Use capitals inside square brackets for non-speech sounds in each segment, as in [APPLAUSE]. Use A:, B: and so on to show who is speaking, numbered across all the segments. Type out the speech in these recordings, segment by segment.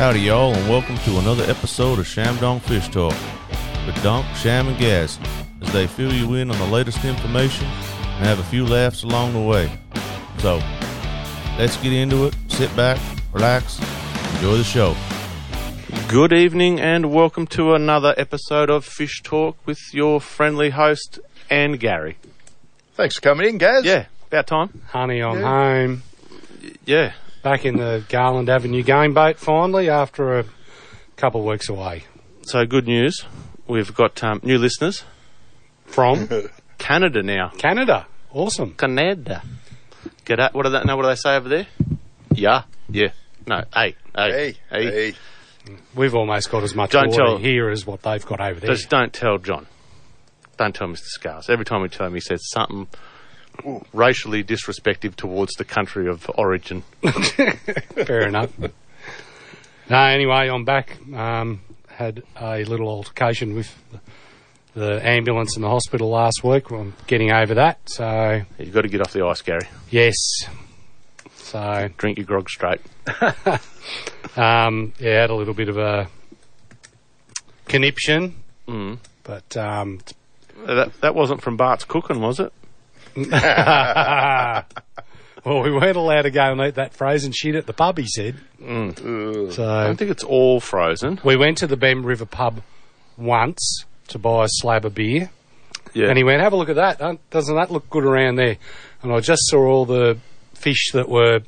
A: Howdy, y'all, and welcome to another episode of Shamdong Fish Talk with Donk, Sham, and Gaz as they fill you in on the latest information and have a few laughs along the way. So, let's get into it. Sit back, relax, enjoy the show. Good evening, and welcome to another episode of Fish Talk with your friendly host and Gary.
B: Thanks for coming in, guys.
A: Yeah, about time.
C: Honey, I'm
B: Yeah.
C: home.
A: Yeah,
C: Back in the Garland Avenue game boat finally after a couple of weeks away
A: so good news. We've got um, new listeners.
C: from
B: [LAUGHS]
A: Canada now.
C: Canada. Awesome.
A: Canada. Get out. What do they know? What do they say over there? Yeah, yeah. No, hey, hey,
B: Hey, hey.
C: We've almost got as much
A: Don't
C: water
A: tell-
C: here as what they've got over there.
A: Just [LAUGHS] don't tell John. Don't tell Mr. Scars. Every time we tell him, he says something racially disrespectful towards the country of origin.
C: Fair enough. No, anyway, I'm back. Um, had a little altercation with the ambulance and the hospital last week. I'm getting over that. So,
A: You've got to get off the ice, Gary.
C: yes. So,
A: Drink your grog straight.
C: Um, yeah, had a little bit of a conniption,
A: Mm.
C: but um,
A: Uh, That, that wasn't from Bart's cooking, was
C: [LAUGHS]
A: it?
C: well, we weren't allowed to go and eat that frozen shit at the pub. He said.
B: Ugh.
A: Mm. I
C: So
A: don't think it's all frozen.
C: we went to the Bem River pub once to buy a slab of beer,
A: Yeah.
C: and he went, "Have a look at that. Don't- Doesn't that look good around there?" And I just saw all the fish that were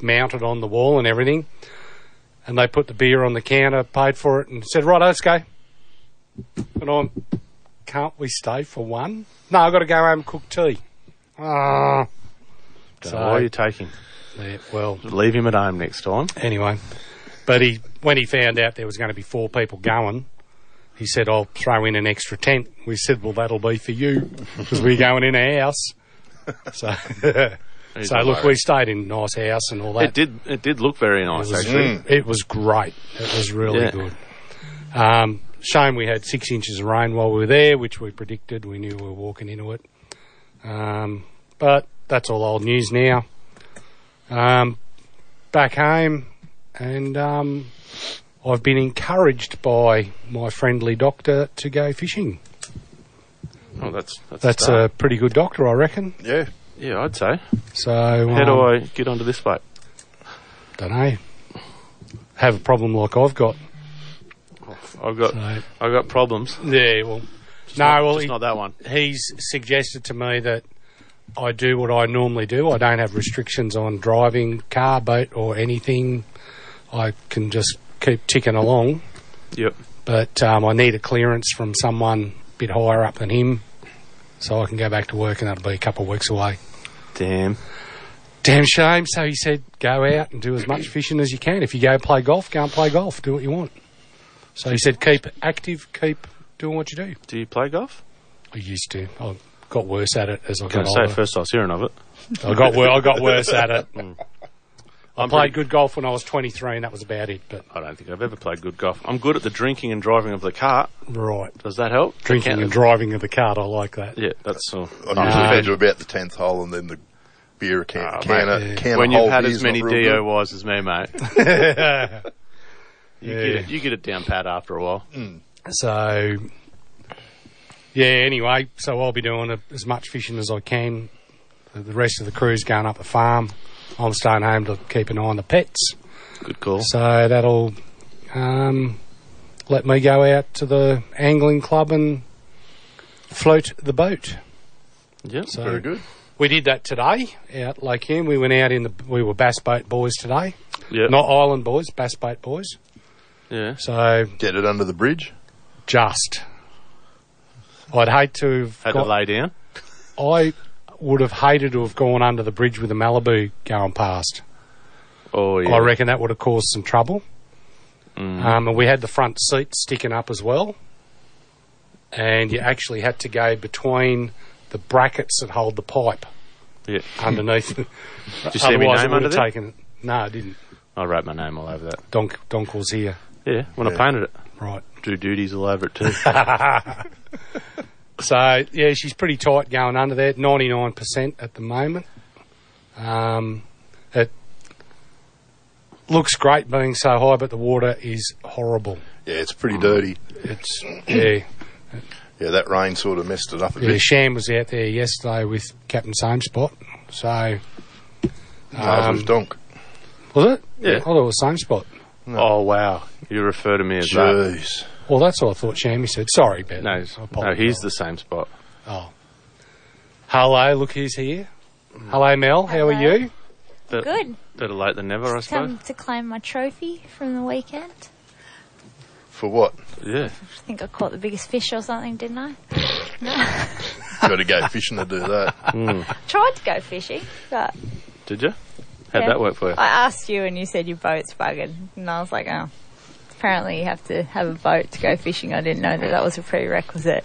C: mounted on the wall and everything. And they put the beer on the counter, paid for it, and said, "Right, let's go." And I'm, can't we stay for one? No, I've got to go home and cook tea. Ah,
A: so why are you taking?
C: yeah, well,
A: Leave him at home next time.
C: anyway, but he when he found out there was going to be four people going, he said, "I'll throw in an extra tent." We said, "Well, that'll be for you because we're going in a house." So, [LAUGHS] so look, we stayed in a nice house and all that.
A: It did. It did look very nice,
C: It was,
A: actually.
C: it was great. It was really
A: Yeah.
C: good. Um, shame we had six inches of rain while we were there, which we predicted. We knew we were walking into it. Um, but that's all old news now. Um, back home, and um, I've been encouraged by my friendly doctor to go fishing.
A: Oh, that's that's,
C: That's
A: start.
C: a pretty good doctor, I reckon.
B: Yeah.
A: yeah. I'd say.
C: So
A: How do
C: um,
A: I get onto this boat?
C: don't know. Have a problem like I've got.
A: I've got
C: So,
A: I've got problems.
C: yeah, well, no,
A: Not-
C: well,
A: just
C: he-
A: not that one.
C: he's suggested to me that I do what I normally do. I don't have restrictions on driving, car, boat, or anything. I can just keep ticking along,
A: Yep.
C: but um, I need a clearance from someone a bit higher up than him so I can go back to work, and that'll be a couple of weeks away.
A: Damn.
C: Damn shame. So he said, go out and do as much fishing as you can. If you go play golf, go and play golf. Do what you want. So he said, keep active, keep doing what you do.
A: Do you play golf?
C: I used to. I got worse at it as I
A: Can
C: got
A: I say
C: older.
A: at first I was hearing of it?
C: I got wor- I got worse
A: [LAUGHS]
C: at it. [LAUGHS] Mm. I
A: I'm
C: played
A: pretty-
C: good golf when I was 23, and that was about it. But
A: I don't think I've ever played good golf. I'm good at the drinking and driving of the cart.
C: right,
A: Does that help?
C: drinking
A: Count-
C: and driving of the cart, I like that.
A: Yeah, that's all.
B: I'm
A: Oh,
B: usually
C: Um,
B: fed to about the tenth hole, and then the beer can,
A: Ah,
B: can,
C: mate.
B: can
A: when
B: of
A: you've
B: whole
A: had
B: beer's
A: as many
B: not real good.
A: DOYs as me,
C: [LAUGHS]
A: mate, [LAUGHS] you, get
C: Yeah.
A: it, Mm. you get it down pat after a while.
C: So, yeah. Anyway, so I'll be doing a, as much fishing as I can. The- The rest of the crew's going up the farm. I'm staying home to keep an eye on the pets.
A: Good call.
C: So that'll um, let me go out to the angling club and float the boat.
A: Yeah.
C: So
B: Very good.
C: We did that today out Lake Hume. We went out in the we were bass boat boys today,
A: yeah.
C: not island boys, bass boat boys.
A: yeah.
C: So
B: Get it under the bridge.
C: just, I'd hate to have.
A: Had to
C: got-
A: lay down.
C: I would have hated to have gone under the bridge with a Malibu going past.
A: Oh yeah. Mm.
C: I reckon that would have caused some trouble. Um, and we had the front seat sticking up as well, and you actually had to go between the brackets that hold the pipe
A: yeah. [LAUGHS]
C: underneath. Did
A: you see me
C: Otherwise,
A: name
C: it would
A: under
C: have
A: there?
C: taken it. No, I didn't.
A: I wrote my name all over that.
C: Donk Donkle's here.
A: Yeah. When I
B: Yeah.
A: painted it,
C: Right. Um,
A: drew duties all over it
C: [LAUGHS]
A: too.
C: So yeah, she's pretty tight going under there, ninety nine percent at the moment. Um, it looks great being so high, but the water is horrible.
B: Yeah, it's
D: Mm.
B: pretty dirty.
C: It's yeah.
B: Yeah, that rain sort of messed it up a
C: Yeah,
B: bit.
C: Sham was out there yesterday with Captain Same Spot. So um,
B: As was Donk.
C: was it?
D: Yeah.
C: I thought it was Same Spot.
D: Oh wow, you refer to me as that.
B: Jeez.
C: Well, that's what I thought. Sham. He said, "Sorry, Ben."
D: No, no, he's the same spot.
C: Oh. Hello, look who's here. Hello, Mel. How are
E: Hello.
C: you?
D: Better-
E: Good.
D: Mm. Better late than never, I suppose.
E: Come to claim my trophy from the weekend.
B: For what?
D: Yeah.
E: I think I caught the biggest fish or something, didn't
D: [LAUGHS]
E: I?
B: Got to go fishing to do that.
E: Tried to go fishing, but
D: Mm. Did you? How'd
E: yeah.
D: that work for you?
E: I asked you, and you said your boat's buggered, and I was like, oh. Apparently, you have to have a boat to go fishing. I didn't know that that was a prerequisite.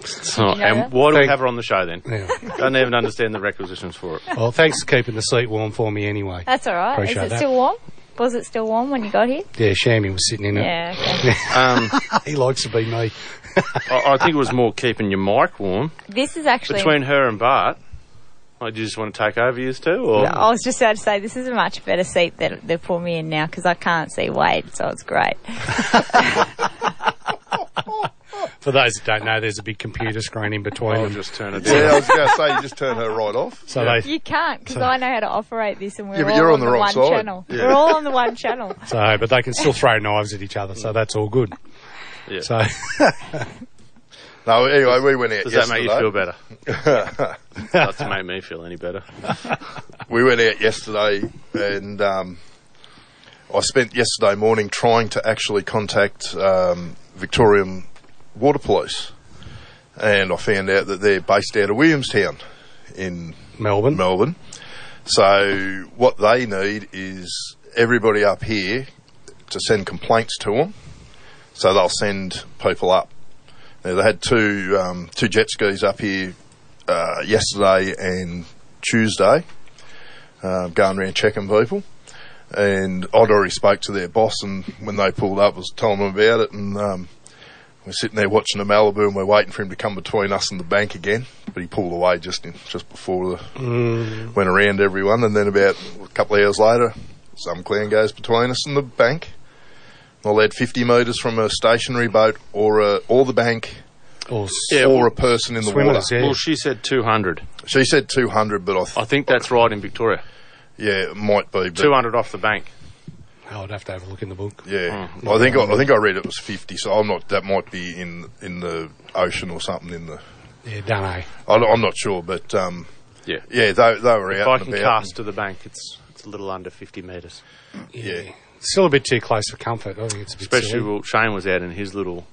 D: It's not.
E: Yeah.
D: And why do we
C: Thank-
D: have her on the show then?
C: Yeah.
D: Don't even understand the requisitions for it.
C: well, thanks for keeping the seat warm for me anyway.
E: That's all right.
C: Appreciate
E: Is it
C: that.
E: still warm? Was it still warm when you got here?
C: Yeah, Shammy was sitting in it.
E: Yeah. okay.
C: [LAUGHS]
D: Um,
C: He likes to be me.
D: I, I think it was more keeping your mic warm
E: this is actually.
D: between her and Bart. Like, do you just want to take over yours too, or
E: I was just about to say this is a much better seat that they put me in now because I can't see Wade, so it's great.
C: [LAUGHS] For those that don't know, there's a big computer screen in between
D: I'll
C: them.
D: just turn it
B: Yeah,
D: down?
B: I was going to say, you just turn her right off.
C: so they,
E: You [LAUGHS] can't because I know how to operate this, and we're
B: Yeah, but
E: all
B: you're
E: on,
B: on the wrong
E: one
B: side.
E: channel.
B: Yeah.
E: We're all on the one channel.
C: so, but they can still throw knives at each other, so that's all good.
B: [LAUGHS]
D: Yeah.
C: So, [LAUGHS]
B: No, Oh, anyway, we went out
D: Does that
B: yesterday.
D: make you feel better? Not to make me feel any better.
B: [LAUGHS] we went out yesterday and um, I spent yesterday morning trying to actually contact um, Victorian Water Police. And I found out that they're based out of Williamstown in
C: Melbourne.
B: Melbourne. So what they need is everybody up here to send complaints to them. So they'll send people up. Now they had two um, two jet skis up here uh, yesterday and Tuesday, uh, going around checking people. And I'd already spoke to their boss, and when they pulled up, I was telling them about it, and um, we're sitting there watching the Malibu, and we're waiting for him to come between us and the bank again. But he pulled away just in, just before the
F: Mm.
B: went around everyone, and then about a couple of hours later, some clown goes between us and the bank. I'll add 50 metres from a stationary boat or a, or the bank
C: Or s-
D: Yeah,
B: or
D: well,
B: a person in the
C: swimmers,
B: water.
C: yeah.
D: Well, she said 200.
B: She said 200, but I,
D: I
B: th-
D: think that's right in Victoria.
B: yeah, it might be. But
D: 200 off the bank. Hmm.
C: Oh, I'd have to have a look in the book.
B: Yeah, I think I, I think I read it was 50, so I'm not. That might be in in the ocean or something. In the
C: Yeah, don't know.
B: I, am not sure, but um,
D: Yeah.
B: yeah, they they were
D: If I
B: out
D: can
B: and about.
D: cast to the bank, it's it's a little under 50 metres.
B: Yeah.
C: Still a bit too close for comfort. I think it's a bit
D: Especially,
C: silly.
D: well, Shane was out in his little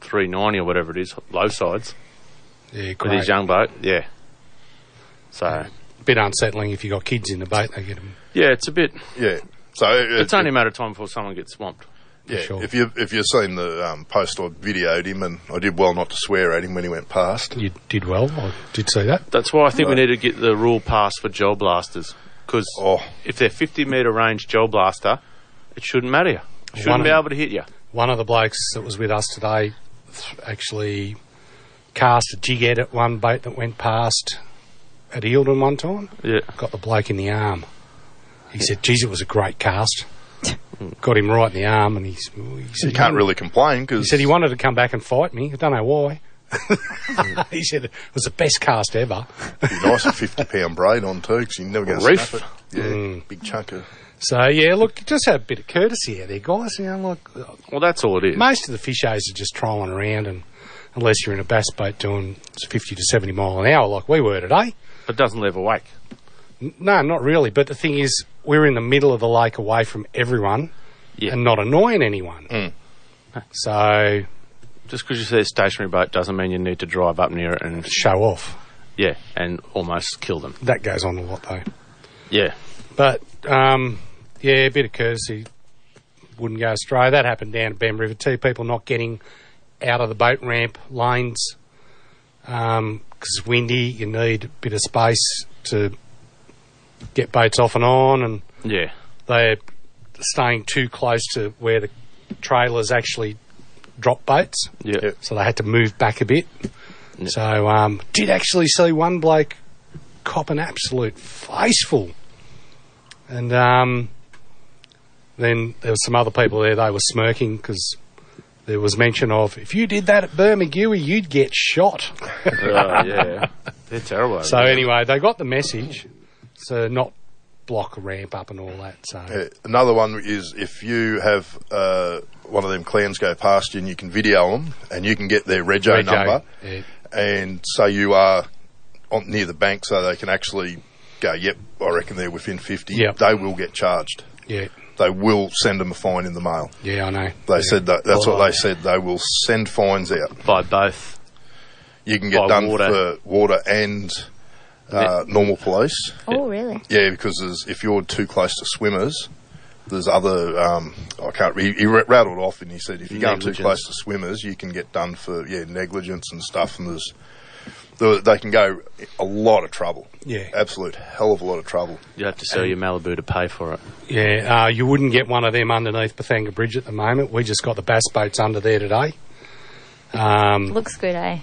D: 390 or whatever it is, low sides,
C: yeah,
D: with
C: great.
D: his young boat. Yeah. So,
C: bit unsettling if you got kids in the boat. They get 'em.
D: yeah, it's a bit.
B: Yeah, so it-
D: It's
B: it-
D: only a matter of time before someone gets swamped.
B: Yeah,
C: sure.
B: if you if you've seen the um, post, I videoed him, and I did well not to swear at him when he went past.
C: You did well. I did see that.
D: That's why I think we need to get the rule passed for gel blasters. Because
B: Oh.
D: if they're 50 metre range gel blaster, it shouldn't matter you. It Shouldn't
C: One
D: be
C: of-
D: able to hit you.
C: One of the blokes that was with us today th- actually cast a jig head at one boat that went past at Eildon one time.
D: Yeah.
C: Got the bloke in the arm. He said, geez, it was a great cast. got him right in the arm, and he's, he said,
B: You can't really complain
C: He
B: because
C: said he wanted to come back and fight me. I don't know why. [LAUGHS] he said it was the best cast ever.
B: be nice a fifty pound braid on too, because you're never going to
D: Reef.
B: snap it. Yeah, big chunk of
C: Hmm. So yeah, look, just have a bit of courtesy out there, guys. You know, like
D: Well, that's all it is.
C: most of the fishers are just trolling around, and unless you're in a bass boat doing 50 to 70 mile an hour like we were today,
D: But it doesn't leave a wake.
C: N- no, not really. But the thing is, we're in the middle of the lake, away from everyone,
D: Yeah.
C: and not annoying anyone.
D: Mm.
C: So
D: Just because you see a stationary boat doesn't mean you need to drive up near it and
C: show off.
D: yeah, and almost kill them.
C: That goes on a lot though.
D: Yeah,
C: But um, yeah, a bit of courtesy wouldn't go astray. That happened down at Ben River. Two people not getting out of the boat ramp lanes because it's windy. You need a bit of space to get boats off and on, and
D: yeah.
C: they're staying too close to where the trailers actually drop boats
D: Yeah.
B: Yep.
C: so they had to move back a bit. So um, did actually see one bloke cop an absolute faceful, and um, Then there were some other people there. They were smirking because there was mention of if you did that at Bermagui, you'd get shot. [LAUGHS]
D: Oh, yeah. They're terrible.
C: So anyway, they got the message to not block a ramp up and all that. So
B: Uh, Another one is if you have uh, one of them clans go past you and you can video them and you can get their rego,
C: Rego,
B: number
C: yeah.
B: and say you are on, near the bank so they can actually go, yep, I reckon they're within 50,
C: Yep.
B: they will get charged.
C: yeah,
B: They will send them a fine in the mail.
C: yeah, I know.
B: They said that. That's
D: Oh.
B: what they said. They will send fines out.
D: By both.
B: You can get
D: By
B: done
D: water.
B: for water and uh, normal police. [LAUGHS]
E: Oh, really?
B: Yeah, because there's, if you're too close to swimmers, there's other. Um, I can't. He, he ra- rattled off and he said if you're going too
D: Negligence.
B: close to swimmers, you can get done for yeah negligence and stuff. And there's there- they can go a lot of trouble.
C: Yeah.
B: absolute hell of a lot of trouble.
D: You have to sell your Malibu to pay for it.
C: Yeah, uh, you wouldn't get one of them underneath Bethanga Bridge at the moment. We just got the bass boats under there today. Um,
E: Looks good, eh?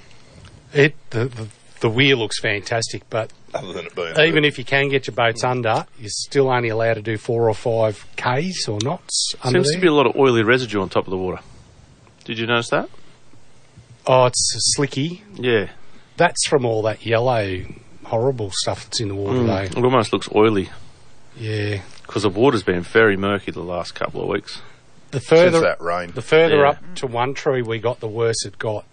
C: it the, the the weir looks fantastic, but
B: Other than it being
C: even if you can get your boats under, you're still only allowed to do four or five k's or knots. Under
D: Seems
C: there.
D: to be a lot of oily residue on top of the water. Did you notice that?
C: oh, it's slicky.
D: Yeah.
C: That's from all that yellow, horrible stuff that's in the water,
D: Mm,
C: though.
D: it almost looks oily
C: Yeah,
D: because the water's been very murky the last couple of weeks.
C: the
B: since
C: further
B: that rain,
C: the further
D: Yeah.
C: up to one tree we got, the worse it got.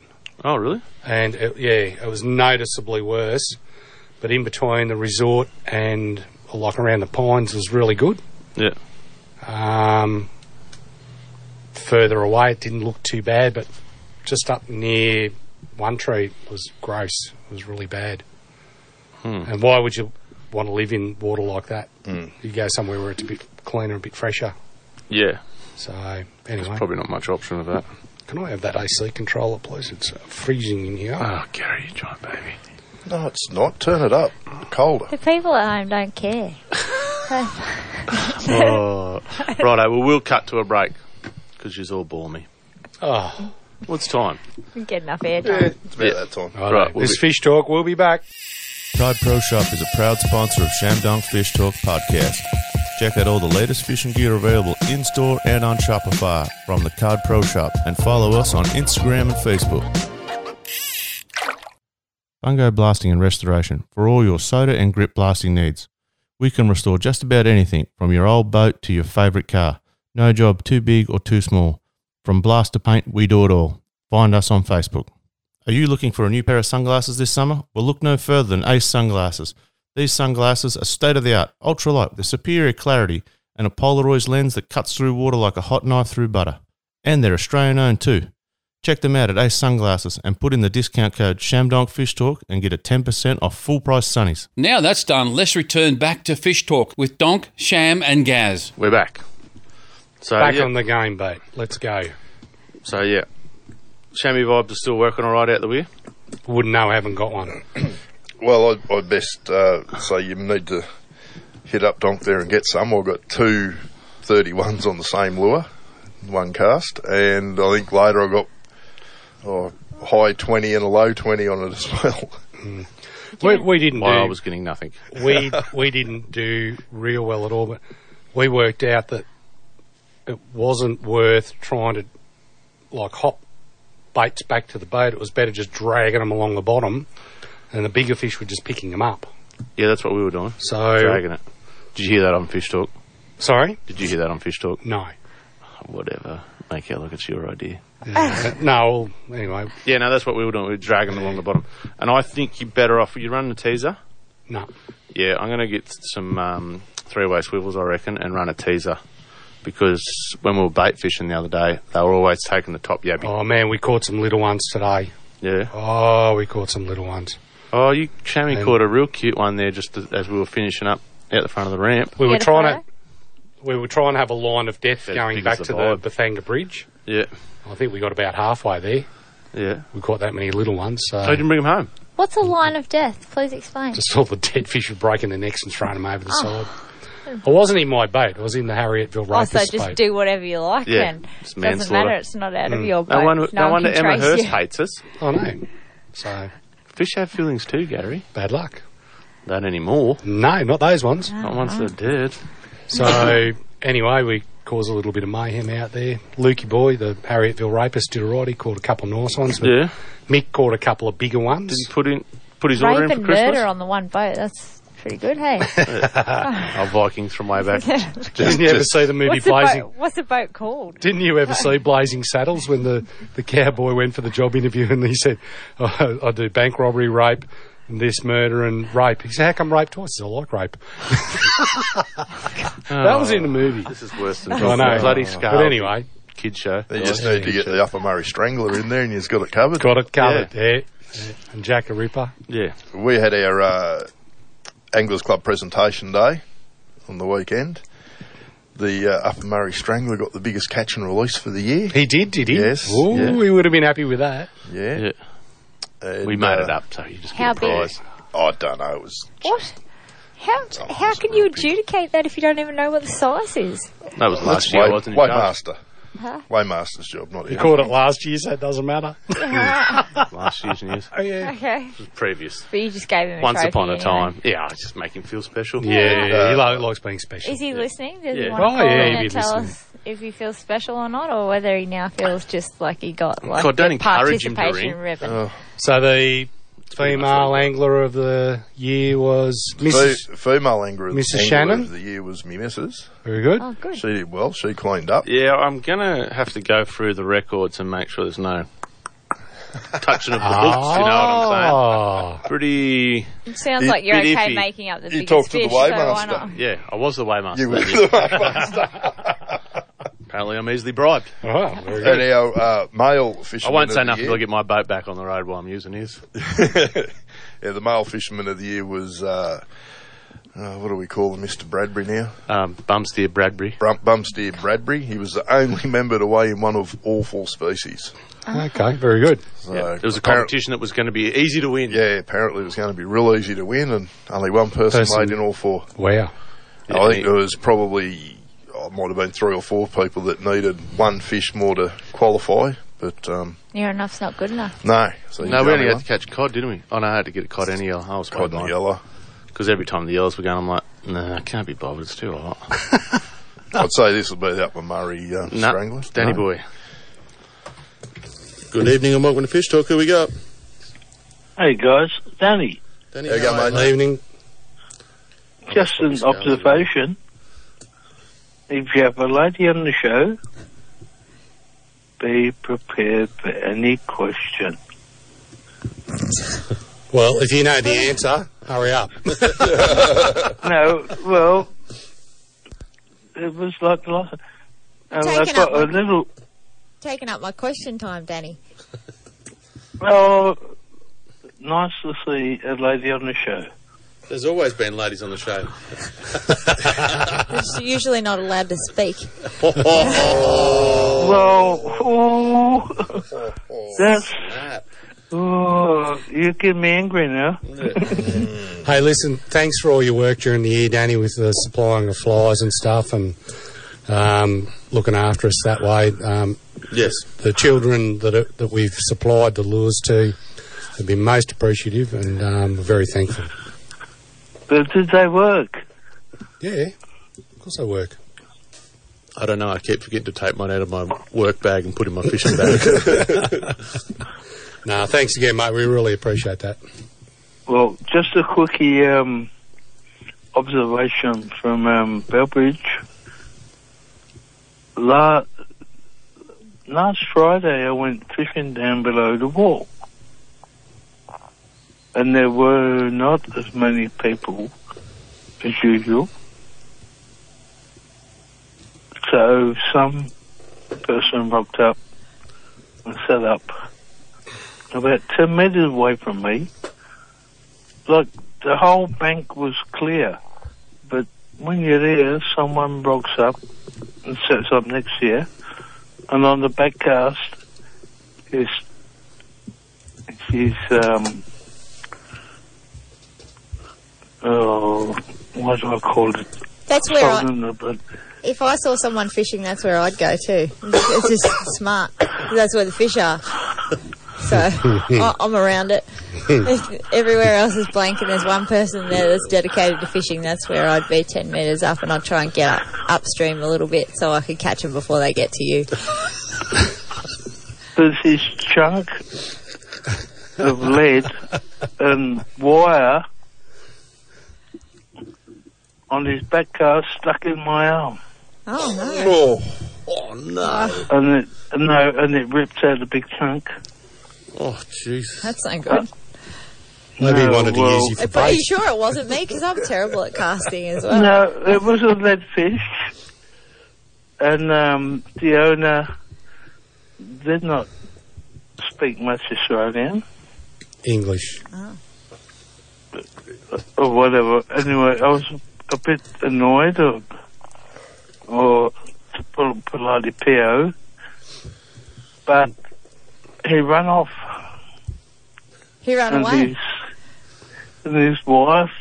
D: Oh, really?
C: and it, yeah, it was noticeably worse. But in between the resort and like around the pines was really good.
D: Yeah.
C: Um, further away, it didn't look too bad, but just up near one tree was gross. It was really bad.
D: Hmm.
C: And why would you want to live in water like that?
D: Mm.
C: You go somewhere where it's a bit cleaner, a bit fresher.
D: Yeah.
C: So anyway,
D: Probably not much option of that.
C: can I have that AC controller, please? It's uh, freezing in here.
D: Oh, Gary, you giant baby.
B: no, it's not. Turn it up. Colder.
E: The people at home don't [LAUGHS] care.
D: Oh. [LAUGHS] Righto, well, we'll cut to a break because she's all bore me.
C: Oh,
D: Well, it's time.
E: Didn't get enough airtime.
B: Yeah, it's about
D: Yeah.
B: that time.
D: Right, we'll
C: this
D: be-
C: fish talk. We'll be back.
A: Todd Pro Shop is a proud sponsor of Shamdong Fish Talk podcast. Check out all the latest fishing gear available in store and on Shopify from the Cod Pro Shop and follow us on Instagram and Facebook. Fungo Blasting and Restoration for all your soda and grip blasting needs. We can restore just about anything from your old boat to your favorite car. No job too big or too small. From blast to paint, we do it all. Find us on Facebook. Are you looking for a new pair of sunglasses this summer? Well, look no further than Ace Sunglasses. These sunglasses are state of the art, ultralight with superior clarity and a Polaroid lens that cuts through water like a hot knife through butter. And they're Australian owned too. Check them out at Ace Sunglasses and put in the discount code ShamDonkFishTalk and get a 10% off full price sunnies.
G: Now that's done, let's return back to Fish Talk with Donk, Sham, and Gaz.
D: We're back. So,
C: Back
D: yeah.
C: on the game, boat. Let's go.
D: So, yeah. Shammy vibes are still working all right out the weir.
C: Wouldn't know, haven't got one.
B: Well, I'd, I'd best uh, say you need to hit up Donk there and get some. I've got two 31s on the same lure, one cast, and I think later I got oh, high 20 and a low 20 on it as well. [LAUGHS]
C: Hmm. We, we didn't
D: While I
C: do
D: was getting nothing.
C: [LAUGHS]
D: [LAUGHS]
C: we we didn't do real well at all, but we worked out that it wasn't worth trying to like hop baits back to the boat. It was better just dragging them along the bottom, and the bigger fish were just picking them up.
D: Yeah, that's what we were doing.
C: So
D: Dragging it. Did you hear that on Fish Talk?
C: sorry,
D: Did you hear that on Fish Talk?
C: no, [LAUGHS]
D: Whatever. Make out like it's your idea.
C: Uh, no. Well, anyway,
D: Yeah, no, that's what we were doing. We were dragging them along the bottom. And I think you're better off. You run the teaser.
C: no.
D: Yeah, I'm going to get some um, three-way swivels, I reckon, and run a teaser. Because when we were bait fishing the other day, they were always taking the top yappy.
C: Oh man, we caught some little ones today.
D: Yeah.
C: Oh, we caught some little ones.
D: Oh, you Shammy
C: And-
D: caught a real cute one there just as we were finishing up out the front of the ramp.
C: We were
E: Get a
C: trying
E: photo?
C: to we were trying to have a line of death
D: As
C: going
D: big
C: back
D: as
C: to
D: the
C: the
D: vibe.
C: Bethanga Bridge.
D: Yeah,
C: I think we got about halfway there.
D: yeah.
C: We caught that many little ones. So
D: So you didn't bring him home.
E: What's a line of death? Please explain.
C: just all the dead fish were breaking their necks and throwing them over the
E: Hmm.
C: side. I wasn't in my boat. I was in the Harrietville
E: Oh, so
C: Rapists
E: just
C: boat. Mm.
E: do whatever you like
D: Yeah,
E: then.
D: it's
E: Doesn't matter,
D: manslaughter.
E: it's not out
C: Hmm.
E: of your boat.
D: No, wonder, no,
E: one
D: wonder
E: can
D: Emma
E: trace
D: Hurst
E: you.
D: hates us.
C: I know. So
D: Fish have feelings too, Gary.
C: bad luck.
D: Not anymore.
C: No, not those ones.
D: Uh-huh. [LAUGHS] Not once they're dead.
C: So anyway, we caused a little bit of mayhem out there. Lukey boy, the Harrietville rapist, did alright. He caught a couple of nice ones. But
D: Yeah.
C: Mick caught a couple of bigger ones.
D: Did he put in put his order
E: Rape
D: in for
E: and
D: Christmas?
E: murder on the one boat. That's pretty good, hey?
D: [LAUGHS] Our Vikings from way
E: [LAUGHS]
D: back.
C: Didn't you ever see the movie
E: what's, the
C: Blazing?
E: boat, what's the boat called?
C: Didn't you ever see Blazing Saddles when the, the cowboy went for the job interview and he said, oh, I do bank robbery, rape, and this murder and rape. He said, how come rape twice? He said, I like rape. [LAUGHS] that was in the movie.
D: This is worse than
C: I know.
D: bloody scale.
C: But anyway,
D: kid show.
B: You just need to get the Upper Murray Strangler in there and you've got it covered.
C: got it covered. Yeah. Yeah. And Jack the Ripper.
D: Yeah,
B: We had our uh, Anglers Club presentation day on the weekend. The uh, Upper Murray Strangler got the biggest catch and release for the year.
C: He did, did he?
B: Yes,
C: Ooh,
B: yeah.
C: we would have been happy with that.
B: Yeah.
D: yeah.
B: And,
D: We made
B: uh,
D: it up, so you just
E: How
D: get a prize.
B: I don't know. It was
E: What? How,
B: Something
E: how
B: that's
E: can you
B: real big.
E: adjudicate that if you don't even know what the size is?
D: That was last
B: that's
D: year,
B: way,
D: wasn't it?
B: way
D: Charles?
B: master.
E: Huh?
B: Way master's job, not
C: You
B: him.
C: caught it last year, so it doesn't matter.
D: [LAUGHS] Last
C: [LAUGHS]
D: year's news.
C: Oh, yeah.
E: Okay.
D: It was previous.
E: But you just gave him a
D: Once
E: trophy
D: upon a
E: anyway.
D: time. Yeah, I just make him feel special.
C: Yeah, he
B: Uh,
C: li- likes being special.
E: Is he listening? Does he
D: Yeah.
E: want to
C: Oh,
E: call
C: yeah,
E: in
C: he'd be
E: and tell
C: listening.
E: us if he feels special or not, or whether he now feels just like he got like
D: God, don't
E: the
D: encourage him
E: participation
D: to ring.
E: ribbon?
C: So the
D: pretty much
C: female
D: all.
C: angler of the year was
B: Fe-
C: Mrs.
B: female angler of
C: Mrs.
B: angler
C: Shannon?
B: of the year was me missus.
C: Very good.
E: oh, good.
B: She did well. She cleaned
C: Oh.
B: up.
D: Yeah, I'm gonna have to go through the records and make sure there's no touching of the hooks. You know what I'm saying?
C: Ah,
D: Pretty.
E: It sounds
B: He-
E: like you're
D: bit
E: okay
D: iffy.
E: making up the
B: He
E: biggest
B: talked to the
E: fish, so why
B: Waymaster.
E: not?
D: Yeah, I was the waymaster.
B: You
D: that
B: were the
D: year.
B: right master.
D: Apparently, I'm easily bribed.
C: oh, very good.
B: And our uh, male fisherman.
D: I won't
B: of
D: say
B: the
D: nothing
B: year-
D: till I get my boat back on the road while I'm using his.
B: [LAUGHS] Yeah, the male fisherman of the year was uh, uh, what do we call him, Mr. Bradbury now?
D: Um, Bumsteer Bradbury.
B: Brum, Bumsteer Bradbury. He was the only member to weigh in one of all four species.
C: Okay, very good.
B: So
D: Yeah, it was a
B: appar-
D: competition that was going to be easy to win.
B: Yeah, apparently it was going to be real easy to win, and only one person,
C: Person.
B: weighed in all four.
C: Wow.
D: Yeah,
B: I think
D: he-
B: there was probably oh, it might have been three or four people that needed one fish more to qualify, but um,
E: Near enough's not good enough.
B: no. So
D: No,
B: you
D: we
B: got
D: only had
B: anyone?
D: to catch cod, didn't we? Oh, no, I had to get a cod and eel. I was
B: cod and yellow.
D: Because every time the eels were going, I'm like, nah, I can't be bothered. It's too hot.
B: [LAUGHS] I'd say this would be the Upper Murray uh,
D: Nah,
B: Strangler.
D: Danny
B: No.
D: boy.
H: Good evening and welcome to Fish Talk. Who we got?
I: Hey guys, Danny.
H: Danny.
B: There you go,
H: how are
B: mate.
H: you,
C: Evening.
I: Just an observation. If you have a lady on the show, be prepared for any question.
C: Well, if you know the answer, hurry up.
I: [LAUGHS] No, well, it was like last. And
E: Taken
I: I got
E: up
I: a
E: with-
I: little.
E: Taking up my question time, Danny.
I: Oh, nice to see a lady on the show.
H: There's always been ladies on the show.
D: [LAUGHS]
E: She's usually not allowed to speak.
I: Well, oh, that's.
H: Nah.
I: Oh, you get me angry now.
E: Mm.
C: [LAUGHS] hey, listen, thanks for all your work during the year, Danny, with the supplying of flies and stuff and um, looking after us that way. Um,
H: Yes.
C: the children that, are, that we've supplied the lures to have been most appreciative and um, we're very thankful.
I: But did they work?
C: Yeah, of course they work.
H: I don't know. I keep forgetting to take mine out of my work bag and put in my fishing [LAUGHS] bag.
C: No, thanks again, mate. We really appreciate that.
I: Well, just a quickie um, observation from um, Belbridge. La- last Friday, I went fishing down below the wall, and there were not as many people as usual. So some person rocked up and set up about ten metres away from me. Look, the whole bank was clear, but when you're there, someone rocks up and sets up next to you, and on the back cast is is um oh what do I call it?
J: That's where I,
I: Golden, but
J: if I saw someone fishing, that's where I'd go too. It's just smart. That's where the fish are. So
C: [LAUGHS]
K: Hmm.
E: oh,
J: I, I'm around it. If everywhere else is blank, and there's one person there that's dedicated to fishing. That's where I'd be ten metres up, and I'd try and get up.
E: upstream a little bit so I could catch them before they get to you.
I: There's this chunk of lead and wire on his back car stuck in my arm.
E: Oh, no.
C: Oh, oh no.
I: And it, no, and it ripped out a big chunk.
C: Oh, jeez.
E: That's no good.
C: Maybe he
I: No,
C: wanted to
I: well-
C: use you for
E: But are
C: bait.
E: you sure it wasn't me? Because I'm terrible at casting as
I: [LAUGHS]
E: well.
I: No, it was a lead fish, and um, the owner did not speak much Australian
C: English.
I: or whatever. Anyway, I was a bit annoyed, or, or to pol- politely PO, but he ran off,
E: He ran
I: and
E: away.
C: [LAUGHS]
I: his and his wife,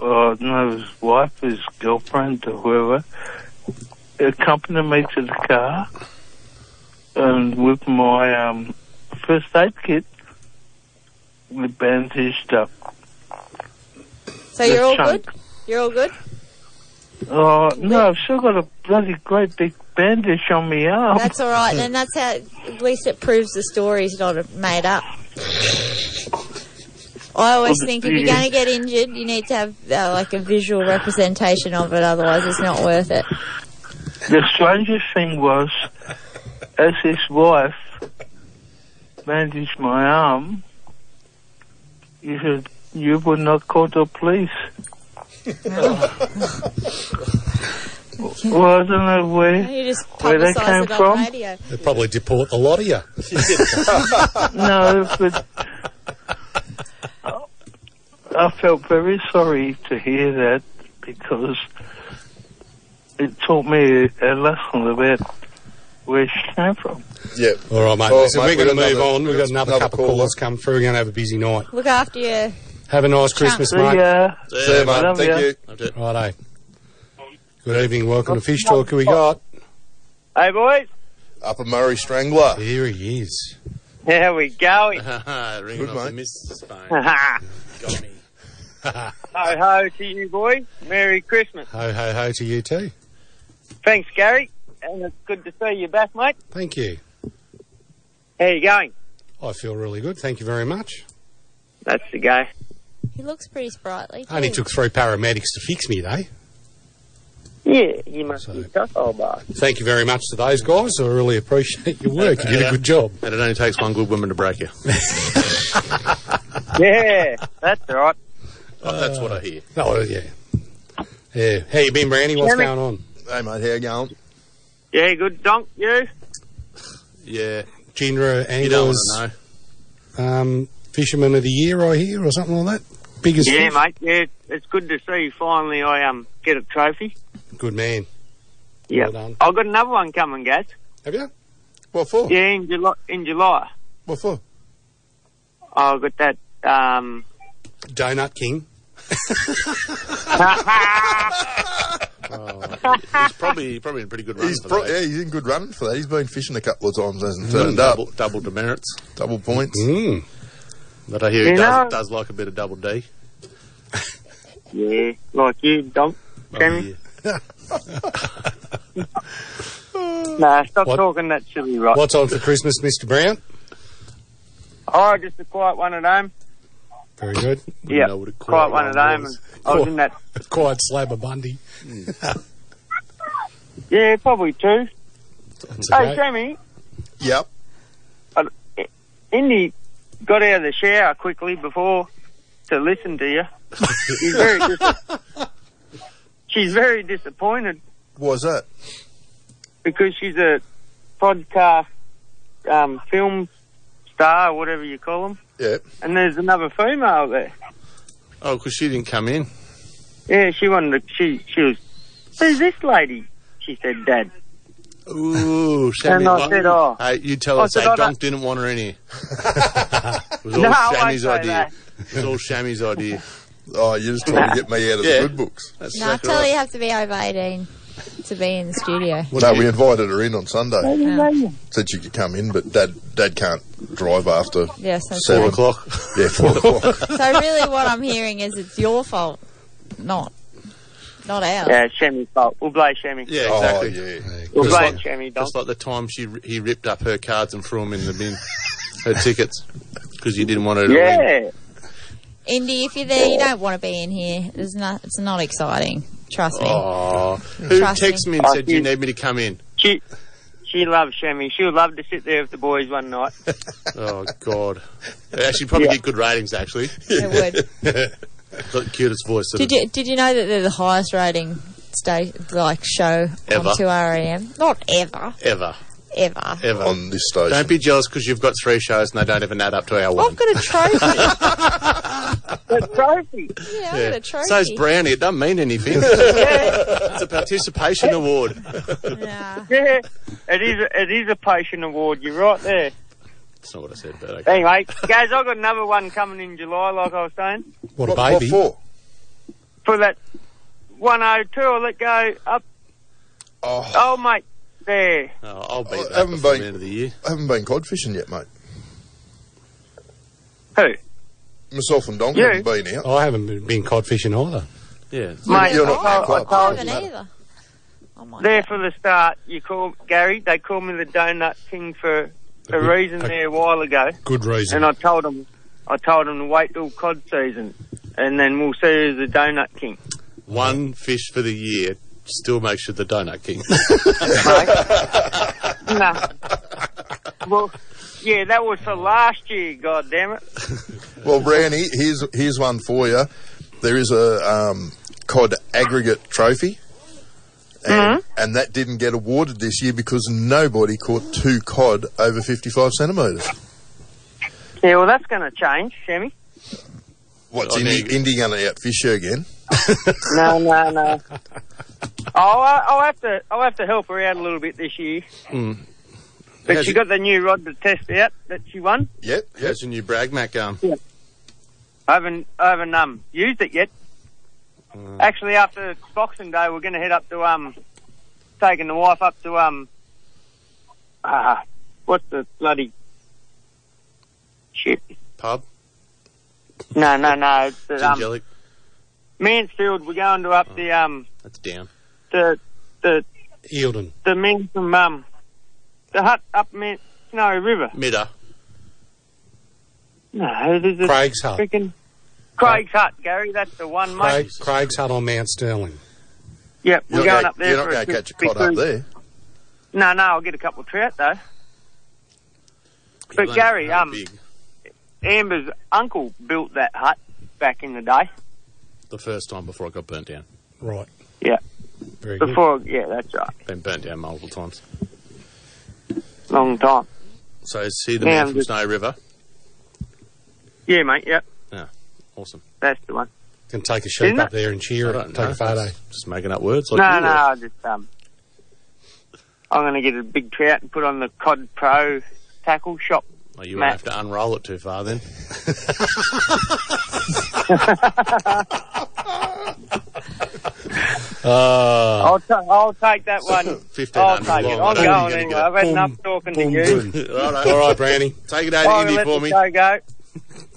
I: or no, his wife, his girlfriend, or whoever, accompanied me to the car, and with my um, first aid kit, we bandaged up.
E: So you're all
I: chunk.
E: good? You're all good?
I: Oh, no, I've still got a bloody great big bandage on me arm.
E: That's all right.
I: Hmm.
E: And that's how, at least it proves the story's not made up. I always think if you're going to get injured, you need to have uh, like a visual representation of it. Otherwise, it's not worth it.
I: [LAUGHS] the strangest thing was, as his wife bandaged my arm, he said, you will not call the police. well, I don't know where.
E: You just
I: Where they
E: publicise
I: came
E: it on
I: from?
E: radio.
C: They probably deport a lot of you.
I: No, but I felt very sorry to hear that because it taught me a lesson about where she came from.
B: Yeah.
C: All right, mate.
B: All right,
C: Listen,
B: mate,
C: we're going
B: we've got
C: to move
B: another-
C: on. We've got another,
B: another
C: couple
B: call.
C: of callers come through. We're going to have a busy night.
E: Look after your
C: Have a nice Christmas,
I: See
C: mate.
I: ya.
B: See you, mate.
I: Love
B: Thank
I: ya.
B: you.
C: Righto. Good evening. Welcome to Fish Talk. Who we got?
K: Hey boys,
B: Upper Murray Strangler.
C: Here he is.
K: here
D: [LAUGHS]
K: we go.
C: Ringing
B: off the mate.
C: Mrs.
K: ho
C: phone.
K: ho to you boys. Merry Christmas.
C: Ho, ho, ho to you too.
K: Thanks, Gary, and it's good to see you back, mate.
C: Thank you.
K: How you going?
C: I feel really good. Thank you very much.
K: That's the go.
E: He looks pretty sprightly. too.
C: Only took three paramedics to fix me, though.
K: Yeah, you must
C: So-
K: be tough, old boy.
C: Thank you very much to those guys. I really appreciate your work. You did a good job.
D: And it only takes one good woman to break you.
K: Yeah, that's all right.
D: that's what I hear.
C: Oh, yeah. Yeah. How you been, Brandy? What's
K: Jeremy.
C: going on?
B: Hey, mate. How you going?
K: Yeah, good donk, you.
D: Yeah,
C: Gender
D: you don't want
C: anglers,
D: to know.
C: um, fisherman of the year, I hear, or something like that. Biggest
K: Yeah,
C: fish.
K: mate. Yeah, it's good to see you. Finally, I um get a trophy.
C: Good man.
K: Yeah,
C: Well done.
K: I've got another one coming, Gaz.
C: Have you?
B: What for?
K: Yeah, in July. In July,
B: What for?
K: I got that. Um,
C: Donut King.
K: [LAUGHS]
D: He's probably probably in pretty good run
B: He's
D: for
B: pro-
D: that.
B: yeah, he's in good running for that. He's been fishing a couple of times, hasn't
D: Double,
B: turned up.
D: double, demerits.
B: Double points.
C: Mm.
D: But I hear he
K: You know-
D: does, does like a bit of double D.
K: yeah, like you, donk.
C: Oh,
K: Jeremy.
D: yeah.
K: [LAUGHS] Nah, stop
C: What-
K: talking that silly rot.
C: What's on for Christmas, Mr. Brown?
K: Oh, just a quiet one at home.
C: Very good.
K: Yeah,
D: know what a
K: quiet,
D: quiet
K: one at
D: one
K: home.
D: was.
K: and I was
C: [LAUGHS]
K: in that,
C: Quiet slab of Bundy.
K: [LAUGHS] yeah, probably two.
C: That's
K: Hey,
C: okay.
K: Jamie,
B: Yep.
K: Indy got out of the shower quickly before to listen to
C: [LAUGHS]
K: you. She's very, dis- she's very disappointed
B: Why's that?
K: because she's a podcast um, film star, whatever you call them,
B: Yep.
K: and there's another female there.
D: [LAUGHS] Oh, 'cause she didn't come in.
K: Yeah, she wanted to, she, she was, who's this lady? She said, Dad.
D: Ooh, Sammy.
K: I said, oh.
D: Hey, you tell
K: I
D: us
K: said,
D: that
K: I don't-
D: Donk didn't want her in
K: [LAUGHS]
D: here. it was all
K: No, I won't
D: Shammy's
K: say
D: idea.
K: that.
D: It was all Shammy's idea.
B: Oh, you're just trying to get me out of
D: Yeah.
B: the good books.
D: That's
E: No, I
D: exactly
E: tell
D: right.
E: you, you have to be over 18 to be in the studio.
B: no, we invited her in on Sunday.
E: Um,
B: Said she could come in, but Dad Dad can't drive after
E: yes, that's
B: Seven.
E: right.
D: Four o'clock.
B: [LAUGHS] yeah four o'clock.
E: So really, what I'm hearing is it's your fault, not Not ours.
K: Yeah, it's Shami's fault. We'll blame Shami.
D: Yeah, exactly.
K: We'll
D: Just
K: blame
D: like-
K: Shami, Don.
D: Just like the time she he ripped up her cards and threw them in the bin, her tickets, because you didn't want her to win.
K: Yeah.
E: Indy, if you're there, you don't want to be in here. It's not. It's not exciting. Trust me.
D: Oh, who
E: Trust
D: texted
E: me.
D: me and
K: I
D: said, "Do you
K: did.
D: need me to come in?"
K: She, she loves Shami. She'll love to sit there with the boys one
D: [LAUGHS]
K: night.
D: Oh God, It actually probably
K: Yeah.
D: did good ratings. Actually,
E: It would.
D: [LAUGHS] Got the cutest voice. of
E: Did you Did you know that they're the highest rating stay like show
D: Ever.
E: on Two REM? Not ever,
D: ever,
E: ever.
D: ever.
B: on this station.
D: Don't be jealous because you've got three shows and they don't even add up to our one.
E: I've got a trophy.
K: The trophy.
E: yeah, I've got a trophy.
D: So's Brownie. It doesn't mean anything.
K: [LAUGHS]
D: it's a participation award.
E: Nah.
K: Yeah. It is, a- it is a patient award. You're right there.
D: That's not what I said, but okay.
K: Anyway, guys, I've got another one coming in July, like I was saying.
B: what, what for?
K: For that 102, I'll let go up.
B: Oh,
K: Oh, mate. There.
D: Oh, I'll be
B: I
D: back
B: haven't
D: before
B: been-
D: the end of the year.
B: I haven't been cod fishing yet, mate.
K: Who?
B: Myself and Don
K: You?
B: haven't been out.
C: I haven't been- been cod fishing either.
D: Yeah.
K: Mate,
B: You're not in
K: I,
B: the
K: I,
B: club.
K: I
E: I
K: told
E: haven't
K: you.
E: either. Oh my
K: There
E: God.
K: for the start, you call Gary. They call me the donut king for a
C: good-
K: reason
C: a-
K: there a while ago,
C: Good reason.
K: and I told them, I told them to wait till cod season, and then we'll see who's the donut king.
D: One fish for the year still makes you the donut
E: [LAUGHS]
D: king.
K: nah. Well, yeah, that was for last year. God damn it!
B: Well, Brownie, here's here's one for you. There is a um, cod aggregate trophy, and, and that didn't get awarded this year because nobody caught two cod over 55 centimetres.
K: Yeah, well, that's going to change, Sammy.
B: What's
D: Oh, there
B: Indy,
D: you go.
B: Indy going to outfish you again?
K: No,
D: [LAUGHS]
K: no, no. I'll, uh, I'll have to, I'll have to help her out a little bit this year.
E: Mm.
K: But
D: How's
K: she
D: it-
K: got the new rod to test out that she won.
B: Yep, yep.
D: How's your new brag, Mac? Um,
K: I haven't, I haven't um, used it yet.
D: Mm.
K: Actually, after Boxing Day, we're going to head up to um, taking the wife up to um, uh, what's the bloody shit?
D: pub,
K: No, no, no. It's the, um,
D: Angelic.
K: Mansfield. We're going to up the um,
D: That's down.
K: the the
C: Eildon.
K: the men from um, the hut up Man- Snowy River.
D: Midder.
K: No, there's a
C: Craig's Hut.
K: freaking Craig's hut, Gary. That's the one, mate.
C: Craig, Craig's Hut on Mount Sterling.
K: Yep, we're
B: You're,
K: going
B: not
K: up there.
B: you're not
K: for
B: going to
K: quick-
B: catch a
K: quick
B: cod up
K: cruise.
B: there.
K: No, no, I'll get a couple of trout though. But
D: You'll only
K: Gary,
D: have
K: um,
D: big
K: Amber's uncle built that hut back in the day.
D: the first time before I got burnt down.
C: Right.
K: Yeah.
C: Very good.
K: Before, yeah, that's right.
D: Been burnt down multiple times.
K: Long time.
D: So see the
K: Yeah,
D: man
K: I'm
D: from
K: just-
D: Snow River.
K: Yeah, mate. Yep,
C: Ah,
D: Awesome.
K: that's the one.
C: Can take a sheep
K: Isn't
C: up
K: it?
C: there and cheer
D: I
C: it.
D: don't
C: Take
D: know.
C: a photo.
D: Just making up words. Like
K: no,
D: you
K: no,
D: were.
K: I just um, I'm gonna get a big trout and put on the Cod Pro tackle shop.
D: Oh, you
K: Matt.
D: won't have to unroll it too far
K: [LAUGHS]
D: then.
C: Uh,
D: Uh,
K: I'll, ta- I'll take that
D: [LAUGHS]
K: one. I'll
D: 1500
K: take it.
D: long.
K: I'm
D: I don't
K: going
D: think
K: anyway.
D: you're
K: I've
D: gonna
K: had enough talking to you.
D: [LAUGHS] All right.
C: All right, Brownie.
D: Take it out of
K: I'm gonna
D: Indy
K: let
D: for
K: the
D: me.
K: show go.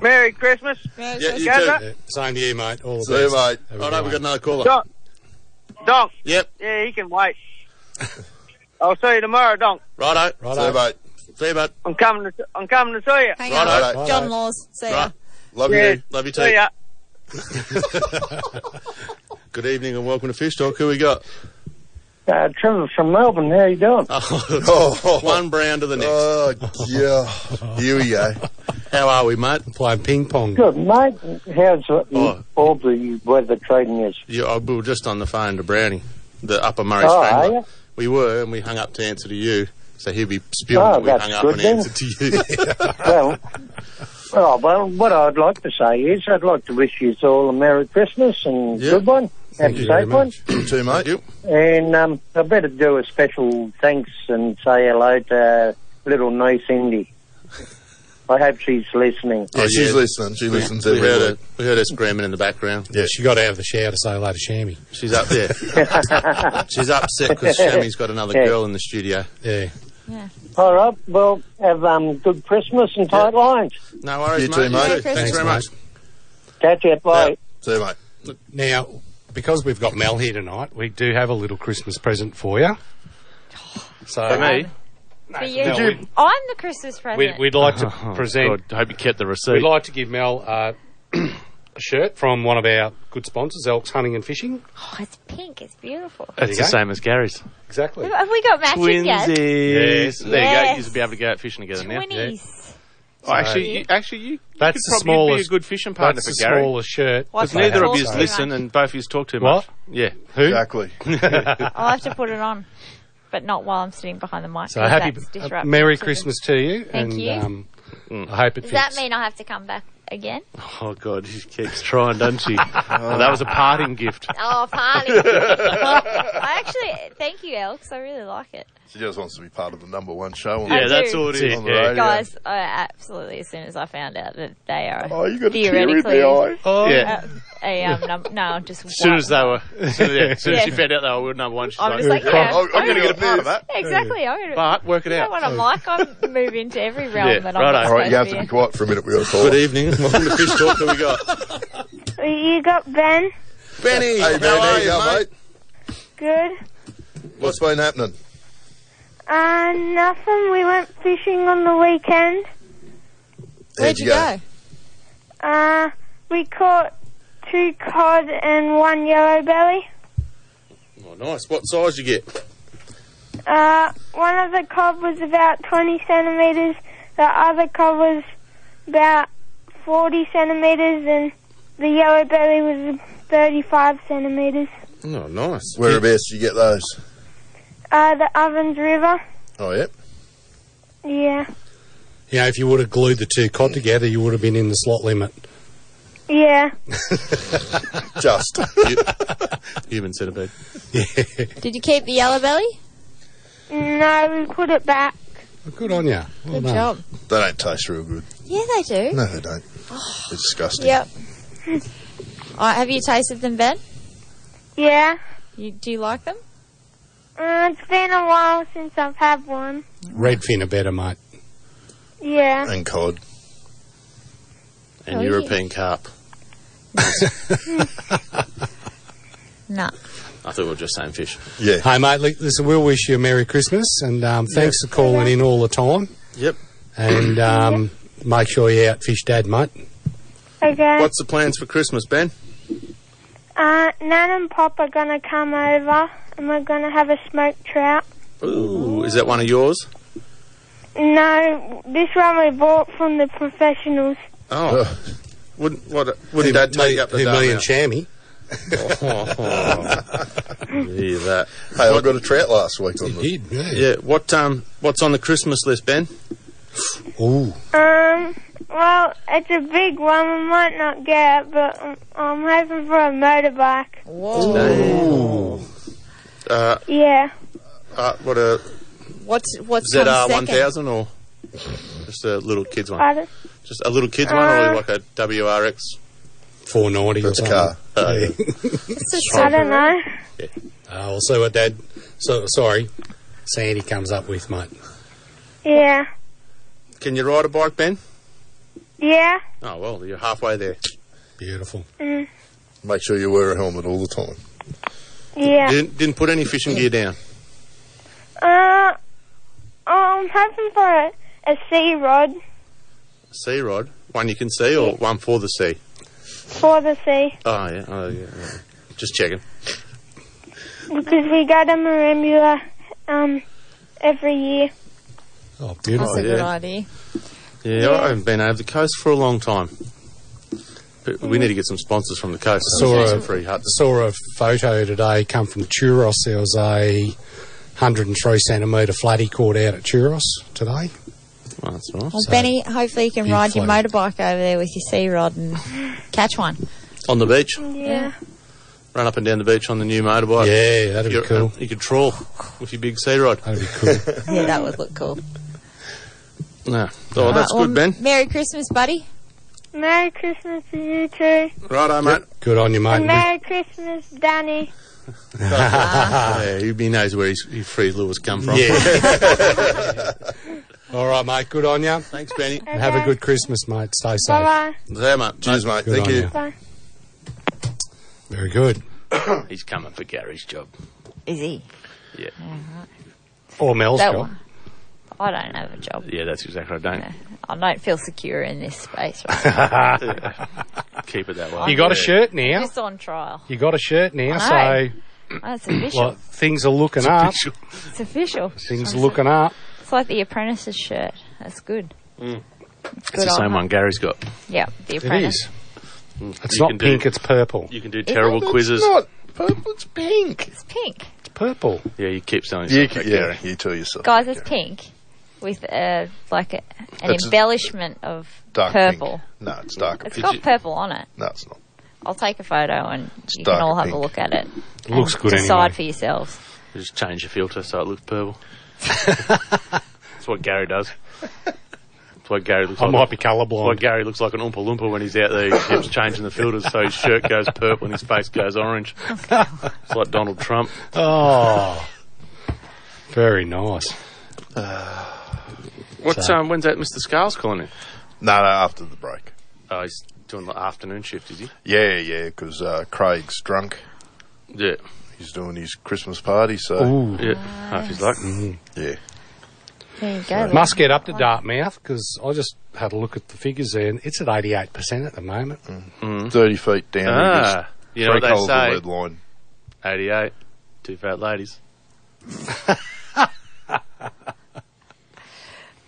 K: Merry Christmas.
E: Merry
D: Yeah,
E: Christmas.
D: you
K: Gaza.
D: too.
C: Yeah, Same to you, mate. All the
B: See you,
C: best.
B: mate.
C: Have a
D: All
C: good
D: right, we've
C: one.
D: got another caller.
K: Donk. Donk.
D: Yep.
K: Yeah, he can wait. [LAUGHS] I'll see you tomorrow, Donk.
D: Righto.
B: See you,
C: Righto.
B: mate.
D: See you, bud.
K: I'm coming to I'm coming to see you.
E: Hang on,
D: Righto.
B: Righto.
E: John Laws. See ya.
D: Right.
B: Love
K: Yeah.
B: you.
D: Love you too.
K: See ya.
D: [LAUGHS] Good evening and welcome to Fish Talk. Who we got? [LAUGHS]
L: Uh, Trevor from Melbourne, how you doing?
B: Oh.
D: One brown to the next.
B: Oh, yeah. Here we go.
D: How are we, mate?
C: Playing ping pong.
L: Good, mate. How's uh,
D: Oh.
L: all the weather trading is?
D: You, I, we were just on the phone to Brownie, the Upper Murray
L: Oh,
D: Strangler.
L: are ya?
D: We were, and we hung up to answer to you. So he'll be spewing
L: Oh,
D: that we
L: that's
D: hung up
L: good
D: and
L: then.
D: answered to you. [LAUGHS]
L: [LAUGHS] well, oh, well, what I'd like to say is I'd like to wish you all a Merry Christmas and
D: Yeah.
L: good one. Have
C: Thank
L: a
C: you very
L: safe one.
C: much.
B: You too, mate.
D: you.
L: And um, I better do a special thanks and say hello to little niece Indy. I hope she's listening.
B: Yeah,
D: Oh,
B: she's
D: yeah.
B: listening. She listens
D: we
B: every
D: heard, her,
B: week.
D: we heard her screaming in the background.
B: Yeah.
C: She got out of the shower to say hello to Shammy.
D: She's up
C: [LAUGHS]
D: there. [LAUGHS] She's upset because Shammy's got another
L: Yeah.
D: girl in the studio.
C: Yeah.
L: All right, well, have um, good Christmas and tight lines.
D: No worries,
B: You
D: mate.
B: too, mate.
E: Merry
D: Thanks
E: Christmas.
D: very much.
C: Thanks,
L: Catch you, bye.
B: See you, mate.
C: Now, because we've got Mel here tonight, we do have a little Christmas present for you. So
E: For me? For you.
C: no, we-
E: I'm the Christmas
C: We'd,
E: present.
C: we'd
D: [LAUGHS]
C: like to present.
D: I Oh, hope you kept the receipt.
C: We'd like to give Mel uh, [CLEARS THROAT] a shirt from one of our good sponsors, Elks Hunting and Fishing.
E: oh, it's pink. It's beautiful.
D: That's the same as Gary's.
C: Exactly.
E: Have we got matches yet?
D: Yes. There you
E: Yes.
D: go. You'll be able to go out fishing together now.
E: Twinnies.
D: Oh, actually, you, actually, you.
C: That's
D: you
C: the
D: could probably
C: smallest-
D: Be a good fishing partner
C: that's
D: for
C: the
D: Gary.
C: smallest shirt
D: Because
E: that they
D: neither of
E: have.
D: you
E: Too
D: listen,
E: much.
D: and both of you talk too
C: What?
D: much. Yeah.
C: Who?
D: [LAUGHS]
B: Exactly.
E: I'll have to put it on, but not while I'm sitting behind the mic.
C: So
E: 'cause
C: happy,
E: that's
C: uh,
E: disruptive
C: Merry
E: to the-
C: Christmas to you.
E: Thank
C: and,
E: you.
C: Um, I hope it
E: Does
C: fits.
E: that mean I have to come back again?
D: Oh God, she keeps trying, doesn't she? And that was a parting gift.
E: Oh, party! I actually thank you, Elks. I really like it,
B: She just wants to be part of the number one show on
E: I
D: Yeah,
E: do.
D: that's all it
B: That's it,
D: is.
B: Oh, yeah.
D: Yeah.
E: guys. I absolutely, as soon as I found out that they are
B: Oh, you got a tear in the
E: theoretically
B: eye.
C: Oh,
D: Yeah.
E: uh, a um, num- no, just
D: As soon as they were, as soon as, yeah, as, soon as
E: [LAUGHS]
D: she
E: Yeah.
D: found out they were number one, she's
E: I'm
D: like, "Oh,
E: just like, yeah,
B: I'm, I'm going to get a part of that.
E: exactly. I'm gonna,
D: but work it
E: you know
D: out.
E: what I'm like? I move into every realm
D: Yeah,
E: that I'm
D: righto.
E: not
B: All right, you have
E: supposed
B: to
E: to
B: be quiet for a minute.
H: [LAUGHS]
B: We got a call.
H: Good evening. Welcome to Fish Talk. Who we
B: [LAUGHS]
H: got?
M: You got Ben?
H: Benny.
B: Hey, man, how you go, mate?
M: Good.
B: What's been happening?
M: Uh, nothing. We went fishing on the weekend.
J: Where'd you go?
M: Uh, we caught two cod and one yellow belly.
H: Oh, nice. What size you [LAUGHS] get?
M: Uh, one of the cod was about 20 centimetres, the other cod was about 40 centimetres, and the yellow belly was 35 centimetres.
H: Oh, nice.
B: Whereabouts did you get those?
M: Uh, the Ovens River.
B: Oh, yeah.
M: Yeah.
C: Yeah, if you would have glued the two cod together, you would have been in the
D: [LAUGHS]
C: slot limit.
M: Yeah.
B: Just. [LAUGHS]
D: Human centipede.
J: Did you keep the yellow belly?
M: No, we put it back.
C: Good on you. Well
J: Good
C: done.
J: job.
B: They don't taste real good.
J: Yeah, they
E: Eh?
J: do.
B: No, they don't. They're disgusting.
J: Yep. All right, have you tasted them, Ben?
M: Yeah.
J: You, do you like them?
M: Uh, it's been a while since I've had one.
C: Redfin are better, mate.
M: Yeah.
B: And cod.
H: And
J: Oh, yeah.
H: European carp.
J: No.
D: I thought we were just saying fish.
B: Yeah.
C: Hey, mate, li- listen, we'll wish you a Merry Christmas and um, thanks for calling in all the time.
H: Yep.
C: And um, make sure you outfish Dad, mate.
M: Okay.
H: What's the plans for Christmas, Ben?
M: Uh, Nan and Pop are gonna come over and we're gonna have a smoked trout.
H: Ooh, is that one of yours?
M: No, this one we bought from the professionals.
H: Oh.
B: Ugh.
H: Wouldn't what, wouldn't Dad take up the
C: Who
H: day
C: me
H: now?
C: and Chammy.
B: [LAUGHS]
H: Yeah, that.
B: Hey, I got a trout last week on the.
C: did, yeah.
H: Yeah. What um what's on the Christmas list, Ben?
C: Ooh.
M: Um, well, it's a big one. We might not get it, but um, I'm hoping for a motorbike.
H: Uh,
M: Yeah.
H: uh what a
J: What's what's
H: ZR
J: come
H: uh, one
J: second?
H: thousand or just a little kids
M: I
H: one?
M: don't-
H: Just a little kids one
J: Uh,
H: or like a WRX?
C: 490 or
B: That's a car.
C: something.
H: Uh,
J: It's a
M: I
J: second.
M: don't know.
C: Uh, we'll see what Dad. So sorry, Sandy comes up with mate.
M: Yeah.
H: Can you ride a bike, Ben?
M: Yeah.
H: [LAUGHS]
M: Mm,
H: Oh well, you're halfway there.
C: Beautiful.
B: Make sure you wear a helmet all the time.
M: Yeah.
H: Didn't didn't put any fishing gear down.
M: Uh, oh, I'm hoping for a, a sea rod
H: Sea rod, one you can see or one for the sea.
M: for the sea
H: Oh yeah, oh yeah. yeah. Just checking.
M: because we go to Marambula um, every year.
C: Oh,
J: That's
C: beautiful.
J: a good
H: yeah.
J: idea.
H: Yeah, I haven't been over the coast for a long time. But we need to get some sponsors from the coast.
C: Saw
H: Some
C: a-
H: free huts.
C: Saw a photo today come from Churros. There was a 103 centimetre flatty caught out at Churros today.
H: Oh, that's nice.
J: Well,
C: So-
J: Benny, hopefully you can
C: Big
J: ride your
C: float.
J: motorbike over there with your sea rod and catch one.
H: On the beach,
M: Yeah.
H: run up and down the beach on the new motorbike.
C: Yeah, that'd be
H: You're- uh,
C: cool.
H: You could trawl with your big sea rod.
C: That'd be cool.
J: [LAUGHS] Yeah, that would look cool. Uh, um,
H: No. Oh,
J: All right,
H: that's
J: well,
H: good, Ben.
J: Merry Christmas, buddy.
M: Merry Christmas to you too.
H: Righto, mate.
C: good on you,
M: And
C: mate.
M: Merry Christmas, Danny.
H: [LAUGHS] Yeah, he knows where his, his free lures come from. [LAUGHS]
C: Yeah. All right, mate. Good on you.
H: Thanks, Benny.
C: Have a
M: Okay.
C: good Christmas, mate. Stay safe.
M: Bye bye.
H: There, mate.
B: Cheers, mate.
C: Good
B: Thank
C: on
B: you.
C: you.
M: Bye.
C: Very good.
D: [COUGHS] He's coming for Gary's job.
E: Is he?
D: Yeah.
E: Alright.
C: Or Mel's
E: That
C: job.
E: one. I don't have a job.
D: Yeah, that's exactly right. Don't
E: I don't feel secure in this space right
D: [LAUGHS] keep it that
E: now.
D: way.
C: You got a shirt now.
E: Just on trial.
C: You got a shirt now,
E: I
C: so
E: Oh, it's official.
C: well, things are looking up.
E: It's official.
C: Things are looking up.
E: It's like the apprentice's shirt. That's good.
D: Mm. It's the
E: on
D: same
E: her.
D: one Gary's got.
E: Yeah, the
C: It
E: apprentice.
C: is. It's not pink. it's purple.
D: You can do
E: Yeah,
D: terrible
E: but it's
D: quizzes.
E: not-
B: Purple, it's pink.
E: It's pink.
C: It's purple.
D: Yeah, you keep selling
B: You keep-
D: yourself. that,
B: yeah,
D: Gary.
B: you tell yourself.
E: Guys, it's pink with uh, like a, an
B: It's a-
E: embellishment of
B: Dark pink.
E: purple.
B: No, it's dark.
E: It's got purple on it.
B: No, it's not.
E: I'll take a photo and you
D: dark
E: can all have a
D: pink.
E: look at it.
D: It looks
E: and
D: good
E: Decide
D: anyway.
E: for yourselves.
D: You Just change your filter so it looks
C: [LAUGHS]
D: purple. That's what Gary does. That's what Gary looks
C: I
D: like.
C: might be colourblind.
D: That's why Gary looks like an Oompa Loompa when he's out there. He keeps changing the filters so his shirt goes purple and his face goes orange. It's like Donald Trump.
C: Oh, very nice.
D: What's
C: So-
D: um? When's that? Mr. Scales calling in?
B: No, no, after the break.
D: Oh, he's doing the afternoon shift, is he?
B: Yeah, yeah, because uh, Craig's drunk.
D: Yeah.
B: He's doing his Christmas party, so.
C: Ooh.
D: Yeah, half his luck. Mm-hmm.
B: Yeah.
E: There you
B: go.
C: Must get up to Dartmouth because I just had a look at the figures there and it's at 88% at the moment.
D: Mm.
B: 30 feet down.
D: Mm-hmm. Ah,
B: just
D: you know
B: three
D: what they
B: colours of
D: say.
B: lead line.
D: 88, two fat ladies.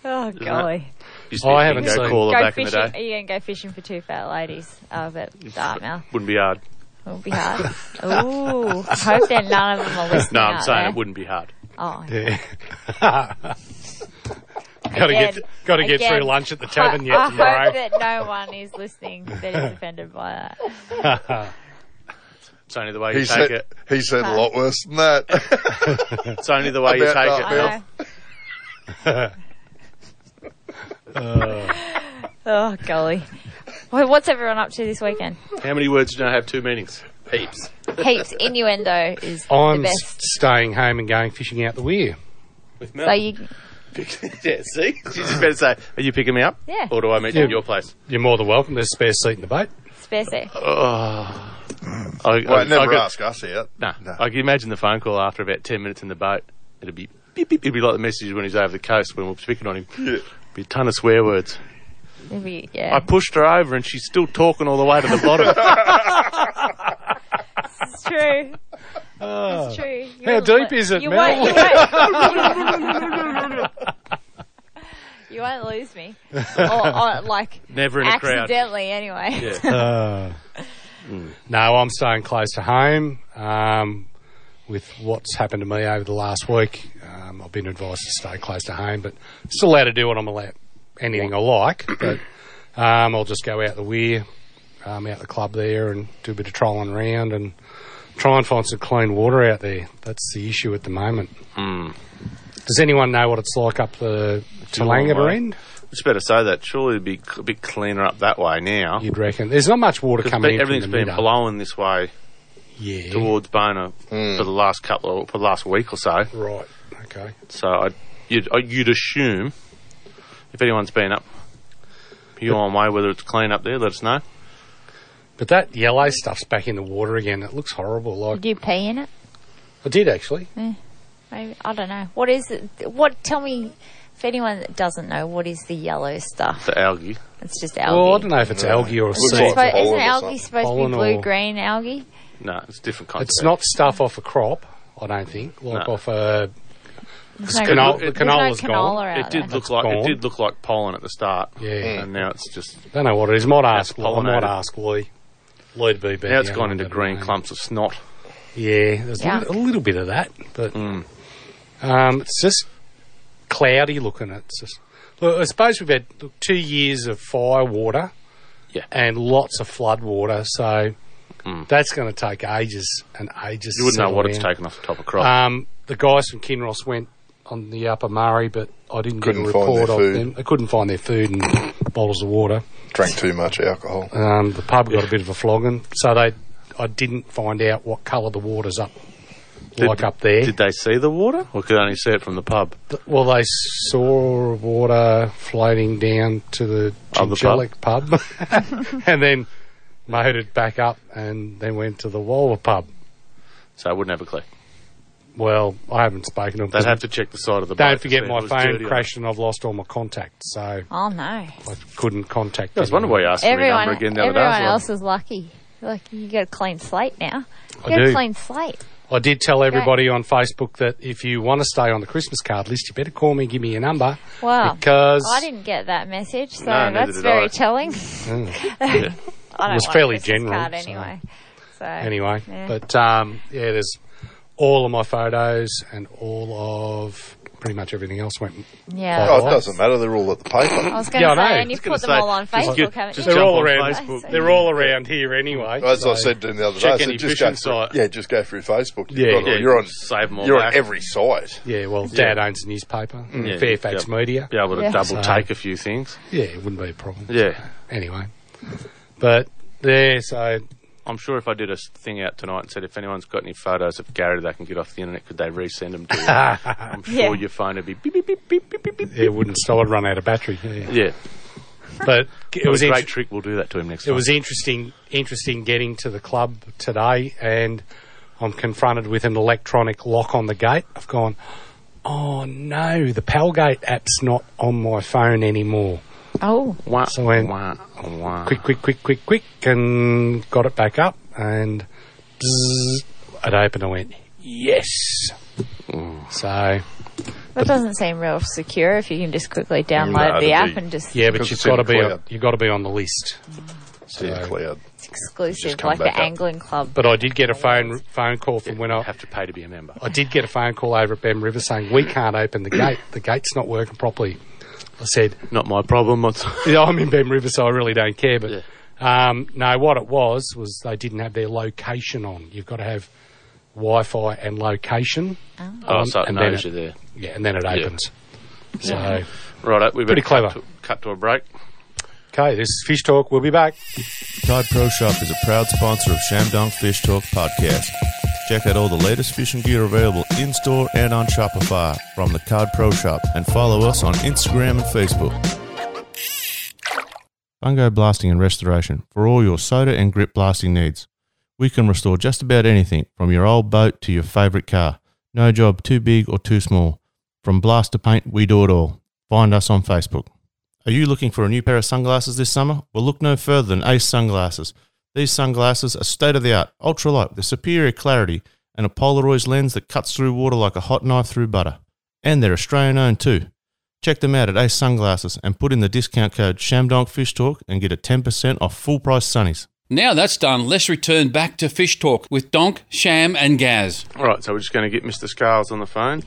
E: Oh,
D: Isn't
E: golly.
D: that- Used to be a
C: Oh, I haven't
D: bingo
C: seen-
D: caller
E: go
D: back in
E: fishing.
D: the day.
E: Are you going to go fishing for two fat ladies Oh, up at Dartmouth?
D: Wouldn't be hard.
E: It'll be
D: [LAUGHS]
E: hard. Ooh, I hope that none of them are listening.
D: No, I'm
E: out
D: saying
E: there.
D: it wouldn't be hard.
C: [LAUGHS]
E: Oh,
C: Yeah. gotta get
E: Again,
C: gotta get
E: again.
C: through lunch at the tavern
E: I, [LAUGHS]
C: yet
E: I
C: tomorrow.
E: hope that no one is listening that
D: [LAUGHS]
E: is offended by that.
C: [LAUGHS]
D: It's only the way you
B: He
D: take
B: said,
D: it.
B: he said a lot worse than that.
D: [LAUGHS] It's only the way you take
B: About
D: it,
B: that,
D: Mel. Uh,
E: Oh, golly. Well, what's everyone up to this weekend?
D: How many words do you know have two meanings? Heaps.
E: Heaps. Innuendo is the
C: I'm
E: best.
C: s- staying home and going fishing out the weir.
D: With Mel.
E: So you,
D: [LAUGHS] yeah, see? She's better say, Are you picking me up?
E: Yeah.
D: Or do I meet you
C: Yeah.
D: at your place?
C: You're more than welcome. There's a spare seat in the boat.
E: spare set.
C: Uh,
D: Oh. I, I,
B: well, never
D: could-
B: ask us out.
D: Nah, I can imagine the phone call after about 10 minutes in the boat. It'd be beep, beep, it'd be like the message when he's over the coast when we're picking on him.
B: Yeah.
D: Be a ton of swear words.
E: [LAUGHS] Maybe,
D: I
E: yeah.
D: pushed her over and she's still talking all the way to
E: [LAUGHS]
D: the bottom.
E: It's true.
C: Ah.
E: It's true. You
C: How
E: won't-
C: deep is it,
E: you
C: Mel?
E: Won't, you,
C: [LAUGHS]
E: won't, you won't lose me. Or, or like,
D: Never in a crowd.
E: accidentally, anyway. [LAUGHS]
C: Uh, No, I'm staying close to home. Um, with what's happened to me over the last week, um, I've been advised to stay close to home, but still allowed to do what I'm allowed, anything I like. But um, I'll just go out the weir, um, out the club there, and do a bit of trolling around and try and find some clean water out there. That's the issue at the moment.
D: Hmm.
C: Does anyone know what it's like up the
D: long
C: Tulangaba
D: way.
C: end?
D: Just better say that. Surely it'd be c- a bit cleaner up that way now.
C: You'd reckon there's not much water
D: Because
C: coming in.
D: everything's
C: from the
D: been
C: middle.
D: blowing this way
C: Yeah.
D: towards Bona for the last couple of, for the last week or so.
C: Right. Okay.
D: So I'd, you'd, uh, you'd assume if anyone's been up your own way, whether it's clean up there, let us know.
C: But that yellow stuff's back in the water again. It looks horrible. Like
E: Do you pee in it?
C: I did actually.
E: Maybe, I don't know. What is it? What? Tell me, if anyone that doesn't know, what is the yellow stuff?
D: The algae.
E: It's just
C: Well, I
E: algae.
C: don't know if it's algae or a
E: Isn't it
C: seed.
E: supposed- isn't
B: pollen or
E: algae
B: something.
E: supposed to
C: Pollen
E: be
C: or-
E: blue green algae?
D: No, it's a different concept.
C: It's not stuff off a crop. I don't think. Like
D: No.
C: off a
E: There's no,
C: canola. The
D: it-
C: canola's
E: there's no canola
C: gone.
E: out
D: It
E: there.
D: did look
C: It's
D: like
C: gone.
D: it did look like pollen at the start.
C: Yeah.
D: And now it's just
C: Don't know what it is. Might ask. I
D: pollinated.
C: might ask Lee. Lee'd be better.
D: now it's gone into green clumps of snot.
C: Yeah. There's
E: Yeah.
C: A, little, a little bit of that, but
D: Hmm.
C: um, it's just cloudy looking. It's just. Look, I suppose we've had look, two years of fire water.
D: Yeah. Hmm.
C: and lots of flood water. So that's going to take ages and ages.
D: You wouldn't know what it's
C: taking.
D: taken off the top of crop.
C: Um, the guys from Kinross went on the Upper Murray, but I didn't
B: Couldn't
C: get a
B: find
C: report
B: their
C: of
B: food.
C: them. They couldn't find their food and bottles of water.
B: Drank too much alcohol.
C: Um, the pub got a bit of a flogging, so they I didn't find out what colour the water's up. like up there.
D: Did they see the water, or could they only see it from the pub?
C: Th- well, they saw water floating down to the
D: Of the pub.
C: Chinchillic pub, [LAUGHS] and then motored back up and then went to the Waller pub.
D: So I wouldn't have a clue.
C: Well, I haven't spoken to them.
D: They'd have to check the side of the boat
C: Don't
D: to
C: forget
D: see
C: my
D: if it was
C: phone
D: dirty or-
C: crashed and I've lost all my contacts, so I
E: Oh no.
C: couldn't contact.
D: I was wondering why you asked for my
E: Everyone,
D: number again the other day.
E: everyone
D: as well.
E: else is lucky. Like you got a clean slate now.
C: I
E: You got
C: do.
E: a clean slate.
C: I did tell everybody on Facebook that if you want to stay on the Christmas card list, you better call me, give me
E: [LAUGHS]
C: your number.
E: Wow.
C: Because-
E: I didn't get that message, so
C: No, neither
E: that's
C: did
E: very
C: I. [LAUGHS]
E: telling.
C: Mm.
E: I
C: Yeah.
E: don't
C: It was
E: want a
C: fairly
E: Christmas
C: general,
E: card
C: so-
E: anyway. So,
C: Anyway,
E: yeah.
C: but um, yeah, there's all of my photos and all of pretty much everything else went.
E: Yeah.
B: Oh, it doesn't matter. They're all at the paper.
E: I was going to say, and you've put them all on Facebook, haven't you?
C: they're all around. They're all around here anyway.
B: As I
C: so-
B: said to him the other
C: Check
B: day, I
C: any
B: said, just
C: fishing
B: go through, Yeah, just go through Facebook. You've
C: Yeah,
B: got it all.
C: yeah,
B: you're on.
D: save them all
B: You're
D: back.
B: on every site.
C: Yeah, well, Dad owns a newspaper,
D: Mm. Yeah,
C: Fairfax
D: you'd be-
C: Media.
D: Be able to
C: Yeah.
D: double
C: So-
D: take a few things.
C: Yeah, it wouldn't be a problem.
D: Yeah.
C: Anyway, but there, so
D: I'm sure if I did a s- thing out tonight and said if anyone's got any photos of Gary they can get off the internet, could they resend them
C: [LAUGHS]
D: to you? I'm
C: Yeah.
D: sure your phone would be beep, beep, beep, beep, beep, beep, beep.
C: it wouldn't. So I'd run out of battery. Yeah.
D: Yeah.
C: But it
D: What
C: was
D: a great
C: inter-
D: trick. We'll do that to him next
C: It
D: time.
C: was interesting, interesting getting to the club today, and I'm confronted with an electronic lock on the gate. I've gone, oh no, the Palgate app's not on my phone anymore.
E: Oh,
D: wow!
C: So I went,
D: Oh,
C: quick, quick, quick, quick, quick, and got it back up, and bzzz, it opened. I went, yes. So
E: That doesn't seem real secure if you can just quickly download the app and just
C: yeah, but
B: Because
C: you've
B: it's in
C: got to
B: the
C: be on,
B: cloud.
C: you've got to be on the list.
B: See the cloud.
E: it's exclusive,
C: come
E: like the
C: back up.
E: angling club.
C: But I did get a phone phone call from when I have
D: to pay to be a member.
C: I did get a phone call over at Ben River saying we can't open the gate. The gate's not working properly. I said,
D: Not my problem. [LAUGHS] It's
C: yeah, I'm in Ben River, so I really don't care. But um, no, what it was was they didn't have their location on. You've got to have Wi-Fi and location.
D: Oh,
C: on,
D: so it
C: and then
D: knows
C: it-
D: you're there.
C: Yeah, and then it
D: Yeah.
C: opens.
D: Yeah.
C: So
D: Right, up, we better
C: Pretty clever.
D: Cut to, cut to a break.
C: okay, this is Fish Talk. We'll be back.
A: Cod Pro Shop is a proud sponsor of Shamdong Fish Talk podcast. Check out all the latest fishing gear available in store and on Shopify from the Cod Pro Shop and follow us on Instagram and Facebook. Fungo Blasting and Restoration for all your soda and grip blasting needs. We can restore just about anything from your old boat to your favorite car. No job too big or too small. From blast to paint, we do it all. Find us on Facebook. Are you looking for a new pair of sunglasses this summer? Well, look no further than Ace Sunglasses. These sunglasses are state of the art, ultralight with superior clarity and a Polaroid lens that cuts through water like a hot knife through butter. And they're Australian owned too. Check them out at Ace Sunglasses and put in the discount code ShamDonkFishTalk and get a 10% off full price sunnies.
G: Now that's done, let's return back to Fish Talk with Donk, Sham, and Gaz.
D: All right, so we're just going to get Mr. Scales on the phone.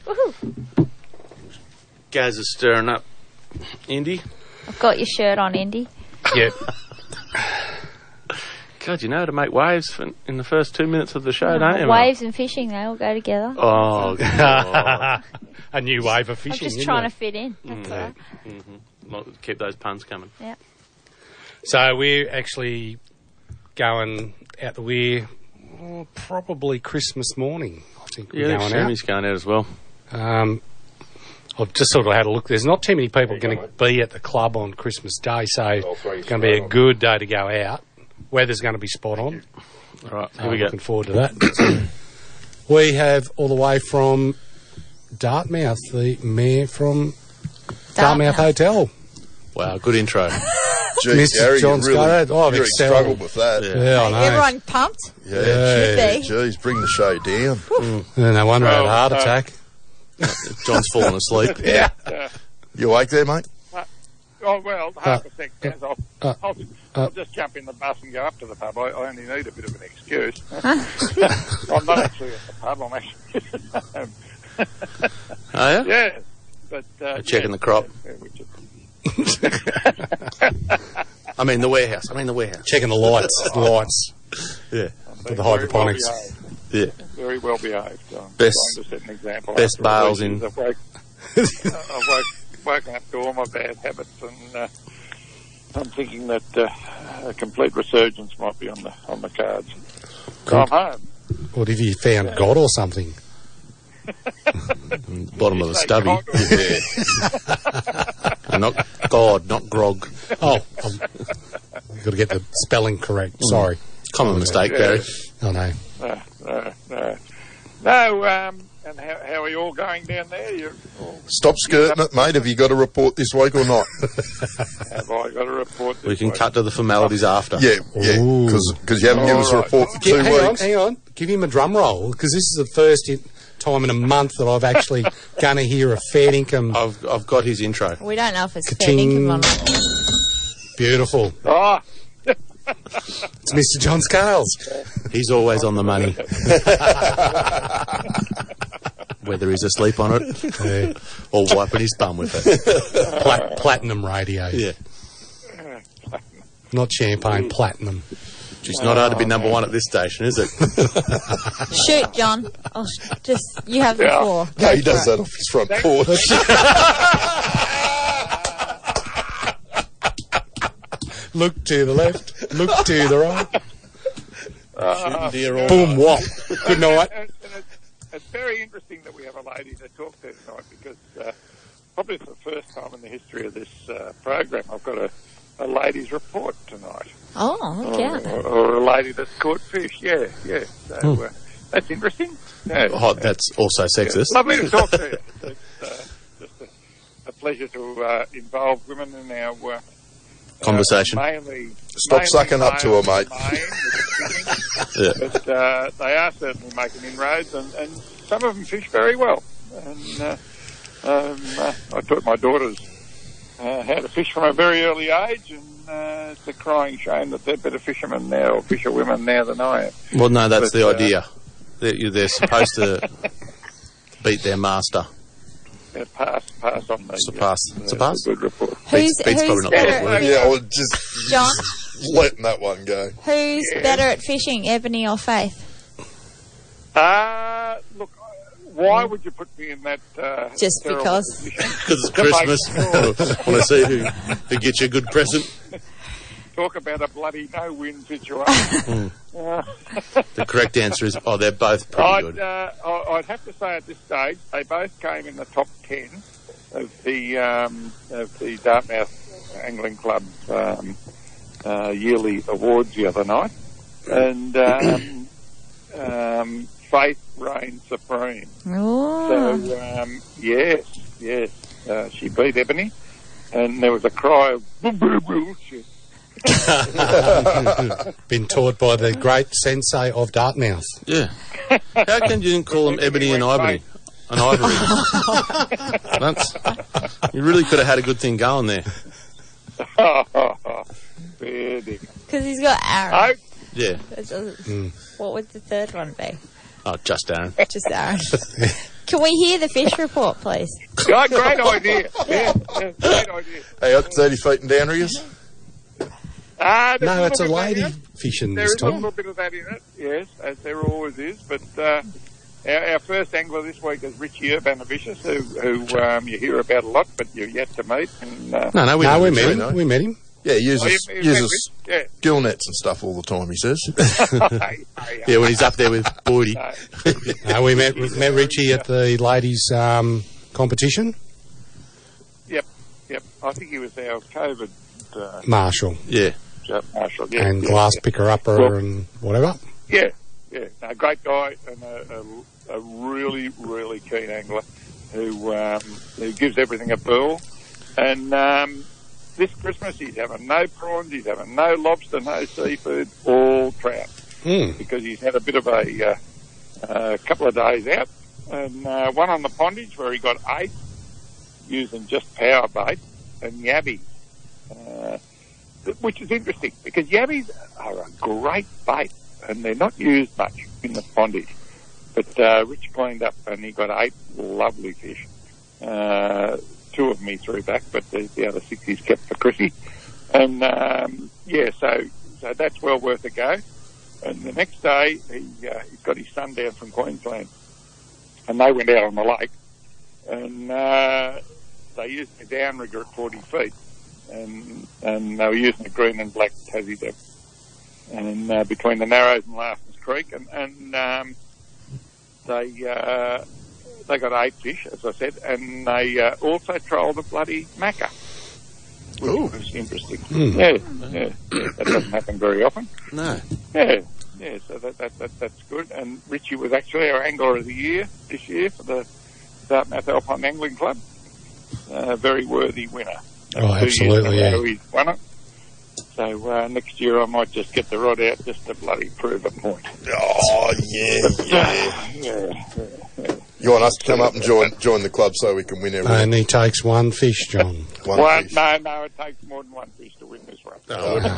D: Gaz is stirring up Indy.
E: I've got your shirt on, Indy.
C: Yep.
D: [LAUGHS] God, you know how to make waves for, in the first two minutes of the show, don't you? mate?
E: Waves and fishing, they all go together.
C: [LAUGHS]
D: Oh, God.
C: a new wave
E: I'm
C: of fishing.
E: just
C: isn't
E: trying
C: it?
E: to fit in. That's all right.
D: Mm-hmm. Keep those puns coming.
E: Yeah.
C: So we're actually going out the weir oh, probably Christmas morning. I think we're
D: Yeah,
C: going
D: Shammy's going out as well.
C: out. Um, I've just sort of had a look. There's not too many people going to be at the club on Christmas Day, so it's going to be a good day to go out. Weather's going to be spot on.
D: All right,
C: So
D: here we
C: I'm
D: go.
C: looking forward to that. [COUGHS] we have all the way from Dartmouth, the mayor from Dartmouth, Hotel.
D: Wow, good
C: [LAUGHS]
D: intro.
B: Gee,
C: Mr.
B: Gary,
C: John
B: you really,
C: Scarrett. Oh,
B: you
C: I've
B: really
C: excelled.
B: struggled with that.
C: Yeah, Yeah, I know.
J: Everyone pumped?
B: Yeah,
C: Yeah.
B: gee, geez, bring the show down.
C: No wonder I had a
F: uh,
C: heart
F: [LAUGHS]
C: attack.
B: John's fallen asleep. yeah. You awake there, mate?
F: Oh, well, half a sec, Gaz. I'll,
B: uh,
F: I'll, I'll just jump in the bus and go up to the pub. I, I only need a bit of an excuse. [LAUGHS] I'm not actually at the pub. I'm actually at [LAUGHS] home.
H: Are ya?
F: Yeah. But, uh,
H: Checking the crop.
F: yeah, we just-
H: [LAUGHS] I mean the warehouse. I mean the warehouse.
C: Checking the
H: [LAUGHS]
C: lights. the lights.
H: Yeah.
F: I've been
H: the
F: very
H: hydroponics.
F: well behaved.
H: Yeah.
F: Very well behaved. I'm
H: Best-
F: trying to set an example.
H: best
F: after
H: bales
F: all these
H: in-
F: years. I've, woke, uh, I've woke, woken up to all my bad habits, and uh, I'm thinking that uh, a complete resurgence might be on the on the cards. So I'm
C: Good.
F: home.
C: What if you found God or something?
H: [LAUGHS] Bottom of a stubby. Yeah. not God, not grog.
C: Oh, um, you've got to
H: Mm.
C: get the spelling correct. Sorry.
H: Common mistake, Gary.
C: I know.
F: No, no, no. Uh, No, um, and how, how are you all going down there? You all,
B: Stop skirting it, mate. Have you got a report this week or not?
F: have I got a report?
D: We can cut to the formalities after.
B: Yeah, yeah, because you haven't given us a report for
C: Gi-
B: two
C: hang
B: weeks.
C: on, hang on. Give him a drum roll because this is the first in, time in a month that
H: [LAUGHS]
C: I've actually going to hear a fair income.
D: I've, I've got his intro.
E: We don't know if it's fair
C: Ka-ching.
E: income or not.
C: Beautiful.
D: [LAUGHS]
F: Oh,
C: It's Mr. John Scales.
D: He's always on the
F: [LAUGHS]
D: money.
H: [LAUGHS]
D: Whether he's asleep on it or wiping his bum with it.
C: Plat- platinum radio.
D: Yeah.
C: Not
H: Mm.
C: champagne, platinum.
D: It's not hard to be number one at this station, is it?
E: Shoot, John. I'll sh- just you have the
D: Yeah.
E: floor.
D: No,
E: Go
D: he does
E: for it.
D: that off his front porch. [LAUGHS]
C: Look to the left. Look to the right.
F: uh,
C: Boom, wop. Good night.
F: And, and it's, it's very interesting that we have a lady to talk to tonight because uh, probably for the first time in the history of this uh, program, I've got a, a lady's report tonight.
E: [LAUGHS] Oh, look
F: or,
E: out.
D: Uh,
F: or, or a lady that's caught fish. Yeah, yeah. So
D: Hmm.
F: uh, that's interesting. Yeah.
D: Oh, that's also sexist.
F: Yeah, Lovely to talk to you. It's uh, just a, a pleasure to uh, involve women in our uh, uh,
D: [LAUGHS] Conversation.
F: mainly,
B: Stop
F: mainly
B: sucking up to
F: male-
B: her, mate.
D: [LAUGHS] Yeah.
F: but uh, they are certainly making inroads, and, and some of them fish very well. And uh, um, uh, I taught my daughters uh, how to fish from a very early age, and uh, it's a crying shame that they're better fishermen now, or fisherwomen now than I am.
D: Well, no, that's
F: But,
D: the
F: uh,
D: idea. They're, you- they're supposed to beat their master.
F: Uh, pass, pass on the.
D: Surpass. Surpass?
F: Good report.
E: Who's- who's better at-
B: Yeah, I was just
E: John,
B: [LAUGHS] letting that one go.
E: who's better at fishing, Ebony or Faith?
F: Uh, look, [LAUGHS] why would you put me in that? Uh,
E: Just
F: terrible
E: because.
D: [LAUGHS]
F: position?
D: Because it's
F: To make
D: Christmas.
F: [LAUGHS]
D: [LAUGHS]
F: sure-
D: Want to see who, who gets you a good present?
F: Talk about a bloody no-win
D: [LAUGHS] Hmm.
F: situation. Uh,
D: The correct answer is, oh, they're both pretty
F: I'd,
D: good.
F: uh, I- I'd have to say at this stage they both came in the top ten of the um, of the Dartmouth Angling Club um, uh, yearly awards the other night, and
D: [COUGHS]
F: um, um, Faith reigned supreme.
E: Oh.
F: So
D: Ah.
F: um, yes, yes, uh, she beat Ebony, and there was a cry of boo boo boo. She-
C: [LAUGHS] Been taught by the great sensei of Dartmouth.
D: Yeah. How can you call them Ebony and Ivory? An Ivory. That's, you really could have had a good thing going there.
F: Really?
E: Because he's got Aaron.
D: Yeah.
E: That doesn't-
D: Mm.
E: What would the third one be?
D: Oh, just Aaron.
E: Just
D: [LAUGHS]
E: Aaron. Can we hear the fish report, please?
F: Yeah,
E: [LAUGHS]
F: great idea. Yeah, yeah, great idea.
B: Hey, up to 30 feet in Downriggers?
D: [LAUGHS]
F: Ah, there's
C: No,
F: a
C: it's a
F: little bit
C: lady
F: of that in it.
C: fishing
F: There
C: this
F: is a
C: time.
F: little bit of that in it, yes, as there always is. But uh, our, our first angler this week is Richie Urbanavicius, who, who um, you hear about a lot, but you're yet to meet. And, uh,
D: No, no, we
C: no,
D: know
C: we
D: him,
C: met
D: we
C: him.
D: know.
C: We met him.
B: Yeah, he
F: Oh,
B: uses,
F: you- you met
B: uses
F: with- yeah.
B: gill nets and stuff all the time, he
F: [LAUGHS]
B: says. [LAUGHS]
D: Yeah, when he's up there with Boydie.
C: No, Uh, we met met Richie at the ladies' um, competition.
F: Yep, yep. I think he was our COVID uh,
C: Marshall
D: Yeah.
F: Jeff marshal. Yeah,
C: and
F: yeah,
C: glass
F: yeah.
C: picker upper
F: Well-
C: and whatever.
F: Yeah, yeah. No, great guy and a, a, a really, really keen angler who um, who gives everything a pearl. And um, this Christmas he's having no prawns, he's having no lobster, no seafood, all trout because he's had a bit of a uh, uh, couple of days out. And uh, one on the pondage where he got eight using just power bait and yabbies, uh, th- which is interesting because yabbies are a great bait and they're not used much in the pondage. But uh, Rich cleaned up and he got eight lovely fish. Uh, two of them he threw back, but the, the other six he's kept for Chrissy. And um, yeah, so so that's well worth a go. And the next day, he, uh, he's got his son down from Queensland, and they went out on the lake, and uh, they used a down rigger at 40 feet, and and they were using a green and black Tassie dip, and uh, between the Narrows and Larson's Creek, and and um, they uh, they got eight fish, as I said, and they uh, also trolled a bloody macker, which was interesting.
D: Hmm.
F: Yeah, yeah, yeah, that doesn't happen very often.
D: No.
F: Yeah. yeah, so that, that, that that's good. And Richie was actually our angler of the year this year for the Dartmouth Alpine Angling Club. A very worthy winner. Two years
C: Oh,
F: in a
C: absolutely, yeah.
F: row he's won it. So uh, next year I might just get the rod out just to bloody prove a point.
B: Oh yeah, yeah, You want us to come up and join join the club so we can win every
C: Only takes one fish, John.
B: one
F: Well,
B: fish.
F: no, no, it takes more than one fish to win this one.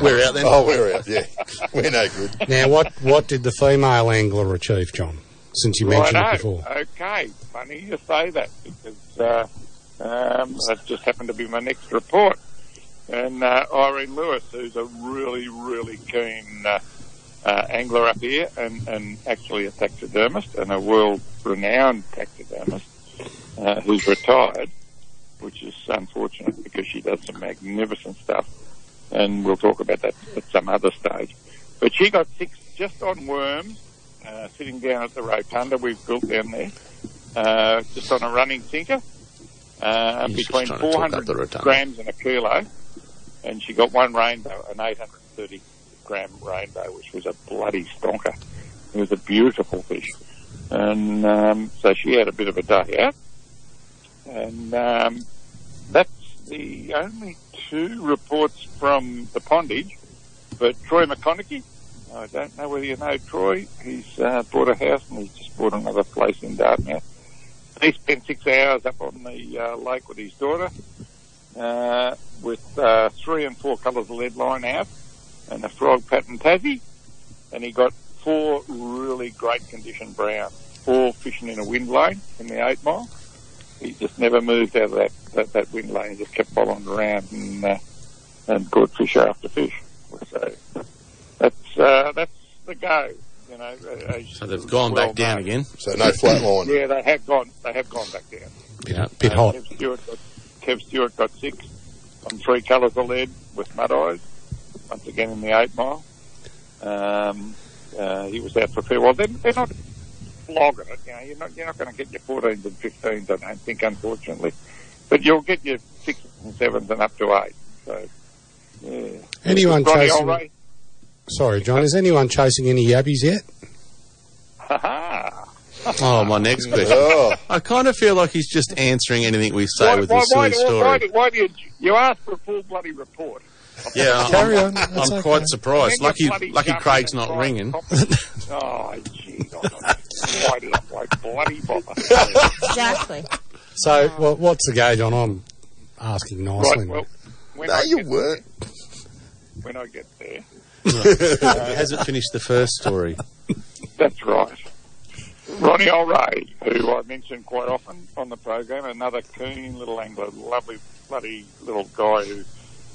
C: we're out then.
B: Oh,
F: [LAUGHS]
B: we're out. Yeah, [LAUGHS] we're no good.
C: Now, what, what did the female angler achieve, John? Since you mentioned
F: Righto.
C: it before.
F: Okay, funny you say that because uh, um, that just happened to be my next report. And uh, Irene Lewis, who's a really, really keen uh, uh, angler up here and, and actually a taxidermist and a world renowned taxidermist uh, who's retired, which is unfortunate because she does some magnificent stuff. And we'll talk about that at some other stage. But she got six just on worms uh, sitting down at the rotunda we've built down there, uh, just on a running sinker, uh,
D: He's just
F: between
D: trying to talk up
F: 400
D: the rotunda.
F: grams and a kilo, and she got one rainbow, an 830 gram rainbow, which was a bloody stonker. It was a beautiful fish, and um, so she had a bit of a day out, and um, that's the only two reports from the pondage. But Troy McConaughey, I don't know whether you know Troy. He's uh, bought a house and he's just bought another place in Dartmouth. He spent six hours up on the uh, lake with his daughter uh, with uh, three and four colours of lead line out and a frog pattern tassie. And he got four really great condition browns, all fishing in a wind lane in the eight mile. He just never moved out of that, that, that wind lane. He just kept following around and, uh, and caught fish after fish. So that's, uh, that's the go. You know, uh,
D: So they've gone back down again.
B: So no flatline.
F: yeah, they have gone. They have gone back down.
D: Yeah.
C: Bit hot.
F: Uh, Kev Stewart got, Kev Stewart got six on three colours of lead with mud eyes. Once again in the eight mile. Um, uh, he was out for a fair while. They're, they're not flogging it. You know, you're not you're not going to get your 14s and 15s. I don't think, unfortunately, but you'll get your sixes and sevens and up to eight. So, yeah.
C: Anyone
F: Roddy [LAUGHS]
C: chasing-
F: Allray.
C: Sorry, John. Is anyone chasing any yabbies yet?
F: Ha ha.
D: Oh, my next question.
B: Oh.
D: I kind of feel like he's just answering anything we say
F: Why,
D: with
F: why,
D: this
F: why,
D: silly
F: do- why,
D: story.
F: do- why do you you asked for a full bloody report?
D: Yeah,
F: Carry
D: I'm,
F: on, that's
D: I'm
F: okay.
D: quite surprised.
F: Then you're
D: Lucky,
F: bloody
D: lucky
F: jumping
D: Craig's
F: and
D: not
F: trying
D: ringing. [LAUGHS]
F: Oh, gee, why did I like bloody bother?
N: Exactly.
C: So, well, what's the gauge on? I'm asking nicely.
F: Right, well, when
B: No,
F: I
B: you
F: get
B: weren't.
F: there- When I get there, Uh,
D: He hasn't finished the first story.
F: that's right. Ronnie O'Ray, who I mention quite often on the program, another keen little angler, lovely bloody little guy who,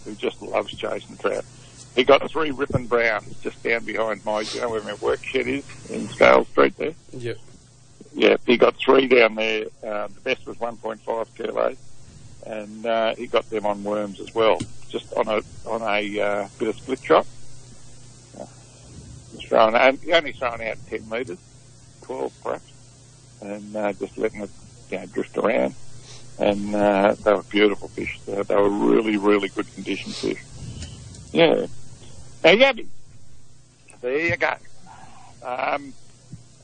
F: who just loves chasing trout. He got three ripping browns just down behind my, you know where my work shed is in Scale Street there.
D: Yep.
F: Yeah, he got three down there. Uh, the best was 1.5 kilo, and uh, he got them on worms as well, just on a on a uh, bit of split shot. Uh, Just throwing, and he only throwing out 10 metres, 12 perhaps, and uh, just letting it you know, drift around. And uh, they were beautiful fish. They, they were really, really good condition fish. Yeah. Now, Yabby, there you go. Um,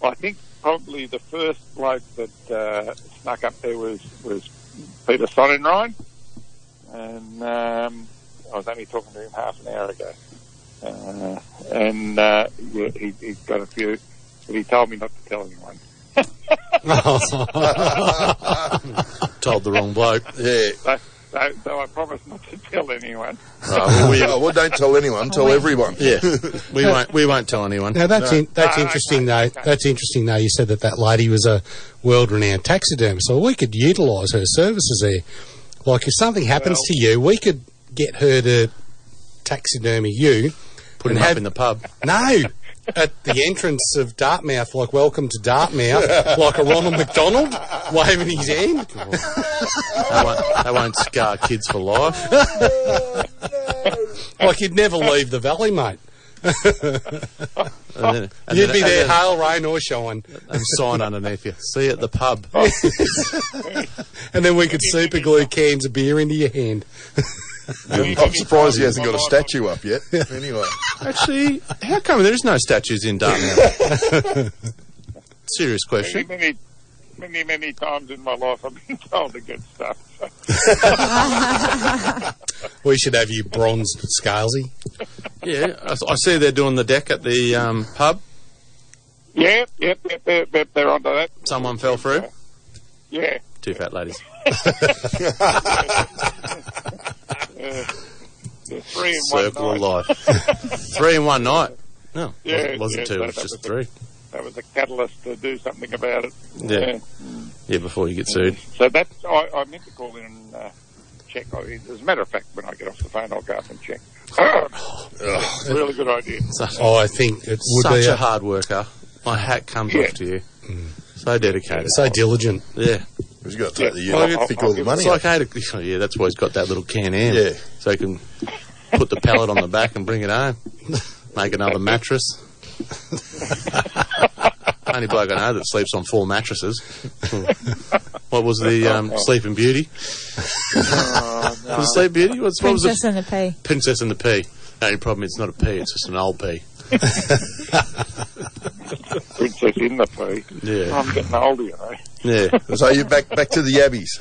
F: I think probably the first bloke that uh, snuck up there was, was Peter Sonnenrhein. And um, I was only talking to him half an hour ago. Uh, and uh, yeah, he, he's got a few, but he told me not to tell
D: [LAUGHS]
F: anyone.
D: Told the wrong bloke.
B: Yeah.
F: So, so, so I promised not to tell anyone.
D: Oh, well,
F: [LAUGHS]
D: we-
B: Oh, well, don't tell anyone. Tell everyone. [LAUGHS]
D: yeah, we won't. We won't tell anyone.
C: Now that's in, that's
F: No,
C: interesting
F: okay,
C: though.
F: okay.
C: That's interesting though. You said that that lady was a world-renowned taxidermist, so we could utilise her services there. Like if something happens to you, we could get her to taxidermy you.
D: Put him
C: and
D: up
C: have-
D: in the pub.
C: no at the entrance of Dartmouth, like welcome to Dartmouth, like a Ronald McDonald waving his hand.
D: They won't, they won't scar kids for life.
C: Like you'd never leave the valley, mate.
D: And then, and
C: You'd
D: then-
C: be
D: and
C: there,
D: then-
C: hail, rain or shine,
D: and sign underneath you. See you at the pub.
F: Oh.
C: and then we could super glue cans of beer into your hand.
B: I'm surprised he hasn't got a statue up yet. Anyway,
D: Actually, how come there is no statues in Dartmouth? Serious
F: Many,
D: question.
F: many, many, many times in my life I've been told to get stuff.
C: We should have you bronzed, Scalzi.
D: Yeah, I, I see they're doing the deck at the um, pub.
F: Yep, yep, yep, yep, yep, they're onto that.
D: Someone fell through.
F: Yeah.
D: Two fat ladies.
F: Uh, three in one
D: Circle of
F: night.
D: life. [LAUGHS] three in one night. No,
F: Yeah,
D: it wasn't
F: yeah,
D: two.
F: that-
D: It was
F: that
D: just
F: was a-
D: three.
F: That was a catalyst to do something about it.
D: Yeah. yeah, before you get sued.
F: So that's I, I meant to call in and uh, check. I, as a matter of fact, when I get off the phone, I'll go up and check.
B: Oh.
F: Um, really
B: [LAUGHS]
F: good idea.
C: Oh, I think it would
D: such
C: be
D: a
C: a- Mm.
D: hard worker. My hat comes
F: Yeah.
D: off to you. So dedicated.
C: So diligent.
D: Yeah.
B: he's got to
D: Yeah,
B: take the year off,
D: well, I'll-
B: pick
D: I'll
B: all the
D: give-
B: money.
D: It's like
B: up.
D: eight. o'clock- oh, [LAUGHS] Yeah, that's why he's got that little can out.
B: Yeah.
D: so he can put the pallet on the back and bring it home. Make another mattress.
B: [LAUGHS]
D: Only bloke I know that sleeps on four mattresses. what was the
B: Oh.
D: um, Sleeping Beauty? Was it Sleep Beauty? What's, what was
E: Princess
D: it?
E: and the Pea.
D: Princess and the Pea. The only problem it's not a pea; it's just an old pea.
F: Princess in the pea.
D: Yeah.
F: I'm getting older, you know.
D: Yeah.
F: [LAUGHS]
B: So you back back to the Abbeys.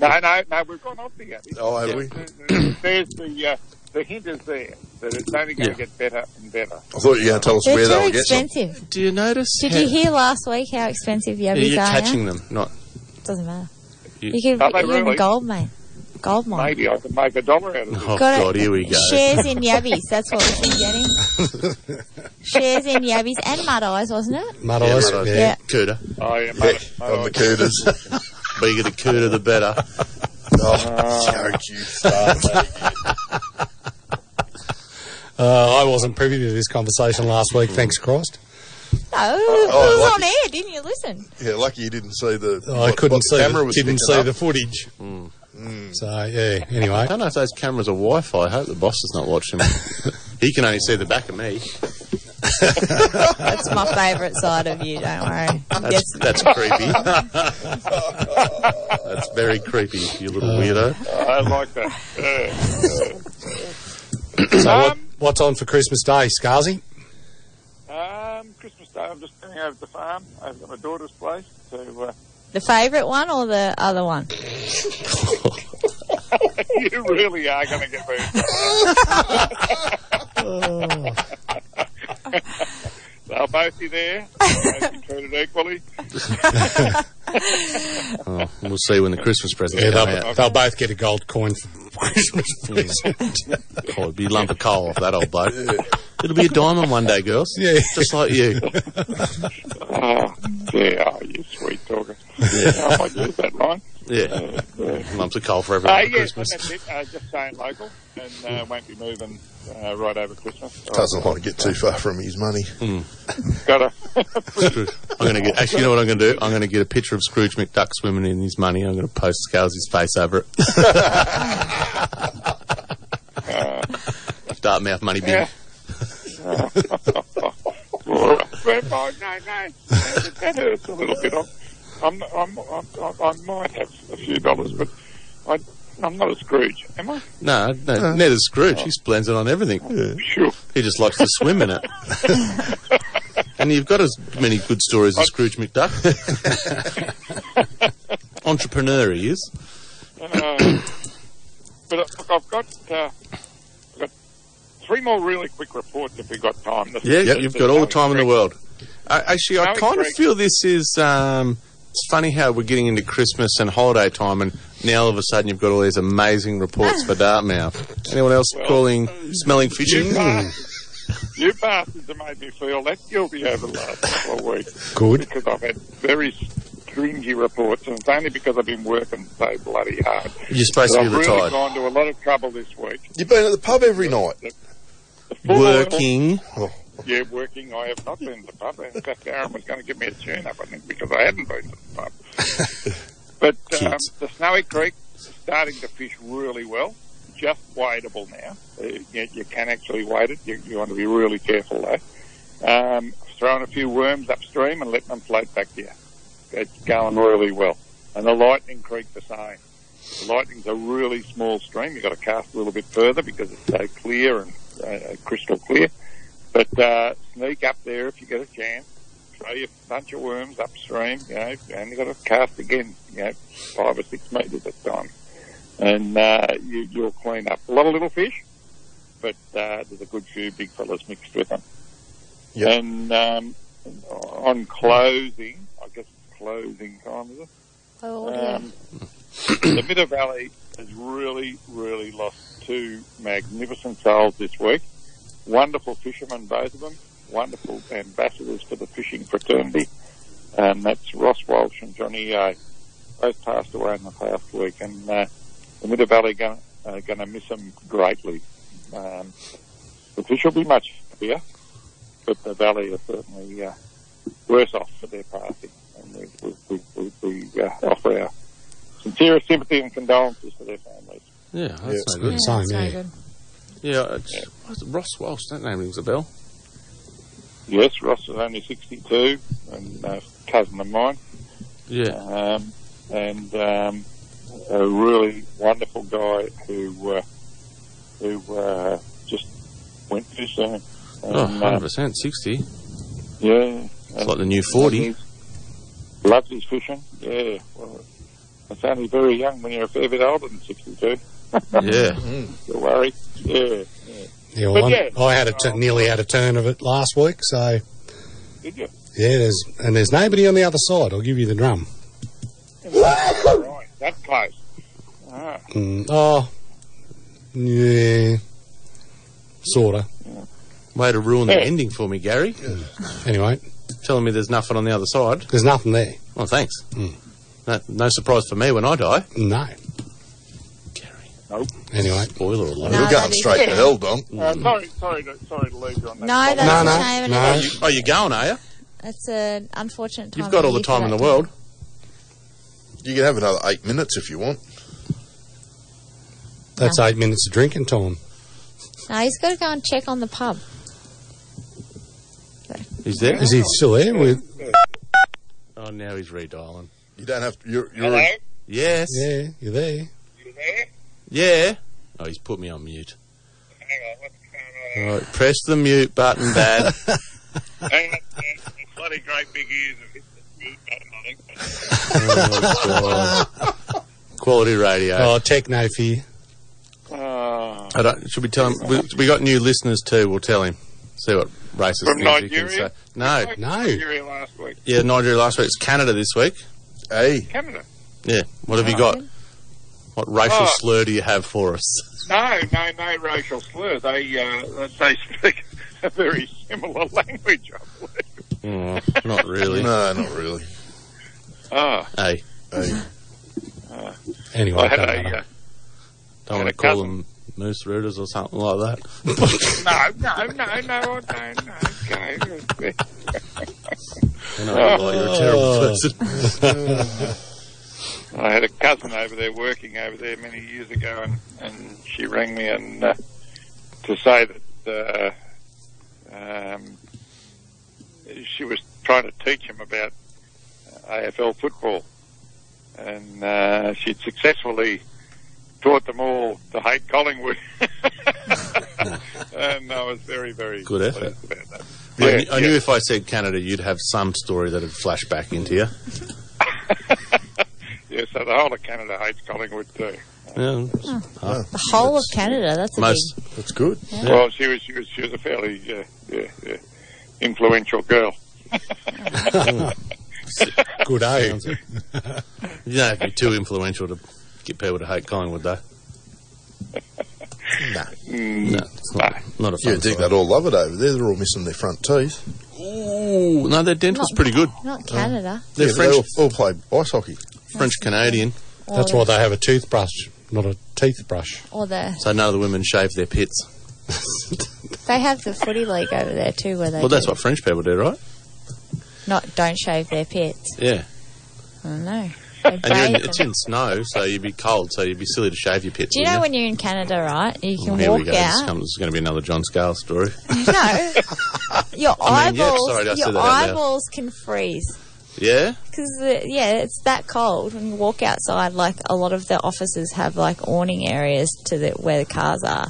F: No, no, no. We've gone off the Abbey.
B: Oh, have we?
F: There's the uh, the hint is there that it's only going to get better and better.
B: I thought you were going to tell us
E: They're
B: where
E: too
B: they were getting.
E: expensive.
D: Do you notice?
E: Did
B: how-
E: you hear last week how expensive yabbies
D: You're
E: are?
D: catching them, not
E: Now? Doesn't matter.
D: you.
E: You could
F: Are they
E: you're in
F: really?
E: the gold mine. Gold mine.
F: Maybe I can make a dollar out of it.
D: Oh
E: Got it.
D: God, here we go.
E: Shares
B: [LAUGHS]
E: in yabbies. That's what we've been getting.
D: [LAUGHS]
E: Shares in yabbies and mud eyes, wasn't it?
C: Mud
D: Yeah,
C: eyes.
D: right.
E: Yeah.
D: Cooter.
F: Oh, yeah, mate.
B: Yeah, on the Cooters.
F: [LAUGHS]
D: Bigger the cooter, the better.
F: Ah.
B: oh, don't you start. mate.
C: Uh, I wasn't privy to this conversation last week.
D: [COUGHS]
C: Thanks, Christ.
E: No, it
B: Oh,
E: was
B: lucky.
E: on air, didn't you?
D: [LAUGHS]
E: Listen.
B: Yeah, lucky you didn't see the.
D: Oh,
C: I
B: what-
C: couldn't
B: what
C: see.
B: The camera
C: The,
B: was
C: didn't
B: picking
C: see
B: up.
C: the footage. So yeah.
D: I
C: Anyway,
D: don't know if those cameras are Wi-Fi. I hope the boss is not watching. he can only see the back of me.
E: That's my favourite side of you, don't worry.
D: That's,
E: Yes. [LAUGHS]
D: that's creepy. that's very creepy, you little weirdo.
F: I like that. Uh,
C: so what,
D: Um,
C: what's on for Christmas Day,
D: [LAUGHS]
C: Scarzy?
F: um, Christmas Day, I'm just going over to the farm, over to my daughter's place to. Uh, [LAUGHS]
E: The favourite one or the other one?
F: you really are going to get booed. They'll both be there. They'll both be treated
D: [LAUGHS]
F: equally. Uh,
D: Oh, we'll see when the Christmas presents
C: Yeah,
D: come
C: they'll,
D: out.
C: they'll both get a gold coin
D: [LAUGHS]
C: for Christmas present.
D: Oh, it'll be a lump of coal off that old bloke. It'll be a diamond one day, girls.
C: Yeah.
D: Just like you.
F: Oh, yeah, oh, you sweet talker. Oh, I might use that line.
D: Yeah. Lumps of coal for
F: Uh,
D: everyone at
F: yes, and
D: Christmas.
F: that's it. Uh, just staying local and uh, won't be moving uh, right over Christmas.
B: Doesn't
F: [LAUGHS]
B: want to get too far from his money.
D: Hmm.
F: Gotta.
D: I'm gonna get. Actually, you know what I'm gonna do? I'm gonna get a picture of Scrooge McDuck swimming in his money. I'm gonna post Scalzi's face over it. Dartmouth money bin.
F: Yeah. Grandpa, no, no. That hurts a little bit. I'm, I'm, I'm, I'm, I might have a few dollars, but I, I'm not a Scrooge, am I?
D: No, no, neither Scrooge. He splends it on everything.
F: Sure.
D: He just likes to swim in it. and you've got as many good stories as Scrooge McDuck. Entrepreneur he is.
F: Uh, [COUGHS] but uh, look, I've got, uh, I've got three more really quick reports if we've got time. The-
D: Yeah, you've got all the time in the world. I, actually, I
F: Knowing
D: kind of
F: Greg-
D: feel this is. Um, it's funny how we're getting into Christmas and holiday time, and now all of a sudden you've got all these amazing reports for Dartmouth. Anyone else calling smelling fishing?
F: You, bastards, you bastards have made me feel that guilty over the last couple of weeks
C: Good.
F: because I've had very stringy reports, and it's only because I've been working so bloody hard.
D: You're supposed
F: But
D: to be
F: I've really
D: retired.
F: gone to a lot of trouble this week.
B: You've been at the pub every night. Oh.
F: The full
D: Working.
F: oil- yeah, working. I have not been to the pub. In fact, Aaron was going to give me a tune up, I think, because I hadn't been to the pub. but um,
D: Kids.
F: the Snowy Creek is starting to fish really well. Just wadeable now. Uh, you, you can actually wade it. You, you want to be really careful though. Um, throwing a few worms upstream and letting them float back here. It's going really well. And the Lightning Creek the same. The lightning's a really small stream. You've got to cast a little bit further because it's so clear and uh, crystal clear. But uh, sneak up there if you get a chance. Throw your bunch of worms upstream, you know, and you've got to cast again, you know, five or six metres at a time. And uh, you, you'll clean up a lot of little fish, but uh, there's a good few big fellas mixed with them. And um, on closing, I guess it's closing time, is it?
E: Oh,
F: Um, the Mitter Valley has really, really lost two magnificent souls this week. Wonderful fishermen, both of them. Wonderful ambassadors for the fishing fraternity. And that's Ross Walsh and Johnny Yeo. Both passed away in the past week. And uh, the Mitter Valley going uh, to miss them greatly. Um, the fish will be much happier, but the Valley are certainly uh, worse off for their passing. And we, we, we, we, we uh, offer our sincere sympathy and condolences to their families.
O: Yeah, that's no good.
C: it's no yeah. good.
O: Yeah, it's, what's it, Ross Walsh. That name rings a bell.
F: Yes, Ross is only 62 and a cousin of mine.
O: Yeah.
F: Um, and um, a really wonderful guy who uh, who uh, just went too soon.
O: Oh,
F: And,
O: 100
F: uh,
O: percent, sixty.
F: yeah.
O: It's like the new forty.
F: Loves his fishing. Yeah. Well, it's only very young when you're a fair bit older than 62. [LAUGHS]
O: Yeah.
D: Mm-hmm.
F: Don't worry. Yeah. yeah.
C: Yeah,
F: But
C: well, I'm-
F: yeah.
C: I had a t- nearly had a turn of it last week, so
F: Did you?
C: yeah, there's and there's nobody on the other side. I'll give you the drum.
F: right, that close. Ah,
C: Mm, oh, yeah, sorta.
D: Way to ruin the
C: Yeah.
D: ending for me, Gary.
C: Anyway,
D: telling me there's nothing on the other side.
C: There's nothing there.
D: Well, thanks. No, no surprise for me when I die.
C: No.
F: Nope.
C: Anyway,
D: spoiler alert.
B: No, You're going that is- straight to hell, Dom.
F: Uh, sorry, sorry, to, sorry to leave you on that.
E: No, that's
D: no,
E: a
D: no,
E: shame. and
D: no.
E: it-
D: Are you, are you Oh, going? eh? Are you?
E: That's an unfortunate time.
D: You've got
E: of
D: all the
E: year for
D: time in
E: that
D: the world.
B: You can have another eight minutes if you want.
C: that's eight minutes of drinking time.
E: No, he's got to go and check on the pub.
O: Is there?
C: Is he still there? With
D: Oh, now he's redialing.
B: You don't have to. You're, you're
D: Hello? Yes.
C: Yeah, you're there.
D: Yeah. Oh, he's put me on mute. Hang on, what's going on? Right, press the mute button,
C: [LAUGHS]
D: Dad.
F: Hang on, uh, bloody great big ears have hit the mute button, I think.
D: Oh, God. Quality radio.
C: Oh, techno fear.
D: Oh, I don't, should we tell him? We, we got new listeners too. We'll tell him. See what
F: [LAUGHS]
D: racist
F: From
D: things he can
F: Nigeria?
D: say. No,
F: From
C: no.
F: Nigeria last week.
D: Yeah, Nigeria last week. It's Canada this week.
B: Hey.
F: Canada.
D: Yeah. What have you got? What racial
F: Oh.
D: slur do you have for us?
F: No, no, no racial slur. They, uh, they speak a very similar [LAUGHS] language, I believe.
D: Oh, not really.
B: No, not really.
F: [LAUGHS] Ah,
D: Hey,
B: Hey.
F: ah.
C: Anyway,
F: I had
C: don't
F: a,
C: matter.
F: uh,
D: don't want to call them moose rooters or something like that.
F: [LAUGHS]
D: [LAUGHS]
F: no, no, no, no, I don't know. Okay.
D: You know, like, you're a terrible person.
F: [LAUGHS] I had a cousin over there working over there many years ago, and, and she rang me and uh, to say that uh, um, she was trying to teach him about AFL football, and uh, she'd successfully taught them all to hate Collingwood. [LAUGHS] and I was very, very
D: Good
C: eh?
D: effort.
F: pleased about that.
D: I, knew, I knew if I said Canada, you'd have some story that'd flash back into you.
F: Yeah, so the whole of Canada hates Collingwood too.
D: Yeah.
E: The whole of Canada. That's a
D: Oh, Most.
B: That's good.
F: Well, she was she was she was a fairly uh, yeah, yeah, influential girl.
C: [LAUGHS] Good eh?
D: Sounds it. You don't have to be too influential to get people to hate Collingwood, though.
B: Nah.
D: No, it's not, not a fun
B: You'd think
D: side.
B: they'd all love it over there. They're all missing their front teeth.
D: Ooh, no, their dental's pretty good.
E: big. Not Canada.
D: They're
B: Yeah,
D: French,
B: They all, all play ice hockey.
D: French Canadian,
E: Or
C: That's
E: the-
C: why they have a toothbrush, not a teeth brush.
E: Or the
D: so none of the women shave their pits.
E: they have the footy league over there too, where they
D: well, that's
E: do-
D: what French people do, right?
E: not don't shave their pits.
D: Yeah.
E: I don't know.
D: And you're in,
E: bathe
D: it's
E: them.
D: in snow, so you'd be cold, so you'd be silly to shave your pits.
E: Do you know
D: wouldn't
E: when you're in Canada, right? You
D: Oh,
E: can
D: here we
E: walk
D: go. This,
E: out.
D: comes, this is going to be another John Scale story.
E: [LAUGHS] No, your
D: I mean, yeah,
E: eyeballs,
D: sorry, [LAUGHS] I said
E: your
D: that out loud.
E: eyeballs can freeze.
D: Yeah?
A: Because yeah, it's that cold. When you walk outside, like a lot of the offices have like awning areas to the where the cars are,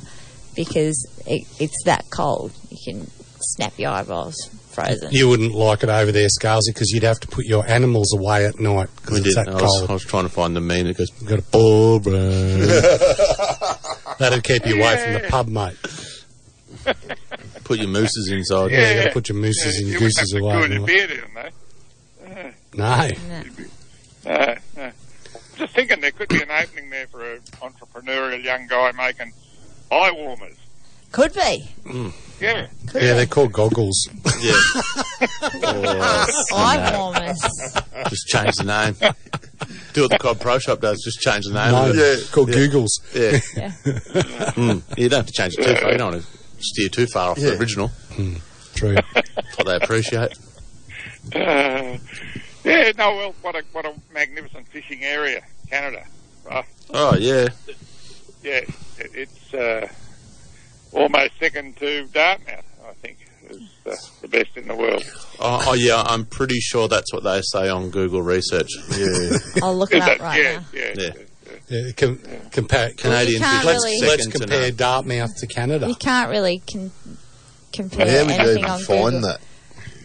A: because it, it's that cold. You can snap your eyeballs frozen.
C: You wouldn't like it over there, Scarsy, because you'd have to put your animals away at night
D: We
C: because it's
D: did. I
C: that
D: was,
C: cold.
D: I was trying to find the meme that goes, we've got a Barbara. [LAUGHS]
C: Mm. That'd keep you away from the pub, mate.
D: Put your mooses inside.
C: Yeah, you got to put your mooses and gooses away.
F: Good
C: and
F: in
C: all that.
F: beer, didn't they?
C: No.
F: Uh, uh, just thinking there could be an opening there for an entrepreneurial young guy making eye warmers.
A: Could be.
F: Yeah.
C: Mm. Yeah, they're called goggles.
D: Yeah.
A: Eye
D: snap.
A: warmers.
D: Just change the name. [LAUGHS] Do what the Cobb Pro Shop does, just change the name.
C: [LAUGHS] No,
D: of it.
C: it's called Googles. [LAUGHS]
D: Yeah.
A: Yeah.
D: Mm. You don't have to change it too far. You don't want to steer too far off the original.
C: True.
D: What they appreciate.
F: Uh, [LAUGHS] yeah, no, well, what a, what a magnificent fishing area, Canada. Right?
D: Oh, yeah.
F: Yeah, it, it's uh, almost second to Dartmouth, I think, is uh, the best in the world.
D: Oh, oh, yeah, I'm pretty sure that's what they say on Google research. Yeah.
A: I'll look
F: Is
A: it up
F: that-
A: right
F: yeah,
A: now.
F: yeah,
D: yeah.
C: Yeah, com- compare
D: Canadian You can't
C: Let's,
D: really-
C: let's
D: second to
C: compare
D: none.
C: Dartmouth to Canada.
A: You can't really con- compare
C: Yeah, we don't
A: anything
C: even
A: on
C: find
A: Google.
C: that.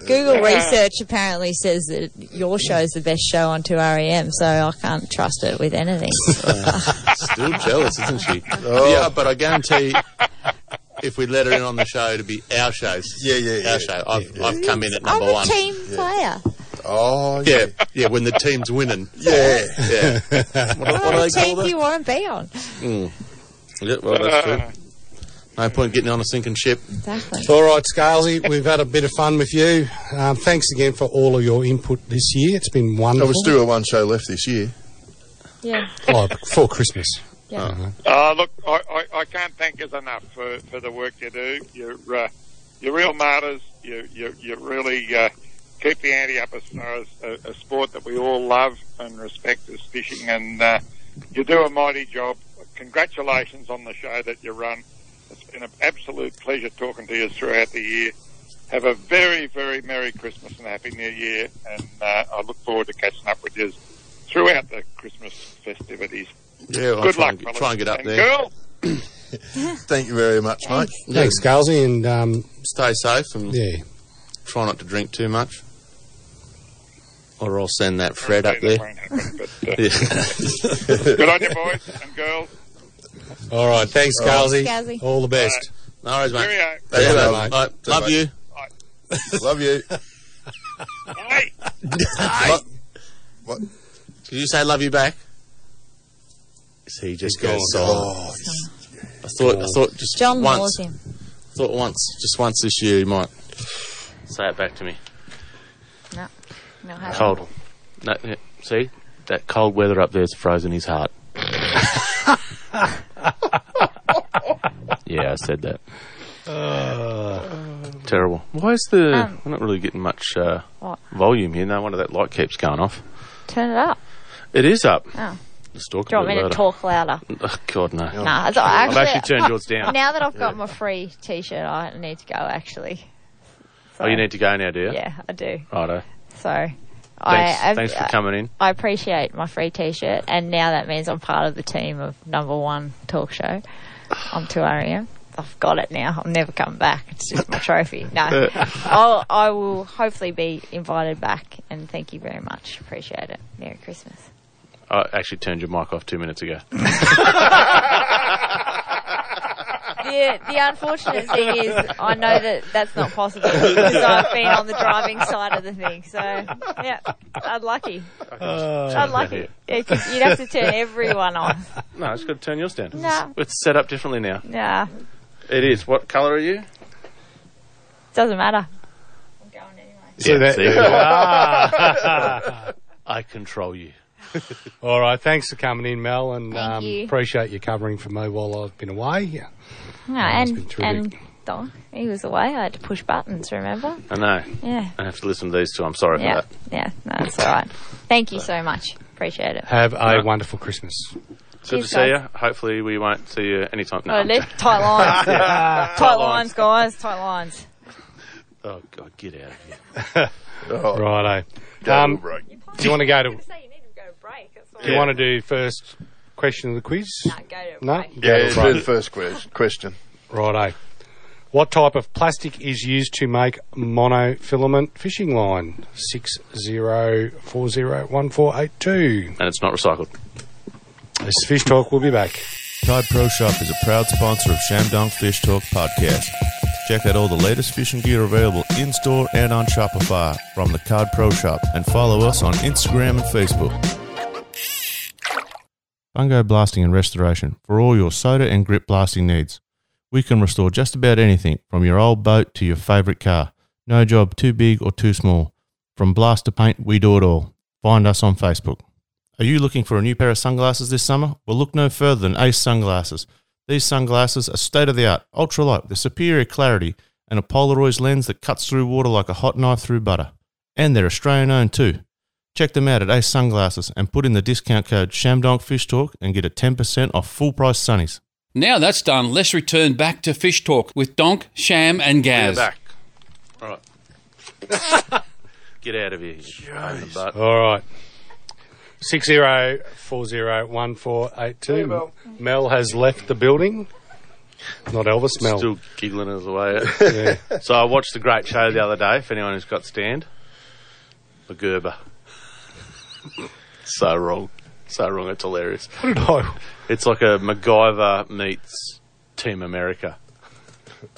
A: Google
C: Yeah.
A: research apparently says that your show's the best show on 2REM, so I can't trust it with
D: [LAUGHS]
A: anything.
D: Still jealous, isn't she? Yeah, but I guarantee if we let her in on the show, it'd be our shows. Yeah, yeah, yeah. Our show. I've, I've come in at number
A: I'm a
D: one.
A: team player.
D: Oh, yeah. yeah. when the team's winning. Yeah. Yeah.
A: What
D: what, what do they call
A: team
D: that?
A: do you want to be on?
D: Mm. Yeah, well, that's true. [LAUGHS] No point getting on a sinking ship.
A: Exactly.
C: All right, Scalzi, we've had a bit of fun with you. Um, thanks again for all of your input this year. It's been wonderful.
B: we still got one show left this
D: [LAUGHS]
B: year.
A: Yeah.
C: Oh, before Christmas.
A: Yeah.
F: Uh, look, I, I, I can't thank you enough for, for the work you do. You're, uh, you're real martyrs. You, you, you really uh, keep the ante up as far as a, a sport that we all love and respect is fishing. And uh, you do a mighty job. Congratulations on the show that you run. It's been an absolute pleasure talking to you throughout the year. Have a very, very Merry Christmas and Happy New Year. And uh, I look forward to catching up with you throughout the Christmas festivities.
D: Yeah, well,
F: Good
D: try
F: luck,
D: and get-
F: fellas.
D: try and get up
F: and
D: there.
F: Girls,
D: [COUGHS] Thank you very much, mate.
C: Thanks, Scalzi, and um,
D: Stay safe and
C: yeah.
D: try not to drink too much. Or I'll send that Fred up there. [LAUGHS] Yeah.
F: uh, good on you, boys and girls.
C: All right, thanks,
D: All right.
C: Scalzi.
D: Scalzi.
C: All the best.
D: No worries, mate.
F: Cheerio.
D: Thanks,
C: Yeah,
D: mate.
C: mate.
D: Mate,
C: See you,
D: Love
C: mate.
D: you.
B: Love you.
D: [LAUGHS] What? Did you say love you back? He just goes silent. Oh, I thought. I thought just
A: John
D: once.
A: Moore's him.
D: Thought once. Just once this year, you might say it back to me.
A: No. No, I haven't.
G: Cold. No, yeah, see
D: [LAUGHS]
G: that cold weather up there's frozen his heart. yeah, I said that.
D: Uh.
G: Terrible. Why is the?
E: Um,
G: we're not really getting much uh,
E: What?
G: volume here. No wonder that light keeps going off.
E: Turn it up.
G: It is up.
E: Oh.
G: Let's talk
E: Do you want
G: a
E: me
G: bit
E: to
G: louder.
E: talk louder?
G: Oh, [LAUGHS] God, no.
E: No, I thought-
G: I've
E: actually,
G: actually turned yours down.
E: Now that I've got
G: Yeah.
E: my free T-shirt, I need to go. Actually,
G: Oh, you need to go now, do you?
E: yeah, I do.
G: Righto.
E: So, I
G: Thanks,
E: I've-
G: thanks for
E: I-
G: coming in.
E: I appreciate my free T-shirt, and now that means I'm part of the team of number one talk show on Two REM. I've got it now. I'm never coming back. It's just my trophy.
G: [LAUGHS]
E: No, I'll, I will hopefully be invited back. And thank you very much. Appreciate it. Merry Christmas.
G: I actually turned your mic off two minutes ago.
E: The, the unfortunate thing is, I know that that's not possible because I've been on the driving side of the thing. So, yeah, unlucky. Oh.
C: Oh.
E: unlucky. Yeah, 'cause you'd have to turn everyone on.
G: No, it's got to turn yours down.
E: No.
G: It's set up differently now.
E: Nah,
G: It is. What colour are you?
E: doesn't matter.
C: So that-
G: see?
C: Ah.
G: [LAUGHS] I control you.
C: [LAUGHS] All right, thanks for coming in, Mel, and
E: Thank
C: um,
E: you.
C: appreciate you covering for me while I've been away. Yeah.
E: No,
C: that's
E: and,
C: been
E: and
C: terrific.
E: Don, he was away. I had to push buttons, remember?
G: I know.
E: Yeah.
G: I have to listen to these two. I'm sorry
E: Yeah,
G: for that.
E: yeah, no, that's all right. Thank you so much. Appreciate it.
C: Have a wonderful Christmas.
G: Good to
E: Cheers,
G: see
E: guys.
G: you. Hopefully, we won't see you anytime. No,
E: Oh,
G: I'm
C: [LAUGHS]
E: left, tight lines. tight lines, guys, tight lines.
G: joking.
D: Oh, God, get out of here.
C: [LAUGHS] Righto.
D: Oh, Go
C: Um,
D: to a break.
C: Do you want to go to? Do you
B: Yeah.
C: want to do first question of the quiz? No,
E: go
C: to no?
B: Yeah, let's do the first quiz, question.
C: Righto. What type of plastic is used to make monofilament fishing line? Six zero four zero one four eight two.
D: And it's not recycled.
C: This is Fish Talk. We'll be back.
A: Tide Pro Shop is a proud sponsor of Shamdong Fish Talk Podcast. Check out all the latest fishing gear available in store and on Shopify from the Cod Pro Shop and follow us on Instagram and Facebook. Fungo Blasting and Restoration for all your soda and grip blasting needs. We can restore just about anything from your old boat to your favorite car. No job too big or too small. From blast to paint, we do it all. Find us on Facebook. Are you looking for a new pair of sunglasses this summer? Well, look no further than Ace Sunglasses. These sunglasses are state of the art, ultralight with superior clarity and a Polaroid lens that cuts through water like a hot knife through butter. And they're Australian owned too. Check them out at Ace Sunglasses and put in the discount code ShamDonkFishTalk and get a 10% off full price sunnies.
G: Now that's done, let's return back to Fish Talk with Donk, Sham, and Gaz.
D: We're back. All right. [LAUGHS] Get out of here. you pain in the butt.
C: All right. Six zero four zero one four eight two. Mel. has left the building. Not Elvis. Mel. [LAUGHS]
D: Still giggling us away.
C: Yeah.
D: [LAUGHS] So I watched the great show the other day. If anyone who's got stand, the Gerber. so wrong, so wrong. It's hilarious.
C: What did I?
D: It's like a MacGyver meets Team America.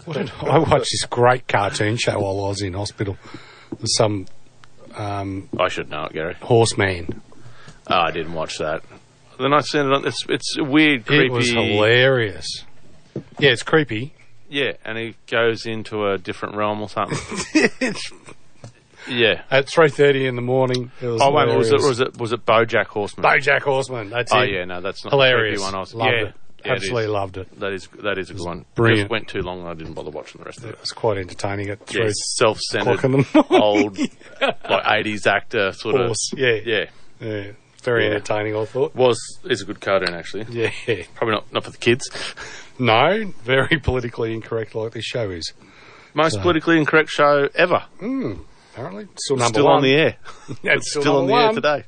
C: What did I watched this great cartoon show while I was in hospital. It was some um,
D: I should know it, Gary.
C: horseman.
D: Oh, I didn't watch that. Then I seen it on. It's it's a weird, creepy.
C: It was hilarious. Yeah, it's creepy.
D: Yeah, and he goes into a different realm or something.
C: [LAUGHS]
D: yeah.
C: At three thirty in the morning, it was.
D: oh wait, was it
C: hilarious.
D: was it was it BoJack Horseman?
C: BoJack Horseman? That's
D: oh
C: it.
D: yeah, no, that's not The
C: hilarious.
D: creepy one I was,
C: loved
D: yeah,
C: it.
D: yeah,
C: Absolutely
D: is.
C: loved it.
D: That is that is a good one.
C: brilliant.
D: Just went too long and I didn't bother watching the rest of it.
C: It's quite entertaining. At
D: Yeah,
C: three
D: self-centered,
C: o'clock in the
D: [LAUGHS]
C: morning. [LAUGHS]
D: old like eighties actor sort
C: Horse,
D: of.
C: yeah.
D: yeah,
C: yeah, very
D: Yeah.
C: entertaining. I thought.
D: Was is a good cartoon actually.
C: Yeah,
D: probably not not for the kids. [LAUGHS]
C: No, very [LAUGHS] politically incorrect, like this show is.
D: Most
C: So-
D: politically incorrect show ever.
C: Mm, apparently, still
D: It's
C: number
D: still
C: one.
D: on the
C: [LAUGHS]
D: air.
C: Yeah, it's
D: it's
C: still
D: still on the
C: number
D: air
C: one.
D: today.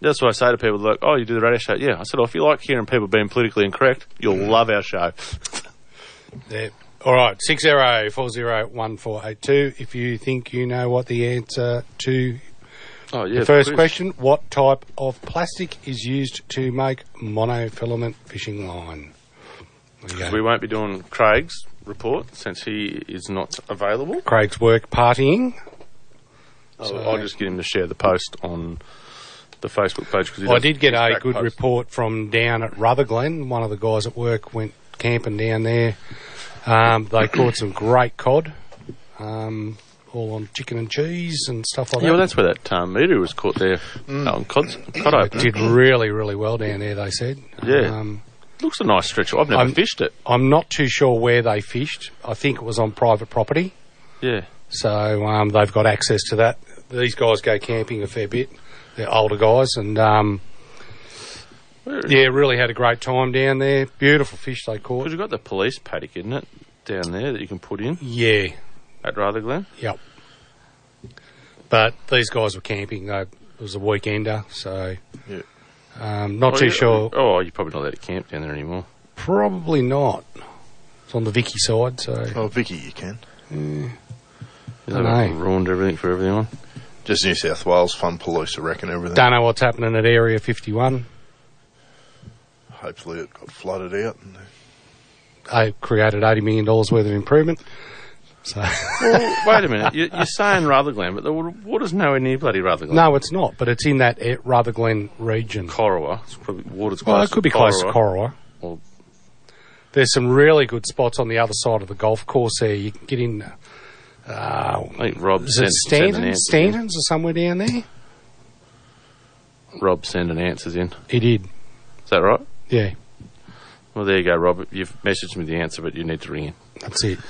D: That's what I say to people. Like, oh, you do the radio show? Yeah. I said, oh, if you like hearing people being politically incorrect, you'll
C: Mm.
D: love our show.
C: Yeah. All right, six zero four zero one four eight two. If you think you know what the answer to
D: Oh yeah.
C: the first question, what type of plastic is used to make monofilament fishing line? There you go.
D: We won't be doing Craig's report since he is not available.
C: Craig's work partying.
D: So
C: So-
D: I'll just get him to share the post on the Facebook page because
C: I did get a good report from down at Rutherglen. One of the guys at work went camping down there. Um, they caught some great cod, um, all on chicken and cheese and stuff like
D: Yeah,
C: that.
D: well, that's where that um, meter was caught there
C: Mm.
D: out on Cod, Cod Opener. [CLEARS THROAT]
C: did really, really well down there. They said.
D: [LAUGHS] Yeah.
C: Um,
D: Looks a nice stretch. I've never
C: I'm-
D: fished it.
C: I'm not too sure where they fished. I think it was on private property,
D: Yeah.
C: so um, they've got access to that. These guys go camping a fair bit. They're older guys, and um, yeah, really had a great time down there. Beautiful fish they caught.
D: Because you've got the police paddock, isn't it, down there that you can put in
C: Yeah,
D: at Rutherglen?
C: Yep. But these guys were camping. They, it was a weekender, so
D: Yeah.
C: um, not
D: Oh,
C: too
D: yeah.
C: sure.
D: Oh, you're probably not allowed to camp down there anymore.
C: Probably not. It's on the Vicky side, so.
B: Oh, Vicky, you can.
D: They've ruined everything for everyone.
B: Just New South Wales fun police, I reckon everything.
C: Don't know what's happening at Area 51.
B: Hopefully it got flooded out. And
C: They created $80 million worth of improvement. So
D: well, wait a minute. You, you're saying Rutherglen, but the wa- water's nowhere near bloody Rutherglen.
C: No, it's not, but it's in that eh, Rutherglen region.
D: Corowa. It's probably water's close
C: Well, it could be
D: to
C: close to Corowa.
D: Well-
C: There's some really good spots on the other side of the golf course there. You can get in. Uh,
D: I think Rob
C: is
D: sent,
C: it
D: sent an
C: Stanton?
D: answer.
C: Stanton's or somewhere down there?
D: Rob sent an answers in.
C: He did.
D: Is that right?
C: Yeah,
D: Well, there you go, Rob. You've messaged me the answer, but you need to ring in.
C: that's it.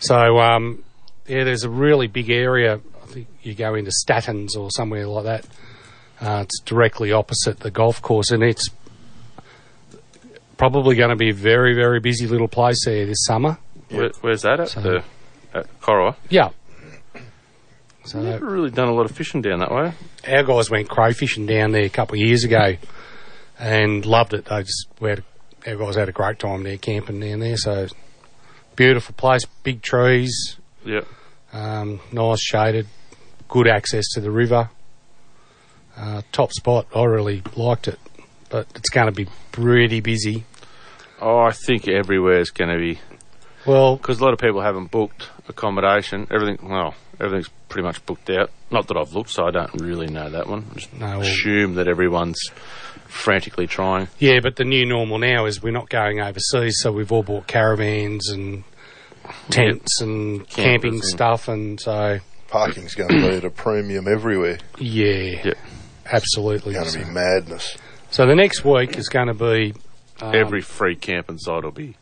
C: So, um, yeah, there's a really big area. I think you go into Statins or somewhere like that. Uh, it's directly opposite the golf course, and it's probably going to be a very, very busy little place there this summer.
D: Where, where's that at?
C: So-
D: the at Corowa.
C: Yeah.
D: So
C: Uh,
D: Never really done a lot of fishing down that way.
C: Our guys went crow fishing down there a couple of years ago and loved it. They just, we had, our guys had a great time there camping down there. So beautiful place, big trees,
D: Yep.
C: um, nice shaded, good access to the river. Uh, top spot. I really liked it, but it's going to be pretty busy.
D: Oh, I think everywhere is going to be
C: Well,
D: because a lot of people haven't booked accommodation. Everything, well, everything's pretty much booked out. Not that I've looked, so I don't really know that one. I just
C: No, well-
D: assume that everyone's frantically trying.
C: Yeah, but the new normal now is we're not going overseas, so we've all bought caravans and tents and camping
B: and-
C: stuff, and so
B: Parking's going to be at a premium everywhere.
C: yeah, absolutely.
B: It's
C: So-
B: going to be madness.
C: So the next week is going to be um,
D: Every free camping site will be.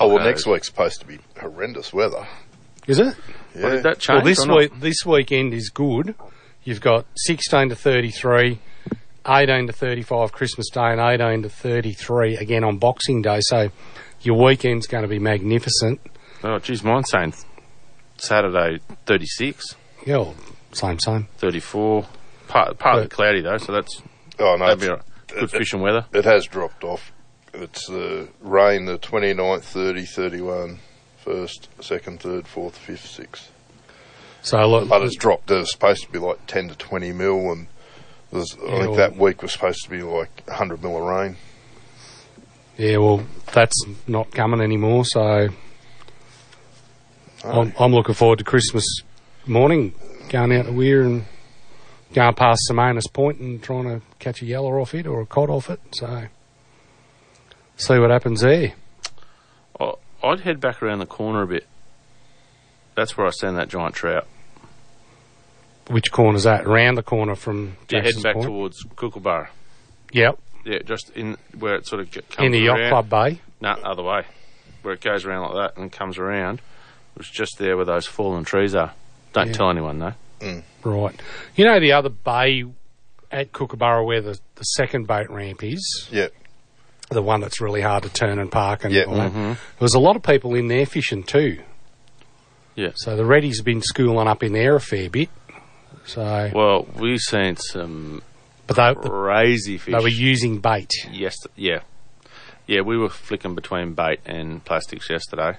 B: Oh, well,
D: chockos.
B: next week's supposed to be horrendous weather.
C: Is it?
B: Yeah. Well, did that
C: Well,
B: change
C: this
B: or not?
C: week, this weekend is good. You've got 16 to 33, 18 to 35 Christmas Day, and 18 to 33 again on Boxing Day. So your weekend's going to be magnificent.
D: Oh, geez, mine's saying Saturday 36,
C: Yeah, well, same same.
D: 34. Part, partly cloudy though, so that's
B: oh no,
D: that'd be all right. good fishing weather.
B: It has dropped off. It's uh, rain the 29th, 30, 31, 1st, 2nd, 3rd, 4th, 5th, 6th.
C: So look,
B: But it's dropped. It was supposed to be like 10 to 20 mil, and there's, I
C: Yeah,
B: think
C: well-
B: that week was supposed to be like 100 mil of rain.
C: Yeah, well, that's not coming anymore, so I'm, I'm looking forward to Christmas morning, going out to Weir and going past Simonis Point and trying to catch a yellow off it or a cod off it. So see what happens there.
D: I, I'd head back around the corner a bit. That's where I seen that giant trout.
C: Which corner's that? Round the corner from
D: Yeah, heading
C: Jackson's
D: back
C: Point.
D: towards Kookaburra.
C: Yep,
D: Yeah, just in where it sort of j- comes
C: in the yacht
D: around.
C: club bay.
D: No, other way, where it goes around like that and comes around. It was just there where those fallen trees are. Don't
C: Yeah.
D: tell anyone though.
C: Right. You know the other bay at Kookaburra where the, the second boat ramp is?
B: Yeah.
C: The one that's really hard to turn and park. And
D: Yeah.
C: all that.
D: Mhm.
C: There was a lot of people in there fishing too.
D: Yeah.
C: So the Reddy's been schooling up in there a fair bit. So
D: Well, we seen some
C: But they-
D: crazy fish.
C: they were using bait.
D: Yes, yeah, yeah. We were flicking between bait and plastics yesterday,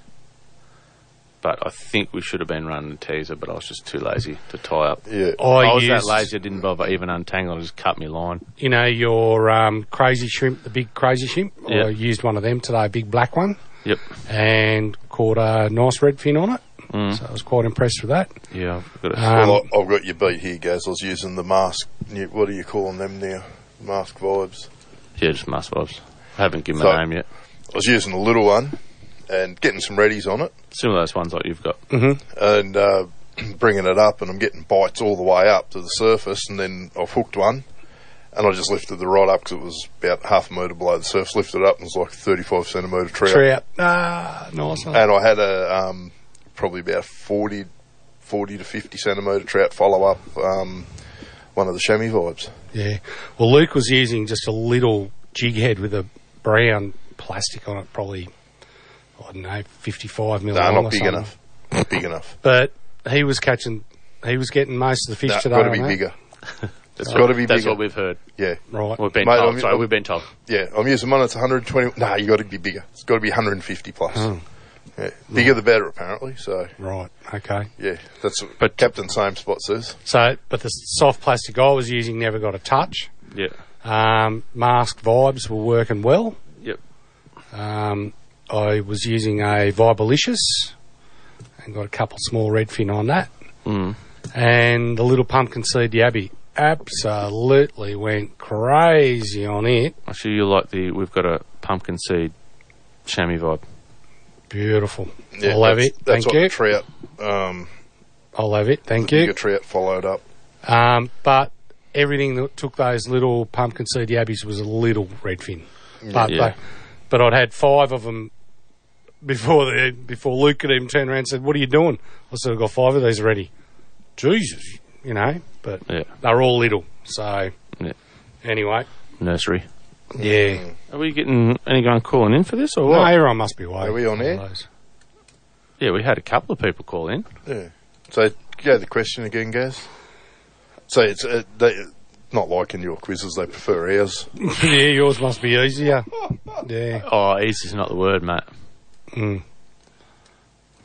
D: but I think we should have been running a teaser. But I was just too lazy to tie up.
B: Yeah,
C: I
D: was that
C: used-
D: lazy. I didn't bother even untangling. I just cut me line.
C: You know your um, crazy shrimp, the big crazy shrimp.
D: Yeah.
C: I used one of them today, a big black one,
D: Yep.
C: and caught a nice redfin on it.
D: Mm.
C: So I was quite impressed with that.
D: Yeah, I've got it. Um,
B: well, I- I've got your beat here, Gaz. I was using the mask. new- What are you calling them now? Mask vibes.
D: yeah, just must vibes. I haven't given
B: So-
D: a name yet.
B: I was using the little one and getting some readies on it.
D: Similar to those ones like you've got.
C: Mm-hmm.
B: and uh, [CLEARS THROAT] bringing it up, and I'm getting bites all the way up to the surface, and then I've hooked one, and I just lifted the rod up because it was about half a metre below the surface. Lifted it up, and it was like a 35 centimetre trout.
C: Trout. Ah, nice. one.
B: And I had a um, probably about 40, 40 to 50 centimetre trout follow up um, one of the chamois vibes.
C: Yeah. Well, Luke was using just a little jig head with a brown plastic on it, probably, I don't know, 55 mil.
B: No,
C: long
B: not
C: or
B: big
C: something.
B: enough. Not big enough.
C: But he was catching, he was getting most of the fish
B: Nah,
C: today.
B: gotta be
C: I know.
B: bigger. It's
D: what-
B: got to be
D: [LAUGHS] that's
B: bigger.
D: what we've heard.
B: Yeah.
C: Right.
D: We've been
B: Mate,
D: told.
B: I'm-
D: Sorry,
B: I'm-
D: we've been told.
B: Yeah, I'm using one that's 120. Nah, you got to be bigger. It's got to be 150 plus. Yeah, bigger the better, apparently. So
C: Hmm. Right. Okay.
B: yeah, that's what Captain Same Spot says.
C: So, but the soft plastic I was using never got a touch.
D: Yeah.
C: Um, mask vibes were working well.
D: Yep.
C: Um, I was using a Vibalicious and got a couple small redfin on that.
D: Mm.
C: and the little pumpkin seed yabby absolutely went crazy on it.
D: I'm sure you like the. We've got a pumpkin seed chamois vibe.
C: Beautiful.
B: Yeah,
C: I'll have
B: that's-
C: it.
B: That's
C: Thank
B: what
C: you.
B: Trout. Um,
C: I'll have it. Thank you.
B: Bigger trout followed up.
C: Um, but everything that took those little pumpkin seed yabbies was a little redfin. But
D: Yeah.
C: they- but I'd had five of them before the, before Luke could even turn around and said, "What are you doing?" I said, "I've got five of these already." Jesus, you know. But
D: Yeah.
C: they're all little. So
D: Yeah.
C: anyway,
D: Nursery.
C: yeah.
D: Are we getting anyone calling in for this or
C: No,
D: what?
C: everyone must be away.
B: Are we on air?
D: Yeah, we had a couple of people call in.
B: Yeah. So, yeah, the question again, Gaz. So it's uh, they, not like in your quizzes; they prefer ours.
C: [LAUGHS] yeah, yours must be easier. Yeah.
D: Oh, easy's not the word, mate.
C: Mm.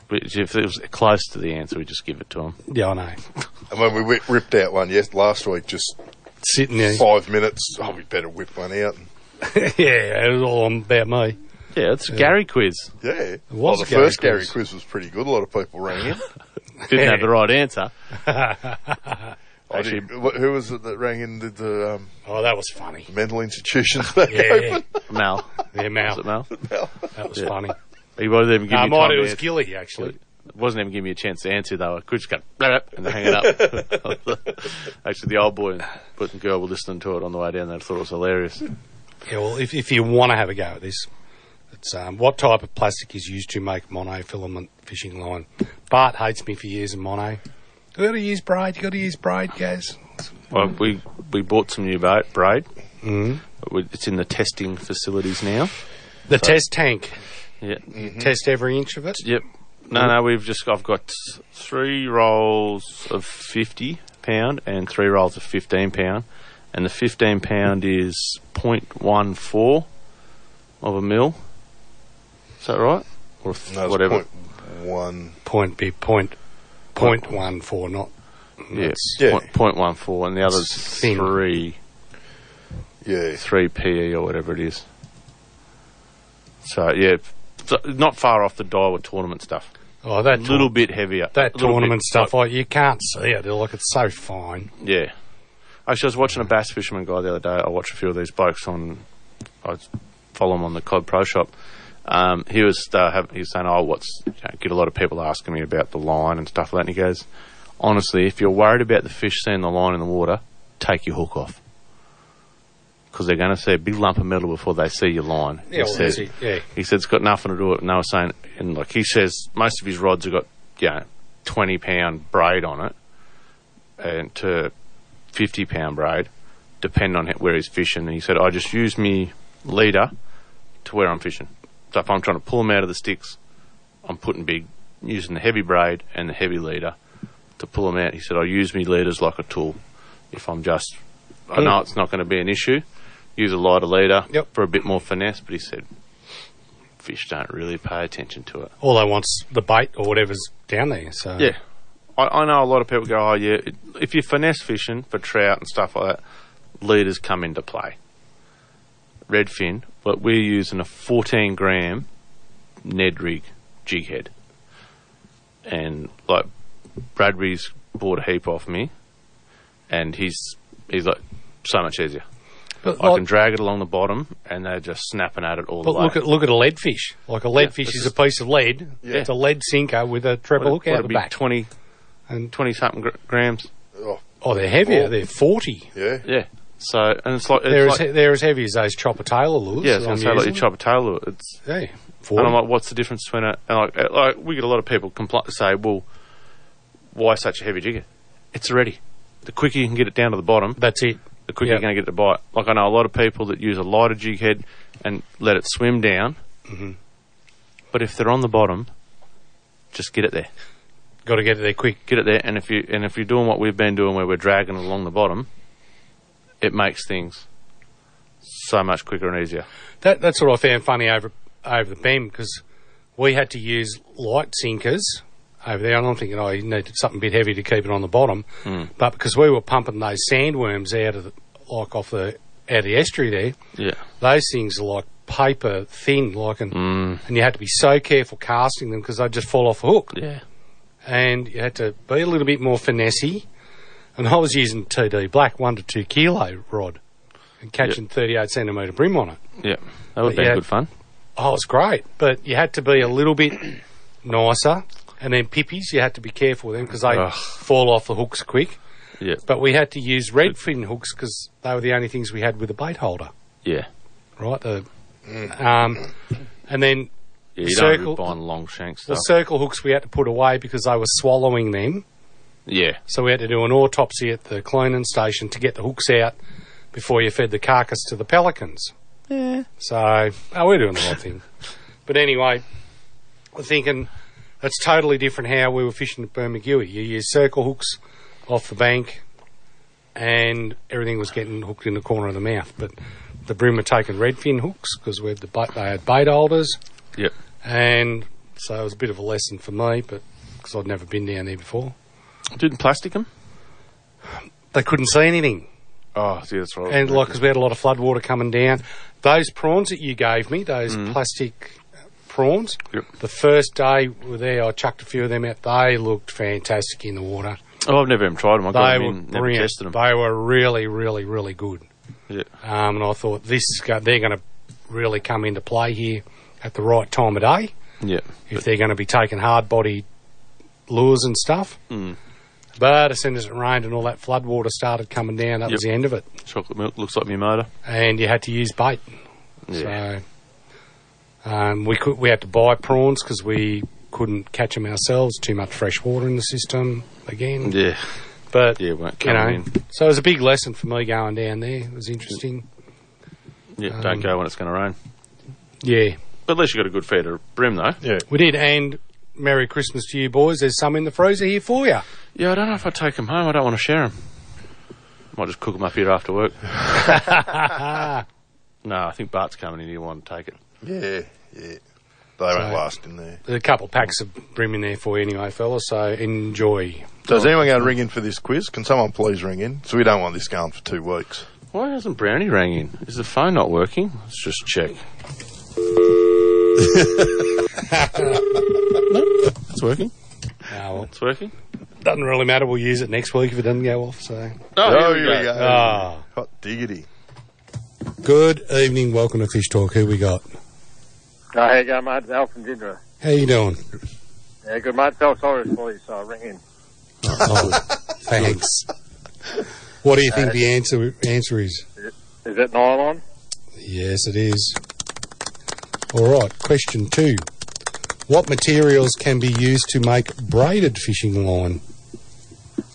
D: Which, if it was close to the answer, we just give it to them.
C: Yeah, I know. [LAUGHS]
B: And when we whip, ripped out one yes last week, just
C: sitting there
B: five minutes. Oh, we better whip one out.
C: yeah, it was all on about me.
D: Yeah, it's a Gary quiz.
B: Yeah,
D: It was
B: well,
D: a
B: the
D: Gary
B: first Gary
D: quiz.
B: quiz was pretty good. A lot of people rang in.
D: [LAUGHS] Didn't have the
B: [LAUGHS]
D: right answer.
B: I did- wh- who was it that rang in? Did the um,
C: oh, that was funny.
B: Mental institutions. Back
C: [LAUGHS] Yeah.
B: [LAUGHS] open?
D: Mal.
C: Yeah, Mal.
D: Was it [LAUGHS] Mal?
C: That was
D: Yeah.
C: funny.
D: He wasn't even giving
C: Nah,
D: me
C: mine,
D: time
C: it
D: to
C: was
D: answer.
C: Gilly, actually.
D: wasn't even giving me a chance to answer though. I could just go blah, blah, and hang it up. Actually, the old boy and put and girl were listening to it on the way down. They thought it was hilarious.
C: [LAUGHS] Yeah, well, if, if you want to have a go at this, it's um, what type of plastic is used to make monofilament fishing line. Bart hates me for using mono. You got to use braid. You got to use braid, guys.
D: Well, we we bought some new boat braid. Mm-hmm.
C: Mm.
D: We- It's in the testing facilities now.
C: The
D: So-
C: test tank.
D: Yeah.
C: Test every inch of it.
D: Yep. No, no, we've just I've got three rolls of fifty pound and three rolls of fifteen pound, and the fifteen pound is 0.14 of a mil. Is that right? Or th-
B: No, it's
D: whatever.
B: Point one.
C: Point be point point one four, not
D: Yeah,
C: That's-
D: yeah. Point, point one four, and the other's three.
B: Yeah,
D: three PE or whatever it is. So yeah, so not far off the Daiwa tournament stuff.
C: Oh, that
D: a
C: tour-
D: little bit heavier.
C: that
D: A little
C: tournament
D: bit-
C: stuff. Like you can't see it. Like it's so fine.
D: Yeah. Actually, I was watching a bass fisherman guy the other day. I watched a few of these blokes on. I follow him on the Cod Pro Shop. Um, he was uh, have, he was saying, "Oh, what's?" You know, get a lot of people asking me about the line and stuff like that. And he goes, "Honestly, if you're worried about the fish seeing the line in the water, take your hook off." Because they're going to see a big lump of metal before they see your line.
C: Yeah, well,
D: he
C: that's
D: said.
C: it, yeah.
D: He said it's got nothing to do with. it. And I was saying, and like he says, most of his rods have got you know, twenty pound braid on it, and to 50 pound braid, depend on he- where he's fishing. And he said, I just use me leader to where I'm fishing. So if I'm trying to pull them out of the sticks, I'm putting big, using the heavy braid and the heavy leader to pull them out. He said, I use me leaders like a tool. If I'm just, I know it's not going to be an issue, use a lighter leader for a bit more finesse. But he said, fish don't really pay attention to it.
C: All they want's the bait or whatever's down there. So
D: Yeah. I, I know a lot of people go, oh, yeah, it- if you're finesse fishing for trout and stuff like that, leaders come into play. Redfin, but we're using a 14 gram Ned rig jig head. And like Bradbury's bought a heap off me, and he's he's like so much easier.
C: But
D: I
C: like-
D: can drag it along the bottom, and they're just snapping at it all
C: But
D: the way.
C: look at look at a lead fish. Like a lead
D: Yeah,
C: fish
D: this
C: is
D: is-
C: a piece of lead.
D: Yeah.
C: It's a lead sinker with a
D: What-
C: treble hook out
D: what'd
C: the
D: it be,
C: back.
D: 20
C: and
D: 20 something gr- grams.
C: Oh, they're heavier.
D: Oh.
C: They're forty.
B: Yeah.
D: Yeah. So and it's like it's
C: They're
D: like,
C: as he- they're as heavy as those chopper tailor lures.
D: Yeah, I was
C: that
D: going
C: I'm
D: to say, like, you
C: using.
D: chop a tail lure. It's,
C: Yeah,
D: and I'm
C: forty.
D: like, what's the difference between it? And like, uh, like we get a lot of people compl- say, well, why such a heavy jigger? It's ready. The quicker you can get it down to the bottom,
C: that's it.
D: The quicker
C: Yeah.
D: you're going to get the bite. Like I know a lot of people that use a lighter jig head and let it swim down,
C: Mhm.
D: but if they're on the bottom, just get it there.
C: Got to get it there quick.
D: Get it there, and if you and if you're doing what we've been doing, where we're dragging it along the bottom, it makes things so much quicker and easier.
C: That that's what I found funny over over the beam because we had to use light sinkers over there, and I'm thinking, oh, you need something a bit heavy to keep it on the bottom.
D: Mm.
C: But because we were pumping those sandworms out of the, like off the out of the estuary there,
D: Yeah.
C: those things are like paper thin, like
D: Mm.
C: and
D: Hmm.
C: and you had to be so careful casting them because they'd just fall off the hook.
D: Yeah.
C: And you had to be a little bit more finessey. And I was using TD black, one to two kilo rod, and catching 38 centimetre brim on it.
D: Yeah, that would
C: But
D: be
C: yeah.
D: good fun.
C: Oh, it's great. But you had to be a little bit [CLEARS THROAT] nicer. And then pippies, you had to be careful with them because they
D: Ugh.
C: fall off the hooks quick.
D: Yeah,
C: But we had to use redfin hooks because they were the only things we had with a bait holder,
D: yeah.
C: right? The, um, and then
D: Yeah,
C: the
D: you don't
C: circle,
D: rip on long shank
C: the
D: stuff.
C: circle hooks we had to put away because they were swallowing them.
D: yeah,
C: So we had to do an autopsy at the cloning station to get the hooks out before you fed the carcass to the pelicans.
D: Yeah. [LAUGHS]
C: So oh, we're doing the right thing. But anyway, we're thinking That's totally different how we were fishing at Bermagui. You use circle hooks off the bank, and everything was getting hooked in the corner of the mouth. But the brim were taking redfin hooks because we had the bait, they had bait holders,
D: Yep.
C: and so it was a bit of a lesson for me, but because I'd never been down there before.
D: Didn't plastic them?
C: They couldn't see anything.
D: Oh, see, that's right.
C: And like, 'cause we had a lot of flood water coming down, those prawns that you gave me, those
D: Mm.
C: plastic prawns, the first day we were there, I chucked a few of them out. They looked fantastic in the water.
D: Oh, I've never even tried them. I've got
C: they
D: them
C: were
D: in, never
C: brilliant.
D: tested them.
C: They were really, really, really good.
D: Yeah.
C: Um, and I thought this is go- they're going to really come into play here at the right time of day
D: Yeah.
C: if they're going to be taking hard body lures and stuff.
D: Hmm.
C: But as soon as it rained and all that flood water started coming down, that was the
D: Yep.
C: end of it.
D: Chocolate milk looks like my motor.
C: And you had to use bait.
D: Yeah.
C: So um, we could we had to buy prawns because we couldn't catch them ourselves. Too much fresh water in the system again.
D: Yeah.
C: But
D: yeah, won't
C: You know,
D: come in.
C: so it was a big lesson for me going down there. It was interesting.
D: Yeah,
C: um,
D: don't go when it's going to rain.
C: Yeah,
D: But at least you got a good fair to brim though.
B: Yeah.
C: we did. And Merry Christmas to you boys. There's some in the freezer here for you.
D: Yeah, I don't know if I take them home. I don't want to
C: [LAUGHS]
D: share them. Might just cook them up here after work. no, I think Bart's coming in. He want to take it.
B: Yeah, yeah. They
C: So-
B: won't last in there.
C: There's a couple packs of brim in there for you anyway, fellas. So
D: [LAUGHS]
C: enjoy.
B: So is anyone going to ring in for this quiz? Can someone please ring in? So we don't want this going for two weeks.
D: Why hasn't Brownie rang in? Is the phone not working? Let's just check.
H: It's working.
C: Ah,
D: It's working.
C: Doesn't really matter. We'll use it next week if it doesn't go off. So.
B: Oh, here we go.
C: Ah.
B: Hot diggity.
P: Good evening. Welcome to Fish Talk. Who we got?
Q: Oh, how you going, mate? It's Al from Ginger.
P: How you doing?
Q: Yeah, good, mate. Felt sorry for you, so I ring in.
P: Oh, thanks. What do you think the answer answer is?
Q: Is it nylon?
P: Yes, it is. All right. Question two: What materials can be used to make braided fishing line?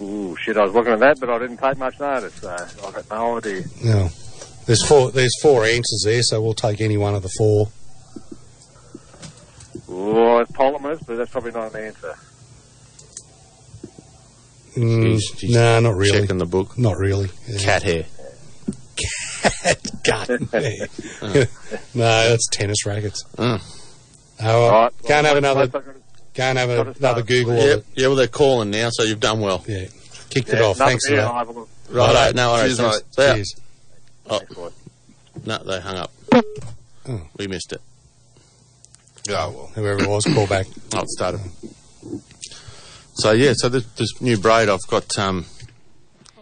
Q: Ooh, shit, I was looking at that, but I didn't take much notice, so I've got no idea.
P: No, there's four. There's four answers there, so we'll take any one of the four.
Q: Ooh, it's polymers, but that's probably not an answer.
P: Mm, no, not really.
H: Checking the book.
P: Not really.
H: Cat hair.
P: [LAUGHS]
H: [LAUGHS]
P: God. no, that's tennis rackets.
H: Mm.
P: All right.
H: Right.
P: Go and have another. Go and have a- another
D: Uh,
P: Google. of
H: Yep.
P: it.
H: Yeah, well, they're calling now, so you've done well.
P: Yeah. Kicked
Q: Yeah,
P: it off.
Q: another
P: Thanks for
Q: beer
P: that.
Q: and I'll have a look.
H: Right. No, all right.
P: Cheers,
H: thanks.
P: mate.
H: See ya.
P: Cheers.
H: Oh. No, they hung up. We missed it.
B: Yeah, well.
P: Oh. Whoever it was, call back.
H: Oh, it started. So yeah, so this, this new braid I've got. Um,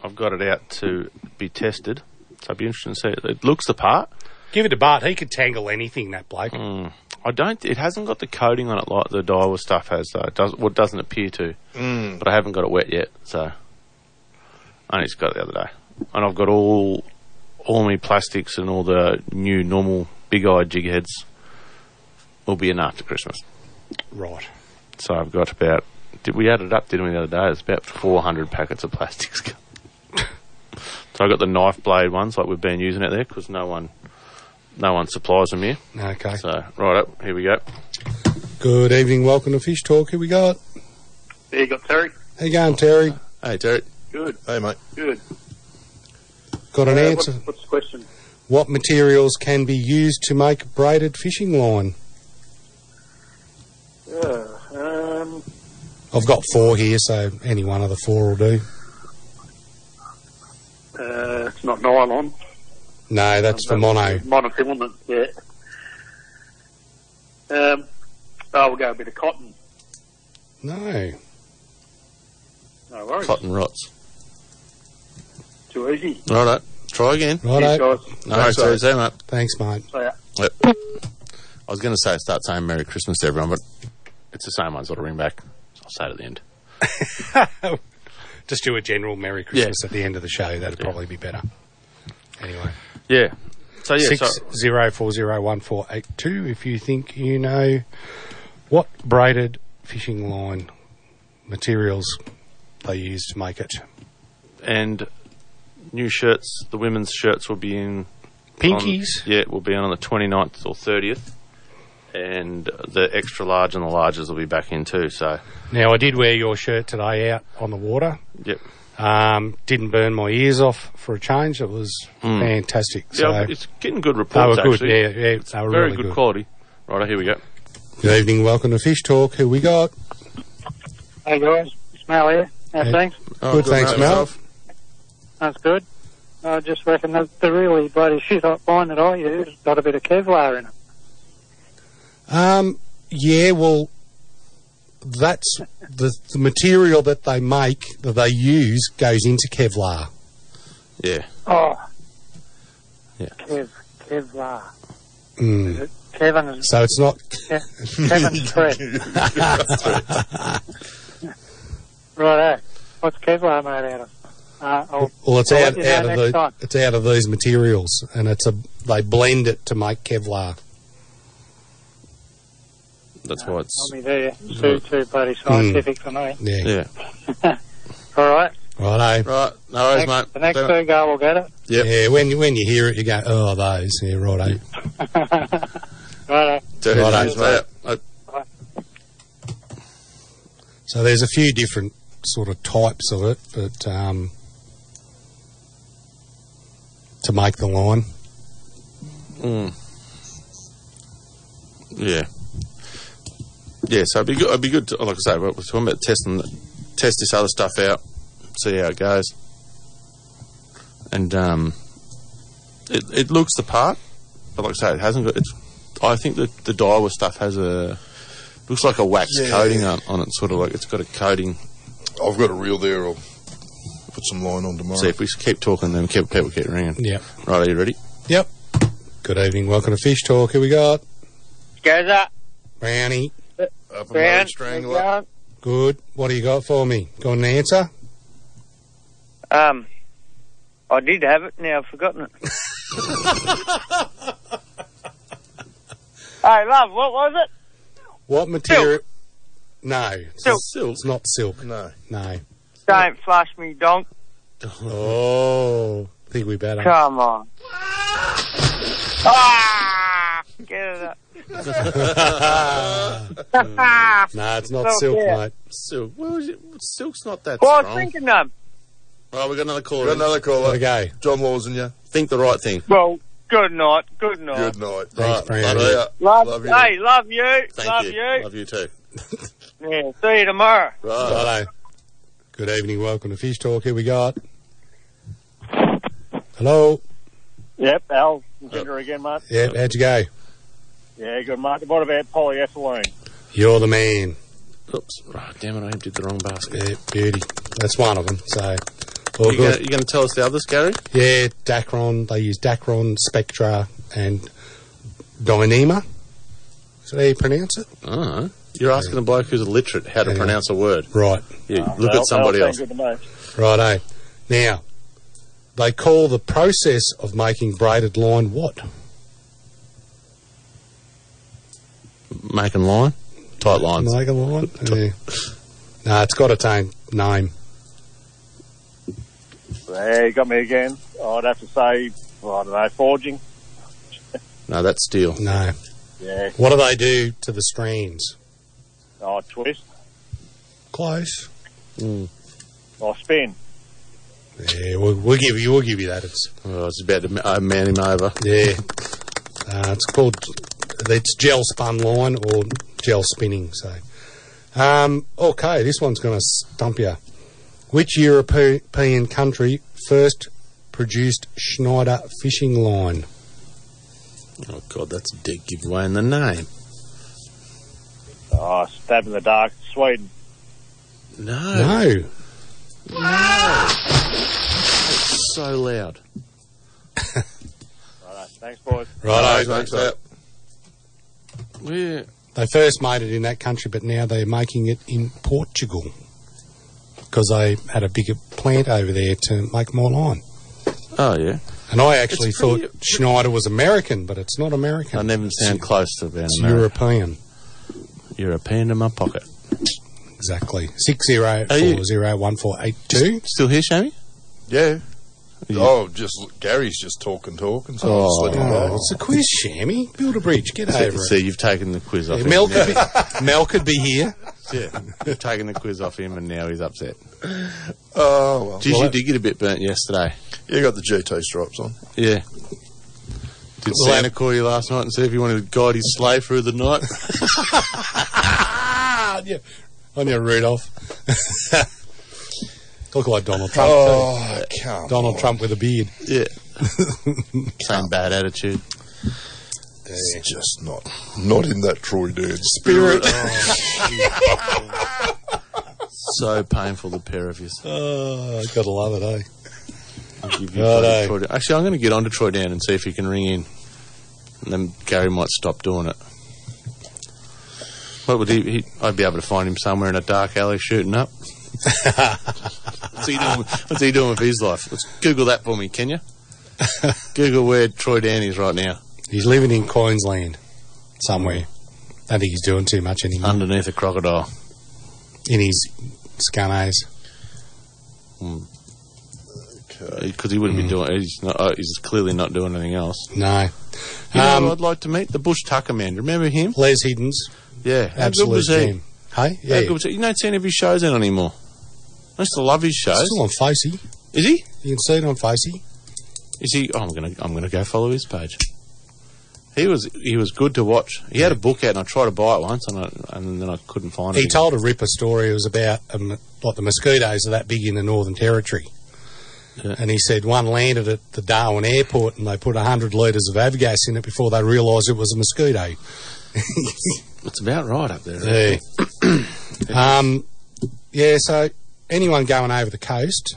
D: I've got it out to be tested. So it'd be interesting to see. It- It looks the part.
C: Give it to Bart. He could tangle anything. That bloke.
P: Hmm.
D: I don't. It hasn't got the coating on it like the Daiwa stuff has, though. It does, well, it doesn't appear to.
P: Hmm.
B: Mm.
D: But I haven't got it wet yet, so I only just got it the other day. And I've got all all my plastics and all the new normal big eyed jig heads will be in after Christmas.
C: Right.
D: So I've got about. Did we add it up? Didn't we the other day? It's about four hundred packets of plastics. [LAUGHS] so I got the knife blade ones like we've been using out there because no one no one supplies them here.
P: Okay.
D: So right up here we go.
P: Good evening. Welcome to Fish Talk. Who we got?
F: There you go, Terry.
P: How you going, Terry?
H: hey, Derek.
F: Good,
B: Hey, mate.
F: good.
P: Got an
F: Uh,
P: answer.
F: What's, what's the question?
P: What materials can be used to make braided fishing line?
F: Yeah, um,
P: I've got four here, so any one of the four will do.
F: uh, it's not nylon.
P: No, that's for mono.
F: Monofilament, yeah. Um, oh, we'll go a bit of cotton.
P: No.
F: No worries.
H: Cotton rots.
F: Too easy.
H: All right. Try again.
P: Righto.
H: No, worries, Terry. See you, mate.
P: Thanks, mate.
F: So, yeah.
H: Yep. I was going to say start saying Merry Christmas to everyone, but
D: it's the same ones. I'll ring back. I'll say it at the end.
C: [LAUGHS] Just do a general Merry Christmas at the end of the show. That'd probably be better. Anyway.
D: Yeah. So yeah.
C: Six
D: so,
C: zero four zero one four eight two. If you think you know what braided fishing line materials they use to make it.
D: and new shirts. The women's shirts will be in.
C: Pinkies?
D: on- yeah, will be on on the 29th or 30th.
R: and the extra large and the larges will be back in too. So,
S: Now, I did wear your shirt today out on the water.
R: yep.
S: Um, didn't burn my ears off for a change. It was
R: Mm.
S: fantastic.
R: Yeah,
S: so
R: it's getting good reports.
S: They were good.
R: actually.
S: Yeah, yeah, they were
R: very
S: really
R: good,
S: good.
R: quality. Right, here we go.
C: Good evening. Welcome to Fish Talk. Who we got?
L: Hey guys, it's Mal here. How's
C: Hey.
L: things?
C: good, thanks, Mel.
L: That's good. I just reckon that the really bloody shit hot wine that I use has got a bit of Kevlar in it.
C: Um, yeah, well, that's the, the material that they make that they use goes into Kevlar.
R: Yeah.
L: Oh.
R: Yeah.
L: Kev, Kevlar.
C: Mm.
L: Kevin is.
C: So it's not. [LAUGHS]
L: Ke- Kevin's threat. right, eh? What's Kevlar made out of? Uh, I'll,
C: Well, it's
L: I'll
C: out,
L: let you know
C: out of
L: next
C: the
L: time.
C: it's out of these materials, and it's a they blend it to make Kevlar.
R: That's why it's.
L: I'll be there. Too, too bloody
C: Hmm.
L: scientific for me.
R: Yeah.
L: All right.
C: Right,
D: Right, no
L: next, The next two guy will get it.
C: Yeah, when you when you hear it, you go, oh, those. Yeah, righto.
L: Right.
D: Dude,
C: Righto.
D: cheers, mate. I-
C: So there's a few different sort of types of it, but um, to make the line.
D: Mm. Yeah. Yeah, so it'd be good. It'd be good to, like I say, we're talking about testing, test this other stuff out, see how it goes, and um, it it looks the part, but like I say, it hasn't got. It's, I think that the Daiwa stuff has a looks like a wax
B: Yeah.
D: coating on, on it, sort of like it's got a coating.
B: I've got a reel there. I'll put some line on tomorrow.
D: See if we keep talking, then keep, people keep ringing.
C: Yeah.
D: Right, are you ready?
C: Yep. Good evening. Welcome to Fish Talk. Who we got?
L: Goes up.
C: Brownie.
D: Uh,
B: Up
L: Brown.
C: Good. What do you got for me? Got an answer?
K: Um, I did have it. Now I've forgotten
C: [LAUGHS]
K: it. hey, love, what was it?
C: What material? No. It's not silk. It's not silk.
B: No.
C: No.
K: Don't flush me, donk.
C: Oh, I think we better.
K: Come on. Ah, get it up. [LAUGHS]
C: no, it's not silk,
K: yeah.
C: mate.
D: Silk. Well, was it- silk's not that.
K: Well, I was
D: strong.
K: thinking um,
D: Right, we got another caller.
B: Got another caller.
C: Okay.
B: John Laws and you.
D: Think the right thing.
K: Well, good night, good night.
B: Good night.
D: Thanks, Brandon.
B: Love you.
K: Love,
B: Love you.
K: hey, love you,
D: Thank
K: love
D: you.
K: you.
D: Love you too.
K: Yeah, see you tomorrow.
C: Righto. Good evening. Welcome to Fish Talk. Who we got? Hello.
T: Yep, Al, Ginger again, mate.
C: Yeah, how'd you go?
T: Yeah, good, mate. What about polyethylene?
C: You're the man.
D: Oops. Right, damn it, I emptied the wrong basket.
C: Yeah, beauty. That's one of them. So, all
D: you
C: good.
D: Gonna, you going to tell us the others, Gary?
C: Yeah, Dacron. They use Dacron, Spectra, and Dyneema. Is that how you pronounce it?
D: I don't know. You're asking a bloke who's illiterate how to pronounce a word.
C: Right.
D: Yeah,
B: Ah,
D: look at somebody else.
C: Righto. Now, they call the process of making braided line what?
D: Making line, tight lines.
C: Making line? Yeah. No, it's got its own name.
T: There, you got me again. I'd have to say, well, I don't know, forging.
D: No, that's steel.
C: No.
T: Yeah.
C: What do they do to the strands?
T: I twist.
C: Close.
D: Hmm.
T: I spin.
C: Yeah, we'll, we'll give you. We'll give you that. It's.
D: Oh, I was about to ma- uh, man him over.
C: Yeah. Uh, it's called it's gel spun line or gel spinning. So, um, okay, this one's going to stump you. Which European country first produced Schneider fishing line?
D: Oh God, that's a dick giveaway in the name.
T: Oh, stab in the dark. Sweden.
D: No.
C: No,
D: It's so loud.
T: Righto. Thanks, boys.
C: Righto,
D: thanks, mate. Where?
C: they first made it in that country, but now they're making it in Portugal because they had a bigger plant over there to make more line.
D: Oh yeah.
C: And I actually
D: It's
C: thought
D: pretty-
C: Schneider was American, but it's not American.
D: I never sound close to being
C: It's
D: American.
C: European.
D: uh, European in my pocket.
C: Exactly. Six zero four zero one four eight two.
D: Still here, Shammy?
B: Yeah. Oh, just Gary's just talking, talking. So I'm
C: Oh,
B: slipping back.
C: it's a quiz, Shammy. Build a bridge. Get
D: So-
C: over
D: so
C: it.
D: you've taken the quiz off
C: Yeah,
D: him.
C: Mel
D: now. [LAUGHS]
C: could be- Mel could be [LAUGHS] here.
D: Yeah, you've taken the quiz off him, and now he's upset.
B: Oh well.
D: Geez,
B: Well,
D: you
B: that-
D: did get a bit burnt yesterday.
B: You got the GT stripes on.
D: Yeah. Did
B: Well,
D: Santa call you last night and see if you wanted to guide his sleigh through the night?
C: on your, on Ah,
D: [LAUGHS]
C: your Rudolph. Talk like Donald Trump.
B: Oh,
C: too.
B: come
C: Donald
B: on.
C: Trump with a beard.
D: Yeah. Same bad attitude.
B: Oh. It's just not not in that Troy Dad
D: Spirit.
B: spirit. [LAUGHS]
D: so painful, the pair of you.
C: Oh, gotta [LAUGHS] love it, eh?
D: Give you
C: Righto.
D: bloody Troy Down. Actually, I'm going to get on to Troy Down and see if he can ring in. And then Gary might stop doing it. What would he, he? I'd be able to find him somewhere in a dark alley shooting
C: [LAUGHS]
D: up. what's, he doing, what's he doing with his life? Let's Google that for me, can
C: [LAUGHS]
D: you? Google where Troy Down is right now.
C: He's living in Queensland somewhere. I don't think he's doing too much anymore.
D: Underneath a crocodile.
C: In his scannos.
D: Because he wouldn't be doing. He's, not, uh, he's clearly not doing anything else.
C: Hmm. No.
D: You know
C: Um,
D: who I'd like to meet the Bush Tucker man. Remember him?
C: Les Hiddens.
D: Yeah, how good
C: Absolute
D: was he?
C: gem. Hey,
D: How
C: yeah.
D: good was he? You don't see any of his shows on anymore. I used to love his shows.
C: Still on Facey.
D: Is he?
C: You can see it on Facey.
D: Is he? Oh, I'm gonna I'm gonna go follow his page. He was he was good to watch. He had a book out, and I tried to buy it once, and I, and then I couldn't find it.
C: He told a ripper story. It was about um, like the mosquitoes are that big in the Northern Territory. And he said one landed at the Darwin airport and they put 100 litres of avgas in it before they realised it was a mosquito.
D: [LAUGHS] It's about right up there.
C: Yeah.
D: [COUGHS]
C: um, yeah, so anyone going over the coast,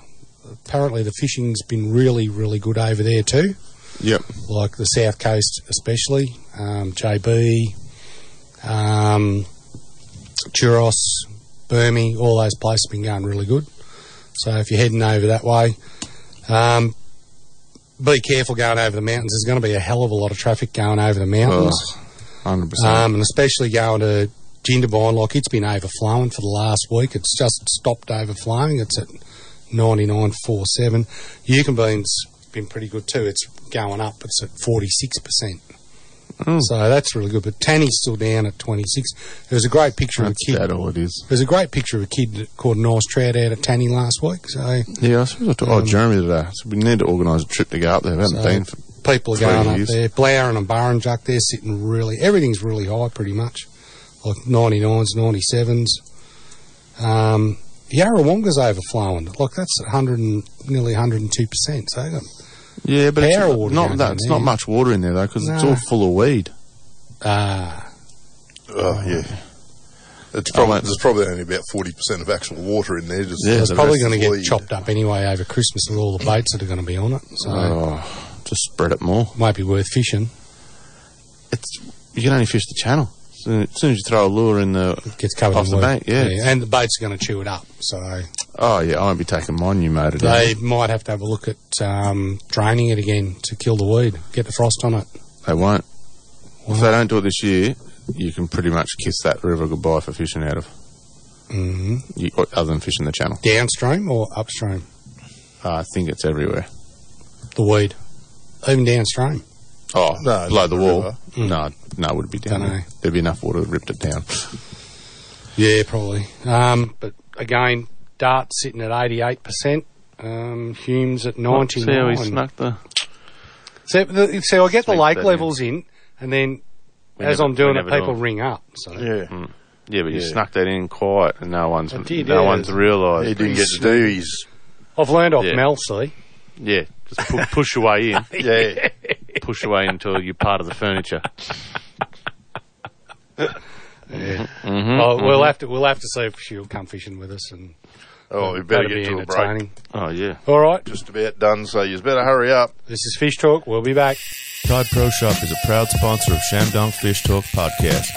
C: apparently the fishing's been really, really good over there too.
D: Yep.
C: Like the south coast, especially. Um, JB, um, Churros, Burmy, all those places have been going really good. So if you're heading over that way, um, be careful going over the mountains. There's going to be a hell of a lot of traffic going over the mountains.
D: Hundred
C: Um, and especially going to Jindabyne, like it's been overflowing for the last week. It's just stopped overflowing. It's at 99.47. Euconbean's been pretty good too. It's going up. It's at 46%.
D: Oh.
C: So that's really good. But Tanny's still down at 26. There was a great picture of a kid.
D: all it is.
C: There was a great picture of a kid called Nice Trout out at Tanny last week. So
D: Yeah, I suppose I talked
C: Um,
D: to Oh, Jeremy today. So we need to organise a trip to go up there. We haven't
C: So
D: been for
C: people are
D: three
C: going up
D: years.
C: there. Blowering and Burrinjuck, they're sitting really, everything's really high pretty much. Like 99s, 97s. Um, Yarrawonga's overflowing. Like that's 100 and, nearly 102%. So they got
D: Yeah, but
C: Power
D: it's
C: water
D: not
C: going
D: that.
C: in
D: It's
C: there.
D: not much water in there though, because it's
C: No.
D: all full of weed.
C: Ah.
B: Oh yeah. It's probably there's probably only about forty percent of actual water in there. Just
C: it's
B: the
C: probably
B: rest
C: going to
B: is
C: get
B: lead.
C: chopped up anyway over Christmas with all the boats that are going to be on it. So
D: Oh, just spread it more.
C: might be worth fishing.
D: It's you can only fish the channel. So as soon as you throw a lure in the
C: gets covered
D: off
C: in
D: the
C: wood.
D: bank, yeah.
C: And the boats are going to chew it up. So
D: oh yeah, I won't be taking mine. You made it.
C: they might have to have a look at um, draining it again to kill the weed, get the frost on it.
D: They won't. If they don't do it this year, you can pretty much kiss that river goodbye for fishing out of.
C: Mm-hmm.
D: You, or- other than fishing the channel,
C: Downstream or upstream?
D: Uh, I think it's everywhere.
C: The weed. Even downstream.
D: Oh,
C: No,
D: below the
C: the
D: wall.
C: river.
D: No, Mm. no, it would be down.
C: Dunno.
D: There. There'd be enough water that ripped it down.
C: Yeah, probably. Um, but again, Dart sitting at 88%, um, Hume's at 99
U: See how he snuck the.
C: So, the, so I get the
U: Sneak
C: lake
U: that in.
C: levels in, and then
U: We
C: as
U: never-
C: I'm doing
U: we
C: it,
U: never do Mm.
C: people
U: them.
C: ring up. So
B: Yeah.
U: Yeah, but you
B: Yeah.
U: snuck that in quiet, and no one's
C: did,
U: no
C: yeah.
U: one's realised.
B: He didn't get to do his.
C: I've learned off
U: Yeah.
C: Mel, [LAUGHS] see?
U: Yeah, just pu- push away in.
B: Yeah.
U: push away until you're part of the furniture.
C: Yeah.
D: Mm-hmm,
U: Mhm,
C: oh, We'll
U: mhm.
C: have to we'll have to see if she'll come fishing with us. And
B: Oh, we better
C: That'd
B: get
C: be
B: to a break.
C: entertaining.
U: Oh yeah.
C: all right,
B: Just about done. So you better hurry up.
C: This is Fish Talk. We'll be back.
A: Cod Pro Shop is a proud sponsor of Shamdong Fish Talk Podcast.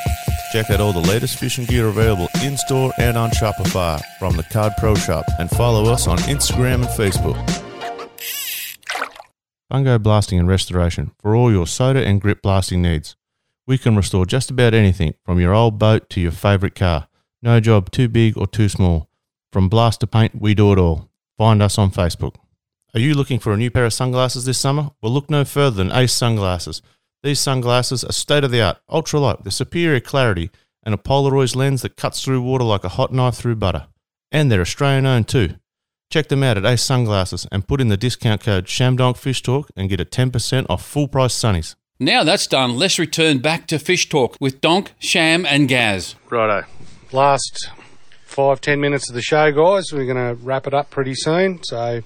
A: Check out all the latest fishing gear available in store and on Shopify from the Cod Pro Shop and follow us on Instagram and Facebook. Fungo Blasting and Restoration for all your soda and grip blasting needs. We can restore just about anything from your old boat to your favorite car. No job too big or too small. From blast to paint, we do it all. Find us on Facebook. Are you looking for a new pair of sunglasses this summer? Well, look no further than Ace Sunglasses. These sunglasses are state of the art, ultralight with superior clarity and a Polaroid lens that cuts through water like a hot knife through butter. And they're Australian owned too. Check them out at Ace Sunglasses and put in the discount code ShamDonkFishTalk and get a 10% off full price sunnies.
G: Now that's done, let's return back to Fish Talk with Donk, Sham, and Gaz.
D: Righto.
C: Last five, ten minutes of the show, guys. We're going to wrap it up pretty soon. So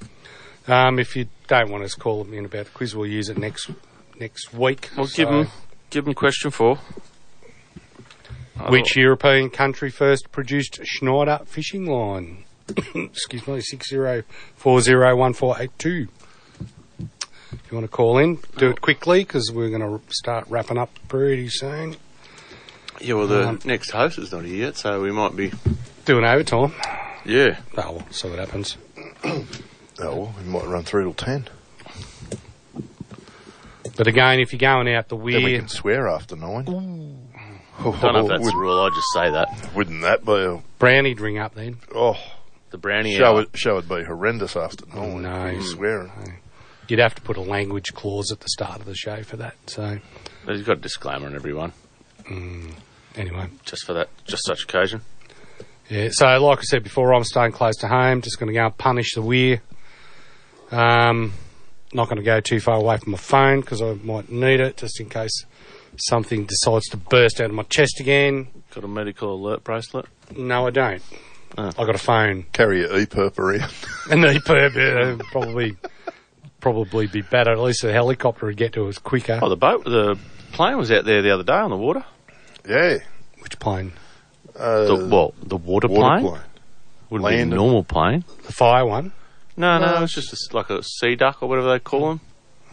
C: um, if you don't want us to call in about the quiz, we'll use it next next week.
D: Well, give him give him question four.
C: Which European country first produced Schneider fishing line? [COUGHS] Excuse me, six zero four zero one four eight two. If you want to call in, do
D: Oh.
C: it quickly because we're going to start wrapping up pretty soon.
D: Yeah, well, the
C: Um,
U: Mm-hmm.
D: next host is not here yet, so we might be.
C: Doing overtime.
D: Yeah.
C: Oh, well, so what happens.
B: Oh, well, we might run through till 10.
C: But again, if you're going out the weir,
B: Then we can swear after 9.
D: Don't know if that's the rule. I'll just say that.
B: Wouldn't that be a.
C: brownie'd ring up then.
B: Oh.
D: The brownie
B: Show
D: hour.
B: would, show would be horrendous after 9.
C: Oh, no.
B: You're Swearing.
C: You'd have to put a language clause at the start of the show for that. So
D: He's got a disclaimer on everyone,
C: mm, anyway.
D: just for that, just such occasion.
C: Yeah, so like I said before, I'm staying close to home. Just going to go and punish the weir. Um, not going to go too far away from my phone because I might need it just in case something decides to burst out of my chest again.
D: Got a medical alert bracelet? Ah.
C: No, I don't. I got a phone. [LAUGHS]
B: Carry your EPIRP around.
C: And the purpose probably probably be better. At least the helicopter would get to us quicker.
D: Oh, the boat, the plane was out there the other day on the water.
B: Yeah.
C: Which plane?
B: Uh,
D: the, well, the water,
C: water
D: plane.
C: plane.
D: Would be a
C: Landed.
D: normal plane.
C: The fire one.
D: No, no,
C: No.
D: it was just a s like a sea duck or whatever they call them.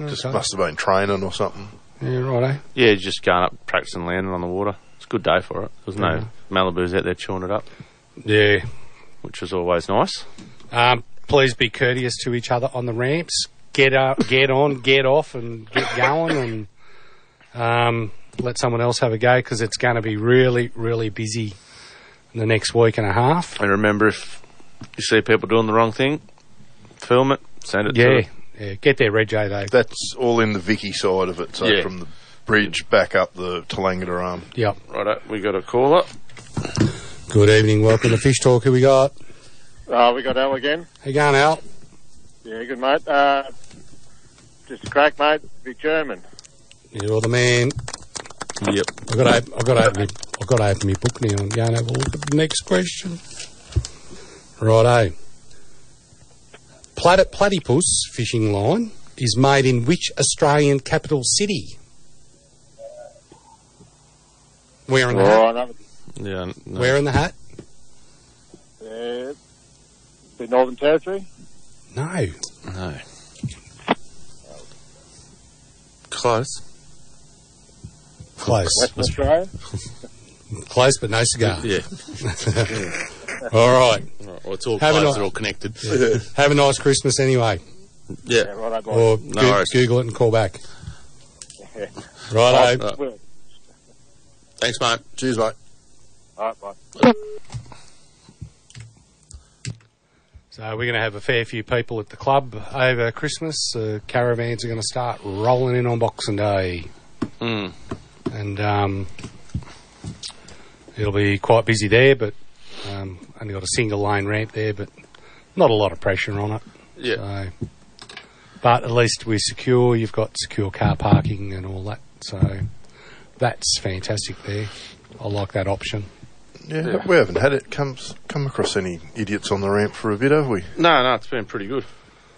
B: Just
C: Okay.
B: must have been training or something.
C: Yeah, right. Eh?
D: Yeah, just going up, practicing landing on the water. It's a good day for it. There's no
C: Yeah.
D: Malibu's out there chewing it up,
C: Yeah.
D: which is always nice.
C: Um, please be courteous to each other on the ramps. Get up, get on, get off, and get going, and um, let someone else have a go because it's going to be really, really busy in the next week and a half.
D: And remember, if you see people doing the wrong thing, film it, send it
C: Yeah,
D: to
C: yeah. Get there, Rego. Though.
B: That's all in the Vicky side of it. So
D: Yeah.
B: from the bridge back up the Telangata Arm.
C: Yep.
D: Right, we got a caller.
P: Good evening. Welcome to Fish Talk. Who we got?
T: Uh, we got Al again.
P: How you going, Al?
T: Yeah, good mate. Uh, just a crack, mate. Be German.
P: You're the man.
D: Yep.
P: I've got to, op- I've got to, open, my- I've got to open my book now and go and have a look at the next question. Righto. Plat- platypus fishing line is made in which Australian capital city? Where in the
T: Oh,
P: hat?
T: another-
D: Yeah.
P: Where in the hat?
T: yeah. The Northern Territory.
P: No.
D: No.
H: Close.
P: Close.
T: Western Australia.
P: [LAUGHS] Close, but no cigar.
H: Yeah.
P: [LAUGHS] All right.
H: Well, it's all
P: Have a
H: close.
P: nice-
H: They're all connected.
P: Yeah. Have a nice Christmas anyway.
H: Yeah.
P: Or
H: No
P: goo-
H: worries.
P: Google it and call back.
T: Yeah.
P: Righto.
T: Well,
H: Thanks, mate. Cheers, mate.
T: all right, bye.
C: So we're going to have a fair few people at the club over Christmas. Uh, caravans are going to start rolling in on Boxing Day,
D: Mm.
C: and um, it'll be quite busy there. But um, only got a single lane ramp there, but not a lot of pressure on it.
D: Yeah.
C: So, but at least we're secure. You've got secure car parking and all that. So that's fantastic there. I like that option.
B: Yeah,
D: Yeah.
B: we haven't had it comes come across any idiots on the ramp for a bit, have we?
D: No, no, it's been pretty good.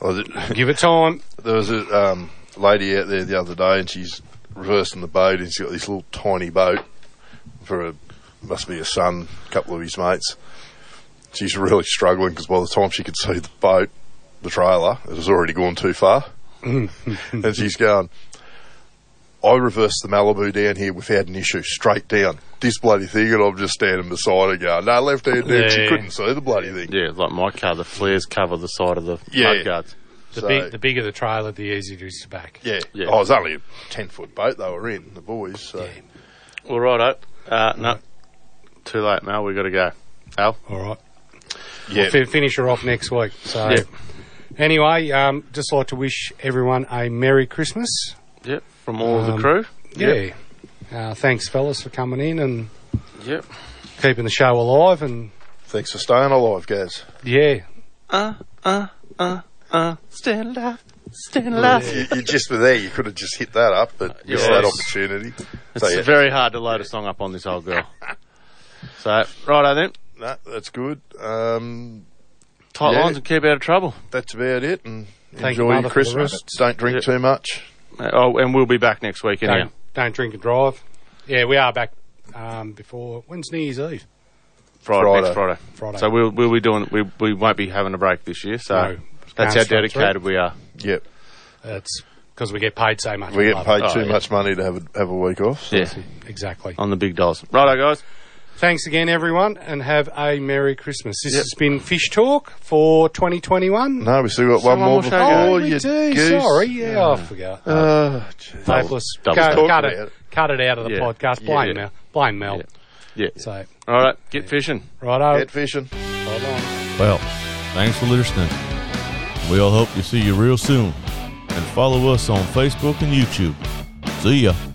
B: Oh, th-
C: [LAUGHS] Give it time.
B: There was a um, lady out there the other day, and she's reversing the boat, and she's got this little tiny boat for a must be a son, a couple of his mates. She's really struggling because by the time she could see the boat, the trailer, it was already gone too
C: [LAUGHS]
B: far, and she's going. I reversed the Malibu down here without an issue, straight down. This bloody thing, and I'm just standing beside her going, no, left hand down. She
D: Yeah.
B: couldn't see the bloody thing.
D: Yeah, like my car, the flares cover the side of the
B: Yeah.
D: mudguards.
C: The,
B: So-
C: big, the bigger the trailer, the easier it is to back.
B: Yeah.
D: Yeah.
B: Oh, it was only a 10 foot boat they were in, the boys. So.
D: Well, righto. Uh, no, too late, Mal. we got to go. Al?
C: All right.
B: Yeah.
C: We'll fi- finish her off next week. So
D: Yeah.
C: Anyway, um, just like to wish everyone a Merry Christmas.
D: Yep, from all of the
C: Um,
D: crew. Yep.
C: Yeah. Uh, thanks, fellas, for coming in and
D: Yep.
C: keeping the show alive. And
B: thanks for staying alive, guys.
C: Yeah.
D: Uh, uh, uh, uh. Stay alive. Stay
B: you, you just were there. You could have just hit that up, but missed that
D: Uh, Yes.
B: opportunity.
D: It's
B: yeah.
D: very hard to load a song up on this old girl. so, righto then.
B: No, that's good. Um,
D: Tight lines and keep out of trouble.
B: That's about it. And
D: Thank
B: enjoy
D: Mother
B: your
D: for the
B: Christmas.
D: rabbits.
B: Don't drink
D: Yep.
B: too much.
D: Oh, and we'll be back next week anyhow.
C: don't, don't drink and drive. Yeah, we are back um, before. When's New Year's Eve?
D: Friday,
C: Friday.
D: next Friday.
C: Friday.
D: So we'll we'll be doing we we won't be having a break this year. So
C: No.
D: that's
C: Going
D: how
C: straight
D: dedicated
C: through.
D: we are.
B: Yep.
C: That's because we get paid so much.
B: We get
C: love
B: paid
C: it.
D: Oh,
B: too much money to have a, have a week off.
D: Yeah.
C: Exactly.
D: On the big dolls. Righto, guys.
C: Thanks again, everyone, and have a Merry Christmas. This has been Fish Talk for 2021.
B: No, we still got
C: Someone
B: one more
C: will show you.
B: before
C: Oh, we
B: you
C: do,
B: goose.
C: sorry. Yeah, I forgot.
B: Uh,
C: Hopeless.
D: Double- double
C: Cut, cut
D: talk about
C: it, cut it out of the
D: Yeah.
C: podcast.
D: Yeah.
C: Blame
D: Yeah.
C: Mel. Blame Mel.
D: Yeah.
C: So,
D: All right, get fishing.
C: righto.
B: Get fishing.
A: Well, thanks for listening. We all hope to see you real soon. And follow us on Facebook and YouTube. See ya.